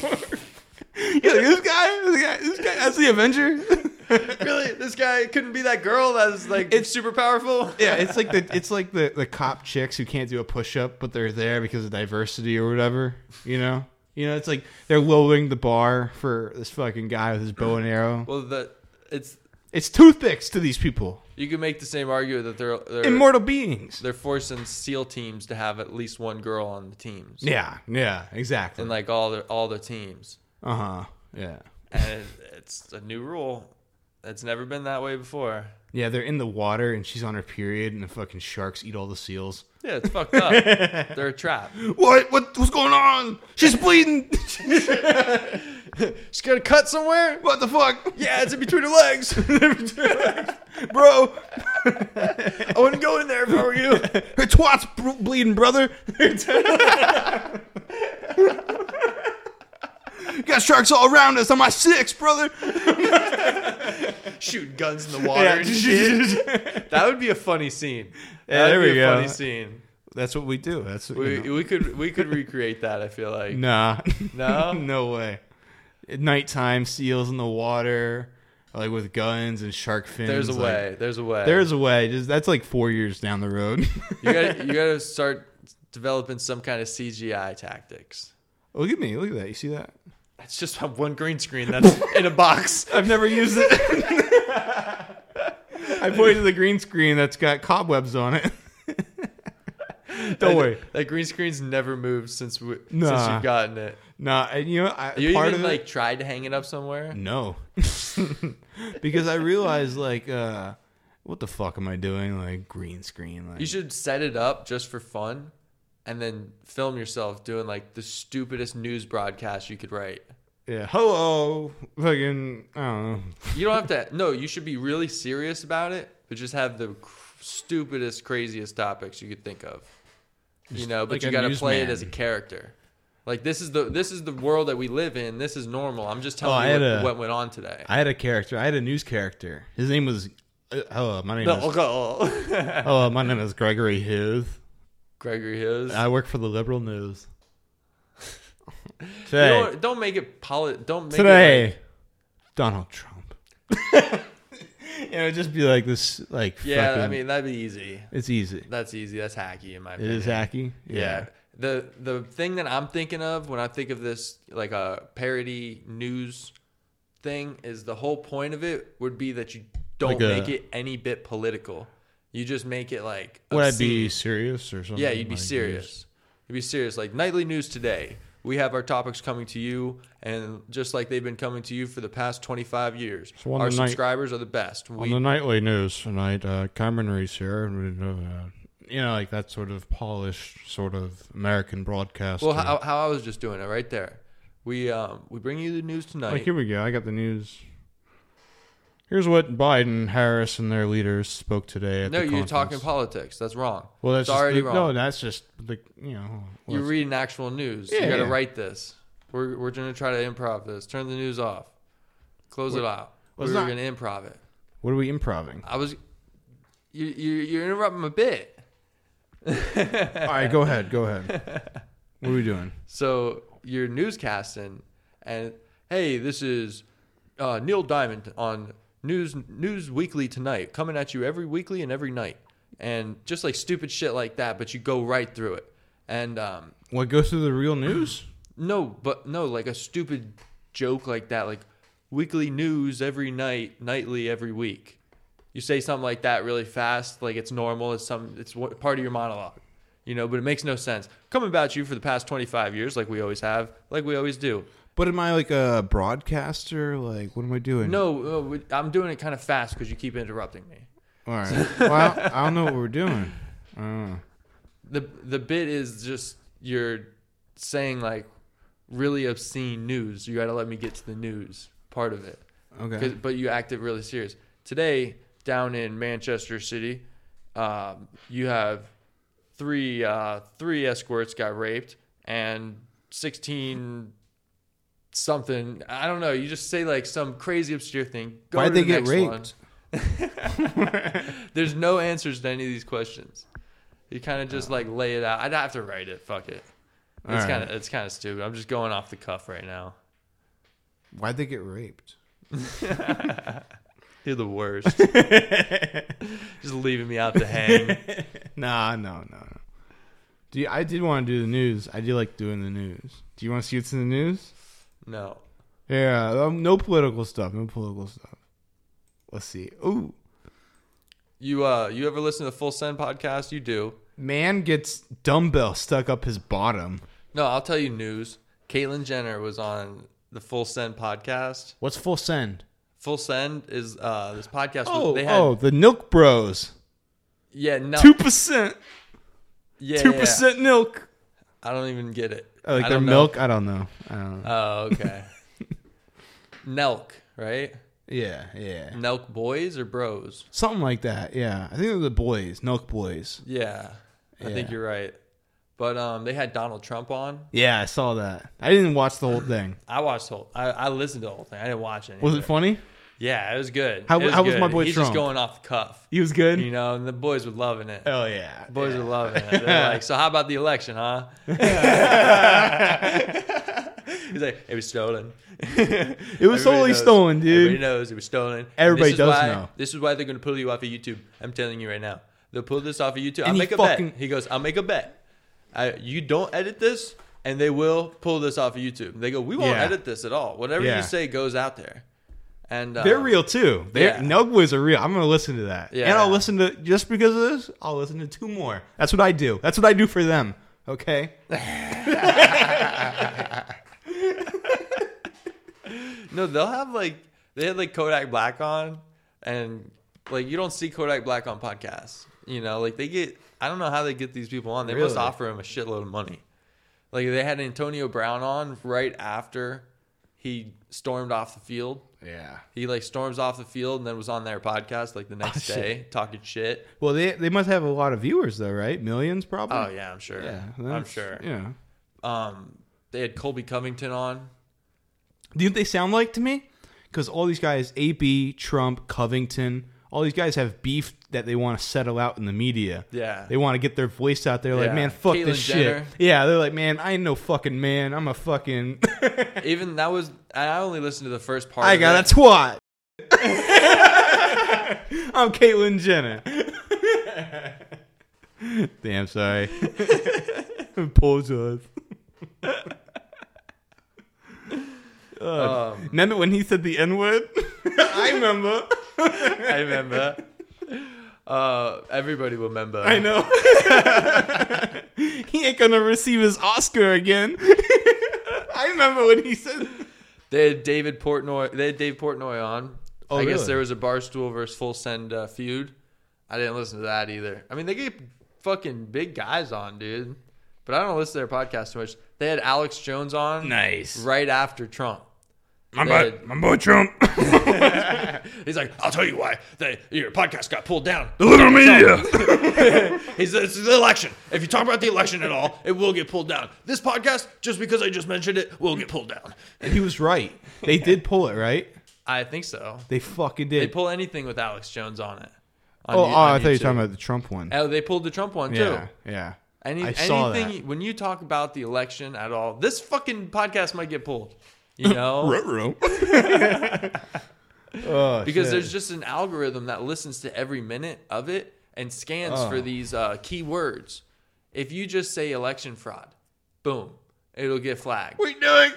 S8: like this guy, this guy, this guy. That's the Avenger.
S6: really, this guy couldn't be that girl that's like it's super powerful.
S8: yeah, it's like the it's like the the cop chicks who can't do a push up, but they're there because of diversity or whatever. You know. You know, it's like they're lowering the bar for this fucking guy with his bow and arrow.
S6: Well, the it's
S8: It's toothpicks to these people.
S6: You could make the same argument that they're they're,
S8: Immortal beings.
S6: they're forcing SEAL teams to have at least one girl on the teams.
S8: Yeah, yeah, exactly.
S6: In like all the all the teams,
S8: uh huh. Yeah.
S6: and it's a new rule. It's never been that way before.
S8: Yeah, they're in the water and she's on her period and the fucking sharks eat all the seals.
S6: Yeah, it's fucked up. They're a trap.
S8: What? what what's going on? She's bleeding.
S6: She's got a cut somewhere.
S8: what the fuck?
S6: Yeah, it's in between her legs.
S8: Bro,
S6: I wouldn't go in there if I were you.
S8: her twat's br- bleeding, brother. Got sharks all around us on my six, brother.
S6: Shooting guns in the water. and shit. That would be a funny scene.
S8: Yeah,
S6: That
S8: there
S6: would
S8: we
S6: be a
S8: go.
S6: funny scene.
S8: That's what we do. That's what
S6: We,
S8: you know.
S6: we could we could recreate that. I feel like.
S8: Nah.
S6: No?
S8: no way. At nighttime, seals in the water, like with guns and shark fins.
S6: There's a
S8: like-
S6: way. There's a way.
S8: there's a way. Just that's like four years down the road.
S6: you gotta you gotta start developing some kind of CGI tactics.
S8: look at me. Look at that. You see that?
S6: It's just one green screen that's in a box.
S8: I've never used it. I pointed to the green screen that's got cobwebs on it. Don't worry.
S6: That green screen's never moved since we, since
S8: Nah.
S6: you've gotten it.
S8: Nah, and you know, I,
S6: You
S8: part
S6: even
S8: of it-
S6: like tried to hang it up somewhere.
S8: No. because I realized like uh what the fuck am I doing? Like green screen like
S6: You should set it up just for fun, and then film yourself doing like the stupidest news broadcast you could write.
S8: Yeah. Hello. Fucking I don't know.
S6: You don't have to. No, you should be really serious about it, but just have the cr- stupidest, craziest topics you could think of. You know, but
S8: like
S6: you
S8: a
S6: got to play it
S8: newsman.
S6: as a character. Like this is the this is the world that we live in. This is normal. I'm just
S8: Oh, I had
S6: telling you what,
S8: a-
S6: what went on today.
S8: I had a character. I had a news character. His name was uh, hello, my name is hello, my name is Gregory Hughes.
S6: Gregory Hughes.
S8: I work for the Liberal News.
S6: You
S8: Today,
S6: don't, don't make it polit. Don't make
S8: today,
S6: It like,
S8: Donald Trump. you know, it'd just be like this, like
S6: yeah, I
S8: fucking-
S6: mean that'd be easy.
S8: it's easy.
S6: That's easy. That's hacky in my
S8: It
S6: opinion.
S8: is hacky.
S6: Yeah. The the thing that I'm thinking of when I think of this like a parody news thing is the whole point of it would be that you don't
S8: Like a-
S6: make it any bit political. You just make it like
S8: Would I be
S6: obscene.
S8: serious or something?
S6: Yeah, you'd be
S8: like
S6: serious. You'd be serious. Like nightly news today. We have our topics coming to you, and just like they've been coming to you for the past 25 years,
S8: So on
S6: our
S8: the night-
S6: subscribers are the best.
S8: this?
S6: We
S8: On the nightly news tonight, uh, Cameron Reese here. and, uh, You know, like that sort of polished, sort of American broadcast.
S6: well, how, how I was just doing it right there. We um, we bring you the news tonight.
S8: Like, here we go. I got the news. Here's what Biden, Harris, and their leaders spoke today at
S6: No,
S8: the
S6: you're talking
S8: conference.
S6: politics. That's wrong.
S8: Well, that's
S6: it's
S8: just
S6: already
S8: the-
S6: wrong.
S8: No, that's just the you know. well,
S6: You're
S8: it's-
S6: reading actual news.
S8: Yeah,
S6: you got to
S8: yeah.
S6: write this. We're, we're going to try to improv this. Turn the news off. Close it out.
S8: well,
S6: we
S8: it's
S6: were
S8: not-
S6: going to improv it.
S8: what are we improving?
S6: I was. You, you, you're interrupting a bit.
S8: All right, go ahead, go ahead. What are we doing?
S6: So you're newscasting, and hey, this is uh, Neil Diamond on News News Weekly tonight, coming at you every weekly and every night, and just like stupid shit like that. But you go right through it, and um,
S8: What goes through the real news?
S6: No, but no, like a stupid joke like that, like weekly news every night, nightly every week. You say something like that really fast, like it's normal. It's some, it's wha- part of your monologue, you know. But it makes no sense. Come about you for the past twenty five years, like we always have, like we always do.
S8: But am I like a broadcaster? Like, what am I doing?
S6: No, uh, we- I'm doing it kind of fast because you keep interrupting me.
S8: All right. Well, I, I don't know what we're doing. I don't know.
S6: the The bit is just you're saying like really obscene news. You got to let me get to the news part of it.
S8: Okay.
S6: 'Cause- but you acted really serious. Today, down in Manchester City, um, you have three uh, three escorts got raped and sixteen something. I don't know. You just say like some crazy obscure thing. Go
S8: Why'd
S6: to
S8: they
S6: the
S8: get
S6: next
S8: raped?
S6: one. There's no answers to any of these questions. You kind of just like lay it out. I'd have to write it. Fuck it.
S8: Uh-huh. All
S6: it's
S8: right.
S6: kind of it's kind of stupid. I'm just going off the cuff right now.
S8: Why'd they get raped?
S6: You're the worst. Just leaving me out to hang.
S8: Nah, no, no, no. Do you, I did want to do the news. I do like doing the news. Do you want to see what's in the news?
S6: No.
S8: Yeah, um, no political stuff. No political stuff. Let's see. Ooh,
S6: You uh, you ever listen to the Full Send podcast? You do.
S8: man gets dumbbell stuck up his bottom.
S6: No, I'll tell you news. Caitlyn Jenner was on the Full Send podcast.
S8: What's full send?
S6: Full Send is uh, this podcast.
S8: Oh,
S6: they had,
S8: oh, the Milk Bros.
S6: yeah, no,
S8: Two percent,
S6: yeah,
S8: two
S6: yeah.
S8: percent milk.
S6: I don't even get it.
S8: Oh, like
S6: I
S8: their
S6: don't know.
S8: milk? I don't know. I don't know.
S6: Oh, okay. Nelk, right?
S8: yeah, yeah,
S6: Nelk boys or bros?
S8: something like that. Yeah, I think they're the boys, Milk Boys.
S6: Yeah, I think
S8: Yeah.
S6: you're right. But um, they had Donald Trump on.
S8: Yeah, I saw that. I didn't watch the whole thing.
S6: I watched the whole. I, I listened to the whole thing. I didn't watch any.
S8: Was
S6: of
S8: it funny?
S6: Yeah, it was good.
S8: How-
S6: It
S8: how was my
S6: good.
S8: boy
S6: He's
S8: Trump?
S6: just going off the cuff,
S8: He was good.
S6: you know, and the boys were loving it.
S8: Oh yeah,
S6: Boys are loving it. They're like, so how about the election, huh? He's like, it was stolen.
S8: it was totally stolen,
S6: Everybody
S8: dude.
S6: knows it was stolen. And
S8: Everybody
S6: this is
S8: does
S6: why-
S8: know.
S6: This is why they're gonna pull you off of YouTube. I'm telling you right now. They'll pull this off of YouTube. I'll
S8: he
S6: make a
S8: fucking-
S6: bet. He goes, I'll make a bet. I, you don't edit this, and they will pull this off of YouTube. They go, we won't
S8: Yeah.
S6: edit this at all. Whatever
S8: Yeah.
S6: you say goes out there. And uh,
S8: They're real too. They
S6: yeah.
S8: Nug Boys are real. I'm gonna listen to that,
S6: Yeah.
S8: and I'll listen to just because of this. I'll listen to two more. That's what I do. That's what I do for them. Okay.
S6: No, they'll have like they had like Kodak Black on, and like you don't see Kodak Black on podcasts. You know, like they get I don't know how they get these people on. They must
S8: Really?
S6: offer him a shitload of money. Like they had Antonio Brown on right after he stormed off the field.
S8: Yeah.
S6: He like storms off the field and then was on their podcast like the next
S8: Oh, shit.
S6: day talking shit.
S8: Well, they they must have a lot of viewers though, right? Millions probably.
S6: Oh yeah, I'm sure.
S8: Yeah,
S6: I'm
S8: that's-
S6: sure.
S8: Yeah.
S6: Um, they had Colby Covington on.
S8: Do you know what they sound like to me? Because all these guys, AB, Trump, Covington, all these guys have beef that they want to settle out in the media.
S6: Yeah.
S8: They want to get their voice out there. Like,
S6: Yeah.
S8: man, fuck
S6: Caitlyn
S8: this shit.
S6: Jenner.
S8: Yeah, they're like, man, I ain't no fucking man. I'm a fucking.
S6: Even that was I only listened to the first part.
S8: I
S6: of it.
S8: got a twat. I'm Caitlyn Jenner. Damn, sorry. Apologize.
S6: Um,
S8: Remember when he said the N word? I remember.
S6: I remember. Uh, everybody will remember.
S8: I know. he ain't gonna receive his Oscar again. I remember when he said.
S6: They had David Portnoy. They had Dave Portnoy on.
S8: Oh,
S6: I guess
S8: really?
S6: there was a Barstool versus Full Send uh, feud. I didn't listen to that either. I mean, they get fucking big guys on, dude. But I don't listen to their podcast too much. They had Alex Jones on
S8: Nice.
S6: right after Trump.
S8: My
S6: boy-
S8: my boy Trump.
S6: He's like, I'll tell you why they, your podcast got pulled down. The liberal media. He's it's the election. If you talk about the election at all, it will get pulled down. This podcast, just because I just mentioned it, will get pulled down.
S8: and he was right. They did pull it, right?
S6: I think so.
S8: They fucking
S6: They
S8: did.
S6: pull anything with Alex Jones on it. On
S8: oh,
S6: you-
S8: oh,
S6: on
S8: I thought you were
S6: YouTube.
S8: talking about the Trump one.
S6: Oh, they pulled the Trump one too.
S8: Yeah, yeah.
S6: Any,
S8: I saw
S6: anything when you talk about the election at all, this fucking podcast might get pulled. You know,
S8: Oh,
S6: because
S8: shit.
S6: there's just an algorithm that listens to every minute of it and scans
S8: Oh.
S6: for these uh, keywords. If you just say election fraud, boom, it'll get flagged.
S8: What are you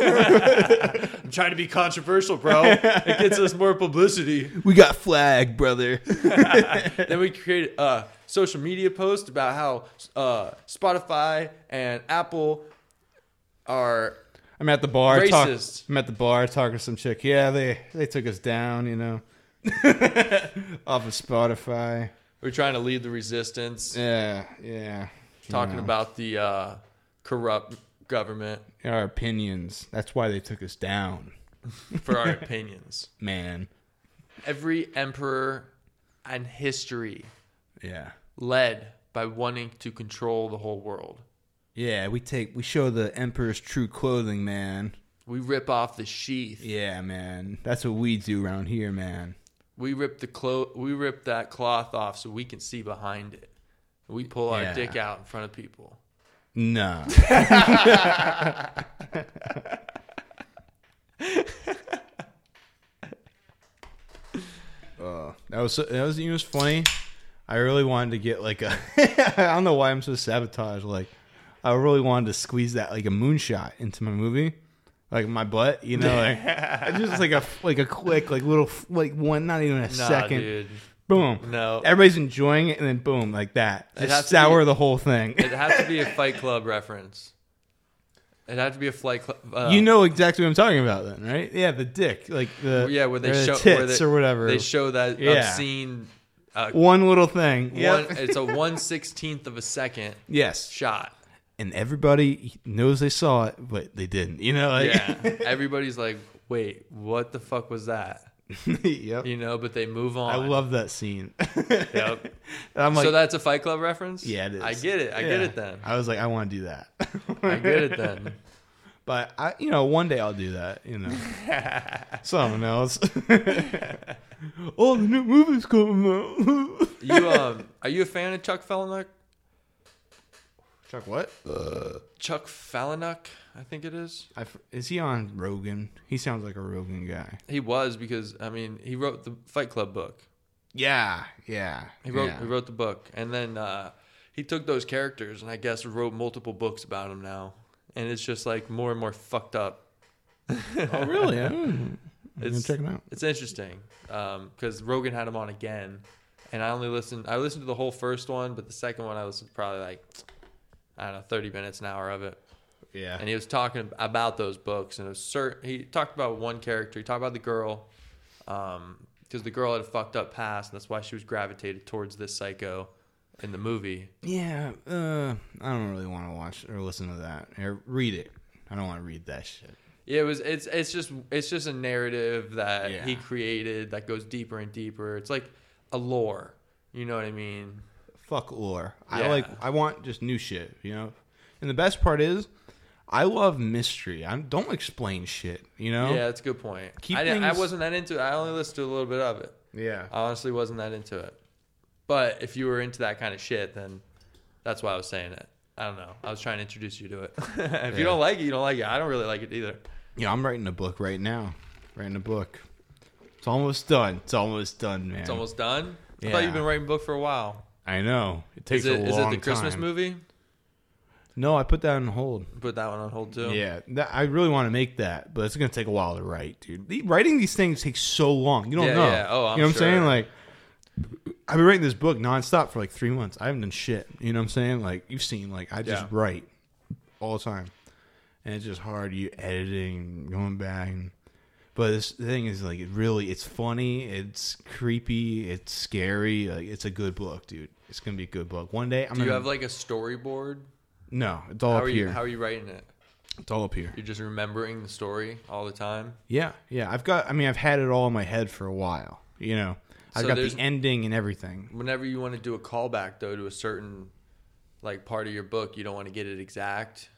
S8: doing?
S6: I'm trying to be controversial, bro. it gets us more publicity.
S8: We got flagged, brother.
S6: then we created a social media post about how uh, Spotify and Apple are
S8: I'm at the bar. talk-
S6: Racist.
S8: I'm at the bar talking to some chick. Yeah, they they took us down, you know, off of Spotify.
S6: we're trying to lead the resistance,
S8: Yeah, yeah.
S6: talking
S8: Yeah.
S6: about the uh, corrupt government
S8: our opinions. That's why they took us down,
S6: for our opinions.
S8: man.
S6: Every emperor and history
S8: Yeah,
S6: led by wanting to control the whole world.
S8: yeah. We take we show the emperor's true clothing, man.
S6: We rip off the sheath.
S8: Yeah, man. That's what we do around here, man.
S6: We rip the clo- we rip that cloth off so we can see behind it. We pull our
S8: Yeah.
S6: dick out in front of people.
S8: Nah. Oh, that was so- that was you know what's funny. I really wanted to get like a I don't know why I'm so sabotaged. Like I really wanted to squeeze that like a moonshot into my movie. like my butt, you know, like it's just like a like a quick like little like one, not even a
S6: Nah,
S8: second.
S6: dude.
S8: Boom.
S6: No.
S8: Everybody's enjoying it, and then boom, like that.
S6: It has
S8: Just
S6: to be-
S8: sour the whole thing.
S6: It has to be a Fight Club reference. It had to be a Fight Club. Uh,
S8: you know exactly what I'm talking about, then, right? Yeah, the dick, like the
S6: yeah, where they
S8: or the
S6: show
S8: tits
S6: where they,
S8: or whatever.
S6: They show that
S8: Yeah.
S6: obscene. Uh,
S8: one little thing. Yep.
S6: one, it's a one sixteenth of a second
S8: yes,
S6: shot.
S8: and everybody knows they saw it, but they didn't. You know, like,
S6: Yeah, everybody's like, "Wait, what the fuck was that?"
S8: yep.
S6: You know, but they move on.
S8: I love that scene.
S6: Yep.
S8: I'm like,
S6: so that's a Fight Club reference.
S8: yeah, it is.
S6: I get it. I get
S8: Yeah.
S6: it then.
S8: I was like, I want to do that.
S6: I get it then.
S8: But I, you know, one day I'll do that. You know, something else. oh, the new movie's coming out.
S6: You um, are you a fan of Chuck Palahniuk?
S8: Chuck, what?
S6: Chuck Palahniuk, I think it is.
S8: I f is he on Rogan? He sounds like a Rogan guy.
S6: He was because I mean, he wrote the Fight Club book.
S8: Yeah, yeah.
S6: He wrote
S8: yeah.
S6: he wrote the book, and then uh, he took those characters and I guess wrote multiple books about them now. And it's just like more and more fucked up.
S8: Oh, really? Mm.
S6: It's
S8: check him out.
S6: It's interesting because Rogan had him on again, and I only listened. I listened to the whole first one, but the second one I listened to probably like I don't know thirty minutes an hour of it.
S8: Yeah.
S6: and he was talking about those books and it was cert- he talked about one character he talked about the girl because the girl had a fucked up past and that's why she was gravitated towards this psycho in the movie
S8: yeah. Uh, I don't really want to watch or listen to that or read it. I don't want to read that shit.
S6: it was it's it's just it's just a narrative that
S8: Yeah.
S6: he created that goes deeper and deeper it's like a lore you know what i mean
S8: Fuck lore. I
S6: Yeah.
S8: like. I want just new shit. You know. And the best part is, I love mystery. I don't explain shit. You know.
S6: yeah that's a good point
S8: Keep
S6: I, didn't, I
S8: things-
S6: wasn't that into it i only listened to a little bit of it
S8: Yeah.
S6: i honestly wasn't that into it but if you were into that kind of shit then that's why i was saying it i don't know i was trying to introduce you to it if you don't like it you don't like it i don't really like it either
S8: Yeah, I'm writing a book right now. Writing a book. It's almost done. It's almost done, man.
S6: it's almost done i thought
S8: Yeah.
S6: you've been writing a book for a while
S8: I know. It takes
S6: is it
S8: a long
S6: is it the christmas
S8: time.
S6: movie
S8: No, I put that on hold.
S6: put that one on hold too
S8: Yeah, that, I really want to make that, but it's gonna take a while to write, dude. The, writing these things takes so long. You don't
S6: Yeah,
S8: know.
S6: yeah. Oh, I'm
S8: you know what I'm
S6: sure.
S8: saying? Like, I've been writing this book nonstop for like three months. I haven't done shit. You know what I'm saying? Like, you've seen, like, I just
S6: Yeah.
S8: write all the time, and it's just hard. You editing, going back, and, but this thing is like, it really, it's funny, it's creepy, it's scary. Like, it's a good book, dude. It's gonna be a good book. One day, I'm
S6: do you
S8: gonna
S6: have like a storyboard
S8: no. It's all
S6: how
S8: up
S6: are you
S8: here.
S6: how are you writing it
S8: it's all up here.
S6: you're just remembering the story all the time
S8: Yeah, yeah. I've got. I mean, I've had it all in my head for a while. You know, I've
S6: So
S8: got
S6: there's-
S8: the ending and everything.
S6: whenever you want to do a callback though to a certain like part of your book, you don't want to get it exact.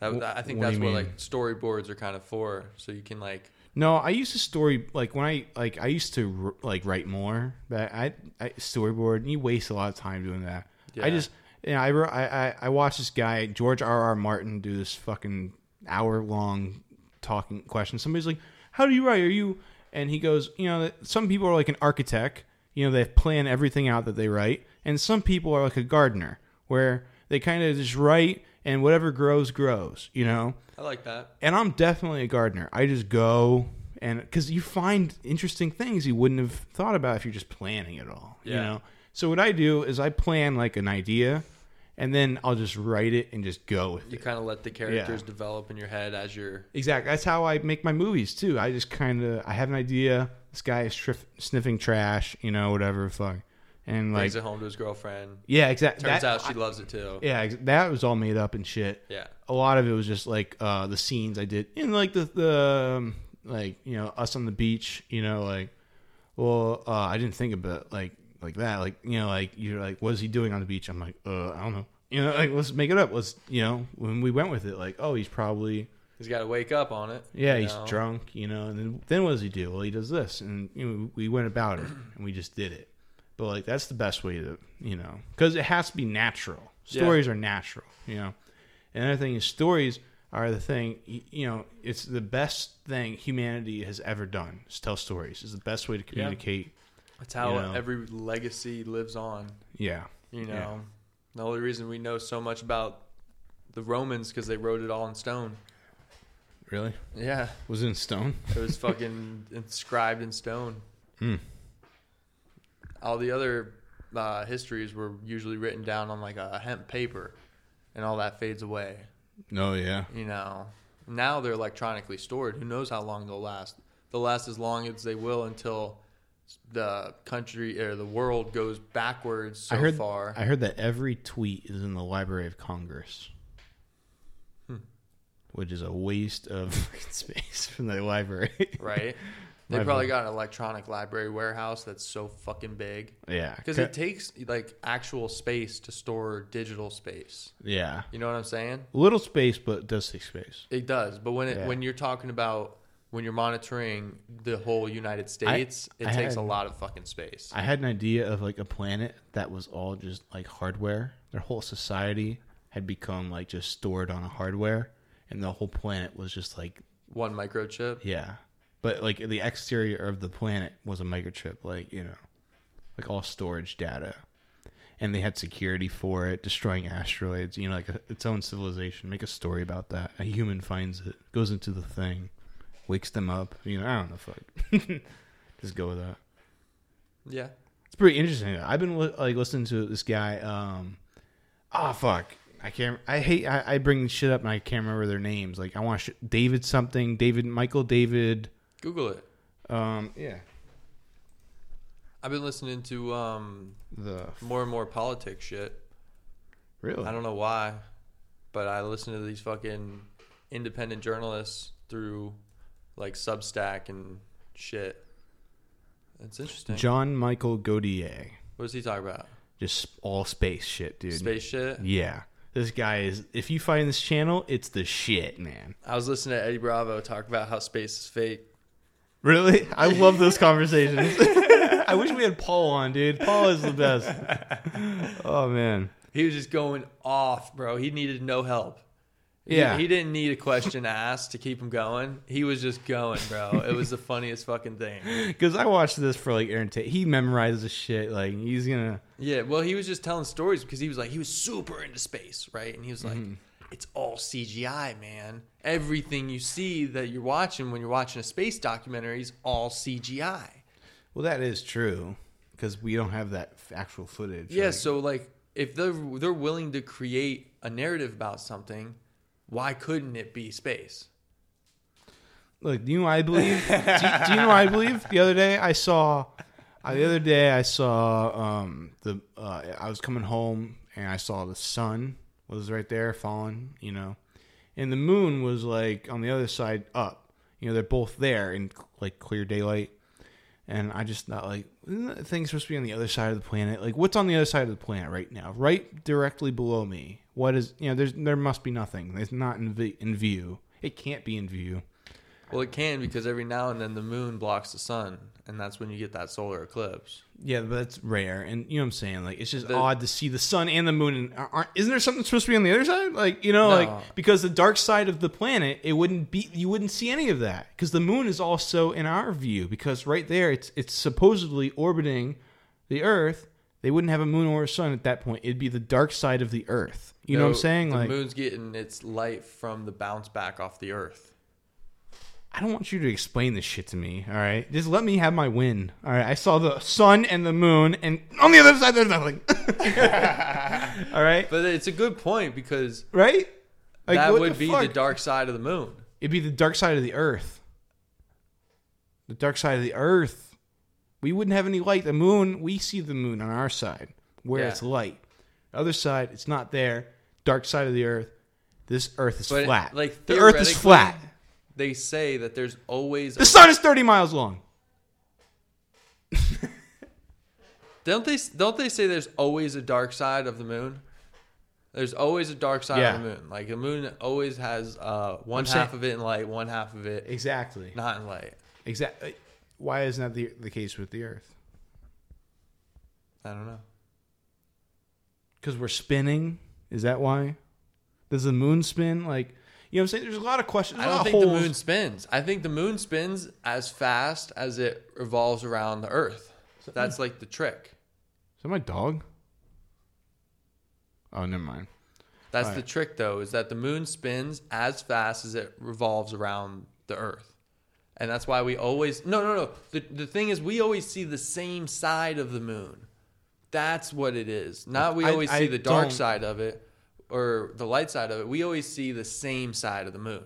S6: That,
S8: Wh-
S6: I think
S8: what do
S6: that's
S8: you
S6: what
S8: mean?
S6: like storyboards are kind of for, so you can like
S8: No, I used to story like when I like I used to r- like write more, but I, I storyboard and you waste a lot of time doing that. I
S6: Yeah.
S8: just you know, I, wrote- I I I watched this guy George R R Martin do this fucking hour long talking question. Somebody's like, "How do you write? Are you?" And he goes, "You know, that- some people are like an architect. You know, they plan everything out that they write, and some people are like a gardener, where they kind of just write and whatever grows grows. You know."
S6: I like that.
S8: and I'm definitely a gardener. I just go and because you find interesting things you wouldn't have thought about if you're just planning it all. You
S6: Yeah.
S8: know. So what I do is I plan like an idea, and then I'll just write it and just go with
S6: You
S8: it.
S6: kind of let the characters develop in your head as you're.
S8: Exactly. That's how I make my movies too. I just kind of I have an idea. This guy is trif- sniffing trash, you know, whatever, fuck, and like
S6: brings it home to his girlfriend.
S8: yeah, exactly.
S6: Turns out she loves it too. Yeah.
S8: yeah, ex- that was all made up and shit. a lot of it was just like uh, the scenes I did in like the the um, like you know us on the beach. You know, like well, uh, I didn't think about like like that. Like you know, like you're like, what is he doing on the beach? I'm like, uh, I don't know. You know, like let's make it up. Let's you know when we went with it, like oh, he's probably
S6: He's got to wake up on it.
S8: yeah,
S6: you
S8: he's
S6: know?
S8: drunk. You know, and then then what does he do? Well, he does this, and you know, we went about it and we just did it. But like that's the best way to you know because it has to be natural.
S6: Yeah.
S8: Stories are natural, you know. And another thing is stories are the thing y- you know. It's the best thing humanity has ever done. Is tell stories. It's the best way to communicate.
S6: That's how
S8: You know.
S6: every legacy lives on.
S8: Yeah.
S6: You know, the only reason we know so much about the Romans because they wrote it all in stone.
S8: really?
S6: Yeah,
S8: Was it in stone?
S6: it was fucking inscribed in stone.
S8: Hmm.
S6: All the other uh, histories were usually written down on like a hemp paper, and all that fades away.
S8: Oh yeah.
S6: You know, now they're electronically stored. Who knows how long they'll last? They'll last as long as they will until the country or the world goes backwards so
S8: I heard
S6: far.
S8: I heard that every tweet is in the Library of Congress,
S6: Hmm.
S8: which is a waste of space from the library.
S6: right? They
S8: Library.
S6: probably got an electronic library warehouse that's so fucking big.
S8: Yeah.
S6: Because
S8: ca-
S6: it takes like actual space to store digital space.
S8: yeah.
S6: You know what I'm saying?
S8: Little space, but does take space.
S6: It does. But when it,
S8: Yeah.
S6: when you're talking about when you're monitoring the whole United States, it
S8: I
S6: takes a
S8: had-
S6: lot of fucking space.
S8: I had an idea of like a planet that was all just like hardware. Their whole society had become like just stored on a hardware, and the whole planet was just like
S6: One microchip.
S8: yeah. But like the exterior of the planet was a microchip, like you know, like all storage data, and they had security for it, destroying asteroids. You know, like a, its own civilization. Make a story about that. A human finds it, goes into the thing, wakes them up. You know, I don't know, fuck. just go with that.
S6: Yeah.
S8: It's pretty interesting. I've been li- like listening to this guy. Um, ah, fuck. I can't. I hate. I, I bring shit up and I can't remember their names. Like I want sh- David something. David Michael David.
S6: Google it.
S8: Um, yeah.
S6: I've been listening to um,
S8: The
S6: more and more politics shit.
S8: really.
S6: I don't know why, but I listen to these fucking independent journalists through like Substack and shit. It's interesting.
S8: John Michael Godier.
S6: what does he talk about?
S8: Just all space shit, dude.
S6: Space shit.
S8: Yeah. This guy is. If you find this channel, it's the shit, man.
S6: I was listening to Eddie Bravo talk about how space is fake.
S8: Really, I love those conversations. I wish we had Paul on, dude. Paul is the best. Oh man.
S6: He was just going off, bro. He needed no help. He-
S8: Yeah.
S6: He, didn't need a question asked to keep him going. He was just going, bro. It was the funniest fucking thing.
S8: Because I watched this for like Aaron Tate. He memorizes this shit. Like he's gonna.
S6: Yeah, well, he was just telling stories because he was like, he was super into space, right? And he was like, it's all CGI, man. Everything you see that you're watching when you're watching a space documentary is all CGI.
S8: Well, that is true because we don't have that f- actual footage.
S6: Yeah,
S8: like-
S6: so like, if they're they're willing to create a narrative about something, why couldn't it be space?
S8: Look, do you know what I believe? do, you- do you know what I believe? The other day I saw. Uh, the other day I saw um, the. Uh, I was coming home and I saw the sun was right there falling. You know, and the moon was like on the other side up. You know, they're both there in like clear daylight. And I just thought, like, isn't that thing supposed to be on the other side of the planet? Like, what's on the other side of the planet right now? Right directly below me. What is, you know, there's there must be nothing. It's not in, vi- in view. It can't be in view.
S6: Well, it can because every now and then the moon blocks the sun, and that's when you get that solar eclipse.
S8: Yeah, but that's rare. And you know what I'm saying? Like, it's just
S6: The-
S8: odd to see the sun and the moon. And aren't, isn't there something supposed to be on the other side? Like, you know,
S6: No.
S8: like because the dark side of the planet, it wouldn't be. You wouldn't see any of that because the moon is also in our view. Because right there, it's it's supposedly orbiting the Earth. They wouldn't have a moon or a sun at that point. It'd be the dark side of the Earth. You know what I'm
S6: So
S8: saying?
S6: The
S8: Like,
S6: moon's getting its light from the bounce back off the Earth.
S8: I don't want you to explain this shit to me. All right, just let me have my win. All right, I saw the sun and the moon, and on the other side, there's nothing. all right.
S6: But it's a good point because
S8: right? Like,
S6: that
S8: what
S6: would be the
S8: fuck?
S6: dark side of the moon.
S8: It'd be the dark side of the Earth. The dark side of the Earth. We wouldn't have any light. The moon, we see the moon on our side where
S6: Yeah.
S8: it's light. Other side, it's not there. Dark side of the Earth. This Earth is
S6: But,
S8: flat.
S6: like,
S8: the Earth is
S6: theoretically-
S8: flat.
S6: They say that there's always.
S8: The sun is thirty miles long.
S6: don't they? Don't they say there's always a dark side of the moon? There's always a dark side
S8: Yeah.
S6: of the moon. Like the moon always has uh, one
S8: saying-
S6: half of it in light, one half of it
S8: Exactly.
S6: not in light.
S8: Exactly. Why isn't that the, the case with the Earth?
S6: I don't know.
S8: because we're spinning. Is that why? Does the moon spin? Like, you know what I'm saying? There's a lot of questions.
S6: I
S8: a
S6: don't
S8: lot of
S6: think the
S8: holes.
S6: moon spins. I think the moon spins as fast as it revolves around the Earth. That's like the trick.
S8: Is that my dog? Oh, never mind.
S6: That's
S8: Right.
S6: the trick, though, is that the moon spins as fast as it revolves around the Earth. And that's why we always. No, no, no. The, the thing is, we always see the same side of the moon. That's what it is. Not we
S8: I-
S6: always
S8: I
S6: see the dark
S8: don't-
S6: side of it or the light side of it. We always see the same side of the moon.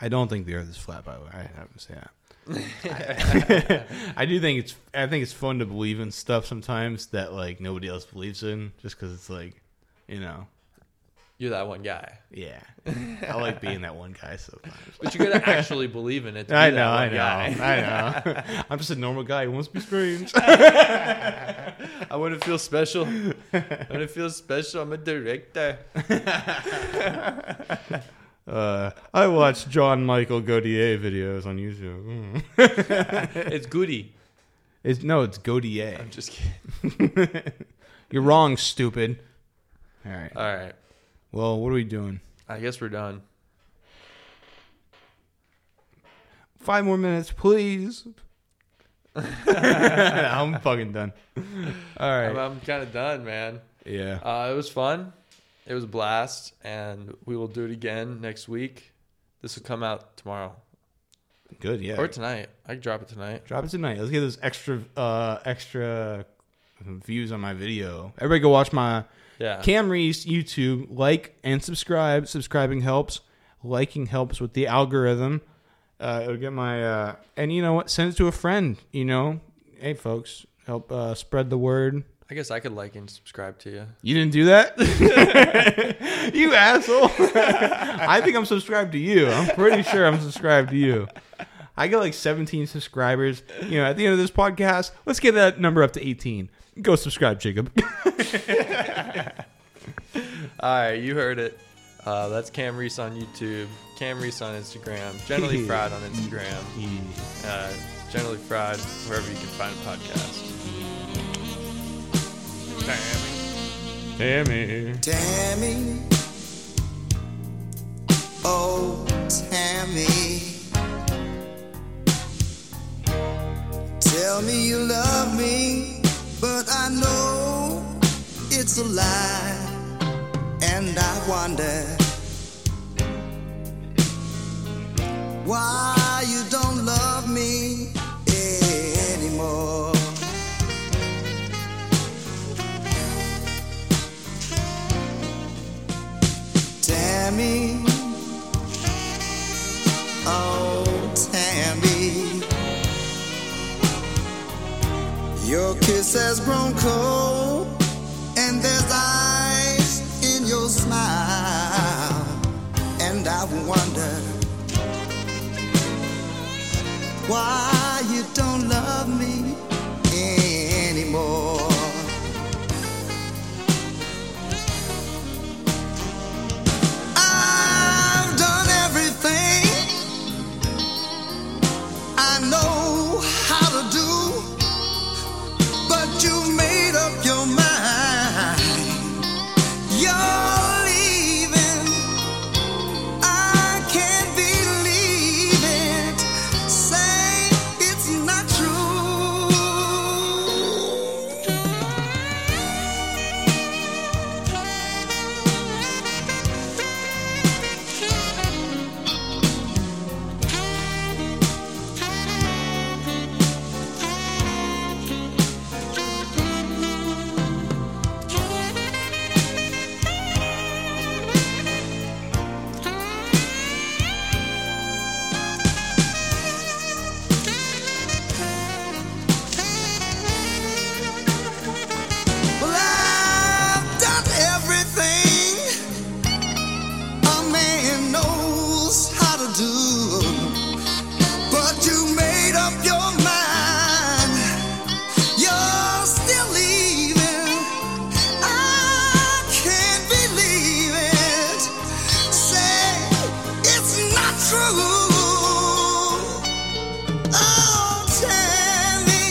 S8: I don't think the Earth is flat. By the way, I have to say that. I do think it's I think it's fun to believe in stuff sometimes that like nobody else believes in, just because it's like, you know,
S6: You're that one guy.
S8: yeah. I like being that one guy sometimes.
S6: But you gotta actually believe in it. To be
S8: I
S6: that
S8: know, I
S6: one
S8: know,
S6: guy.
S8: I know. I'm just a normal guy who wants to be strange.
S6: I want to feel special. I want to feel special. I'm a director.
S8: Uh, I watch John Michael Godier videos on YouTube. Mm.
S6: It's Goody.
S8: It's no, it's Godier.
S6: I'm just kidding.
S8: You're wrong, stupid. All right.
S6: All right.
S8: Well, what are we doing?
S6: I guess we're done.
S8: Five more minutes, please. I'm fucking done. All
S6: I'm,
S8: right.
S6: I'm kind of done, man.
S8: Yeah.
S6: Uh, it was fun. It was a blast, and we will do it again next week. This will come out tomorrow
S8: Good. Yeah.
S6: or tonight. I can drop it tonight.
S8: Drop it tonight. Let's get those extra uh extra views on my video. Everybody go watch my
S6: Yeah.
S8: Cam Reese YouTube. Like and subscribe. Subscribing helps. Liking helps with the algorithm. Uh, it'll get my uh, and you know what? Send it to a friend. You know, hey folks, help uh, spread the word.
S6: I guess I could like and subscribe to you.
S8: You didn't do that? you asshole. I think I'm subscribed to you. I'm pretty sure I'm subscribed to you. I got like 17 subscribers. You know, at the end of this podcast, let's get that number up to 18. Go subscribe, Jacob.
S6: All right, you heard it. Uh, that's Cam Reese on YouTube. Cam Reese on Instagram. Generally Fried on Instagram. Uh, Generally Fried wherever you can find a podcast.
S8: Tammy.
S10: Tammy. Oh, Tammy. Tell me you love me, but I know it's a lie. And I wonder why you don't love me anymore. Tammy. Oh, Tammy. Your kiss has grown cold, and there's ice in your smile. And I wonder why you don't love me anymore. I've done everything I know how to do, but you made up your mind. You're leaving. I can't believe it. Say it's not true. Well, I've done everything a man knows how to do, but you made up your mind. You're still leaving. I can't believe it. Say it's not true. Oh, tell me.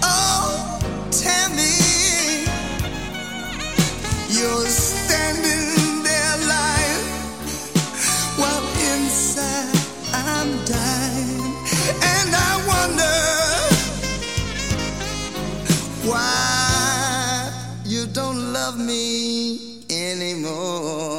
S10: Oh, Tammy, you're standing there lying while inside I'm dying, and I wonder why you don't love me anymore. on. Mm-hmm.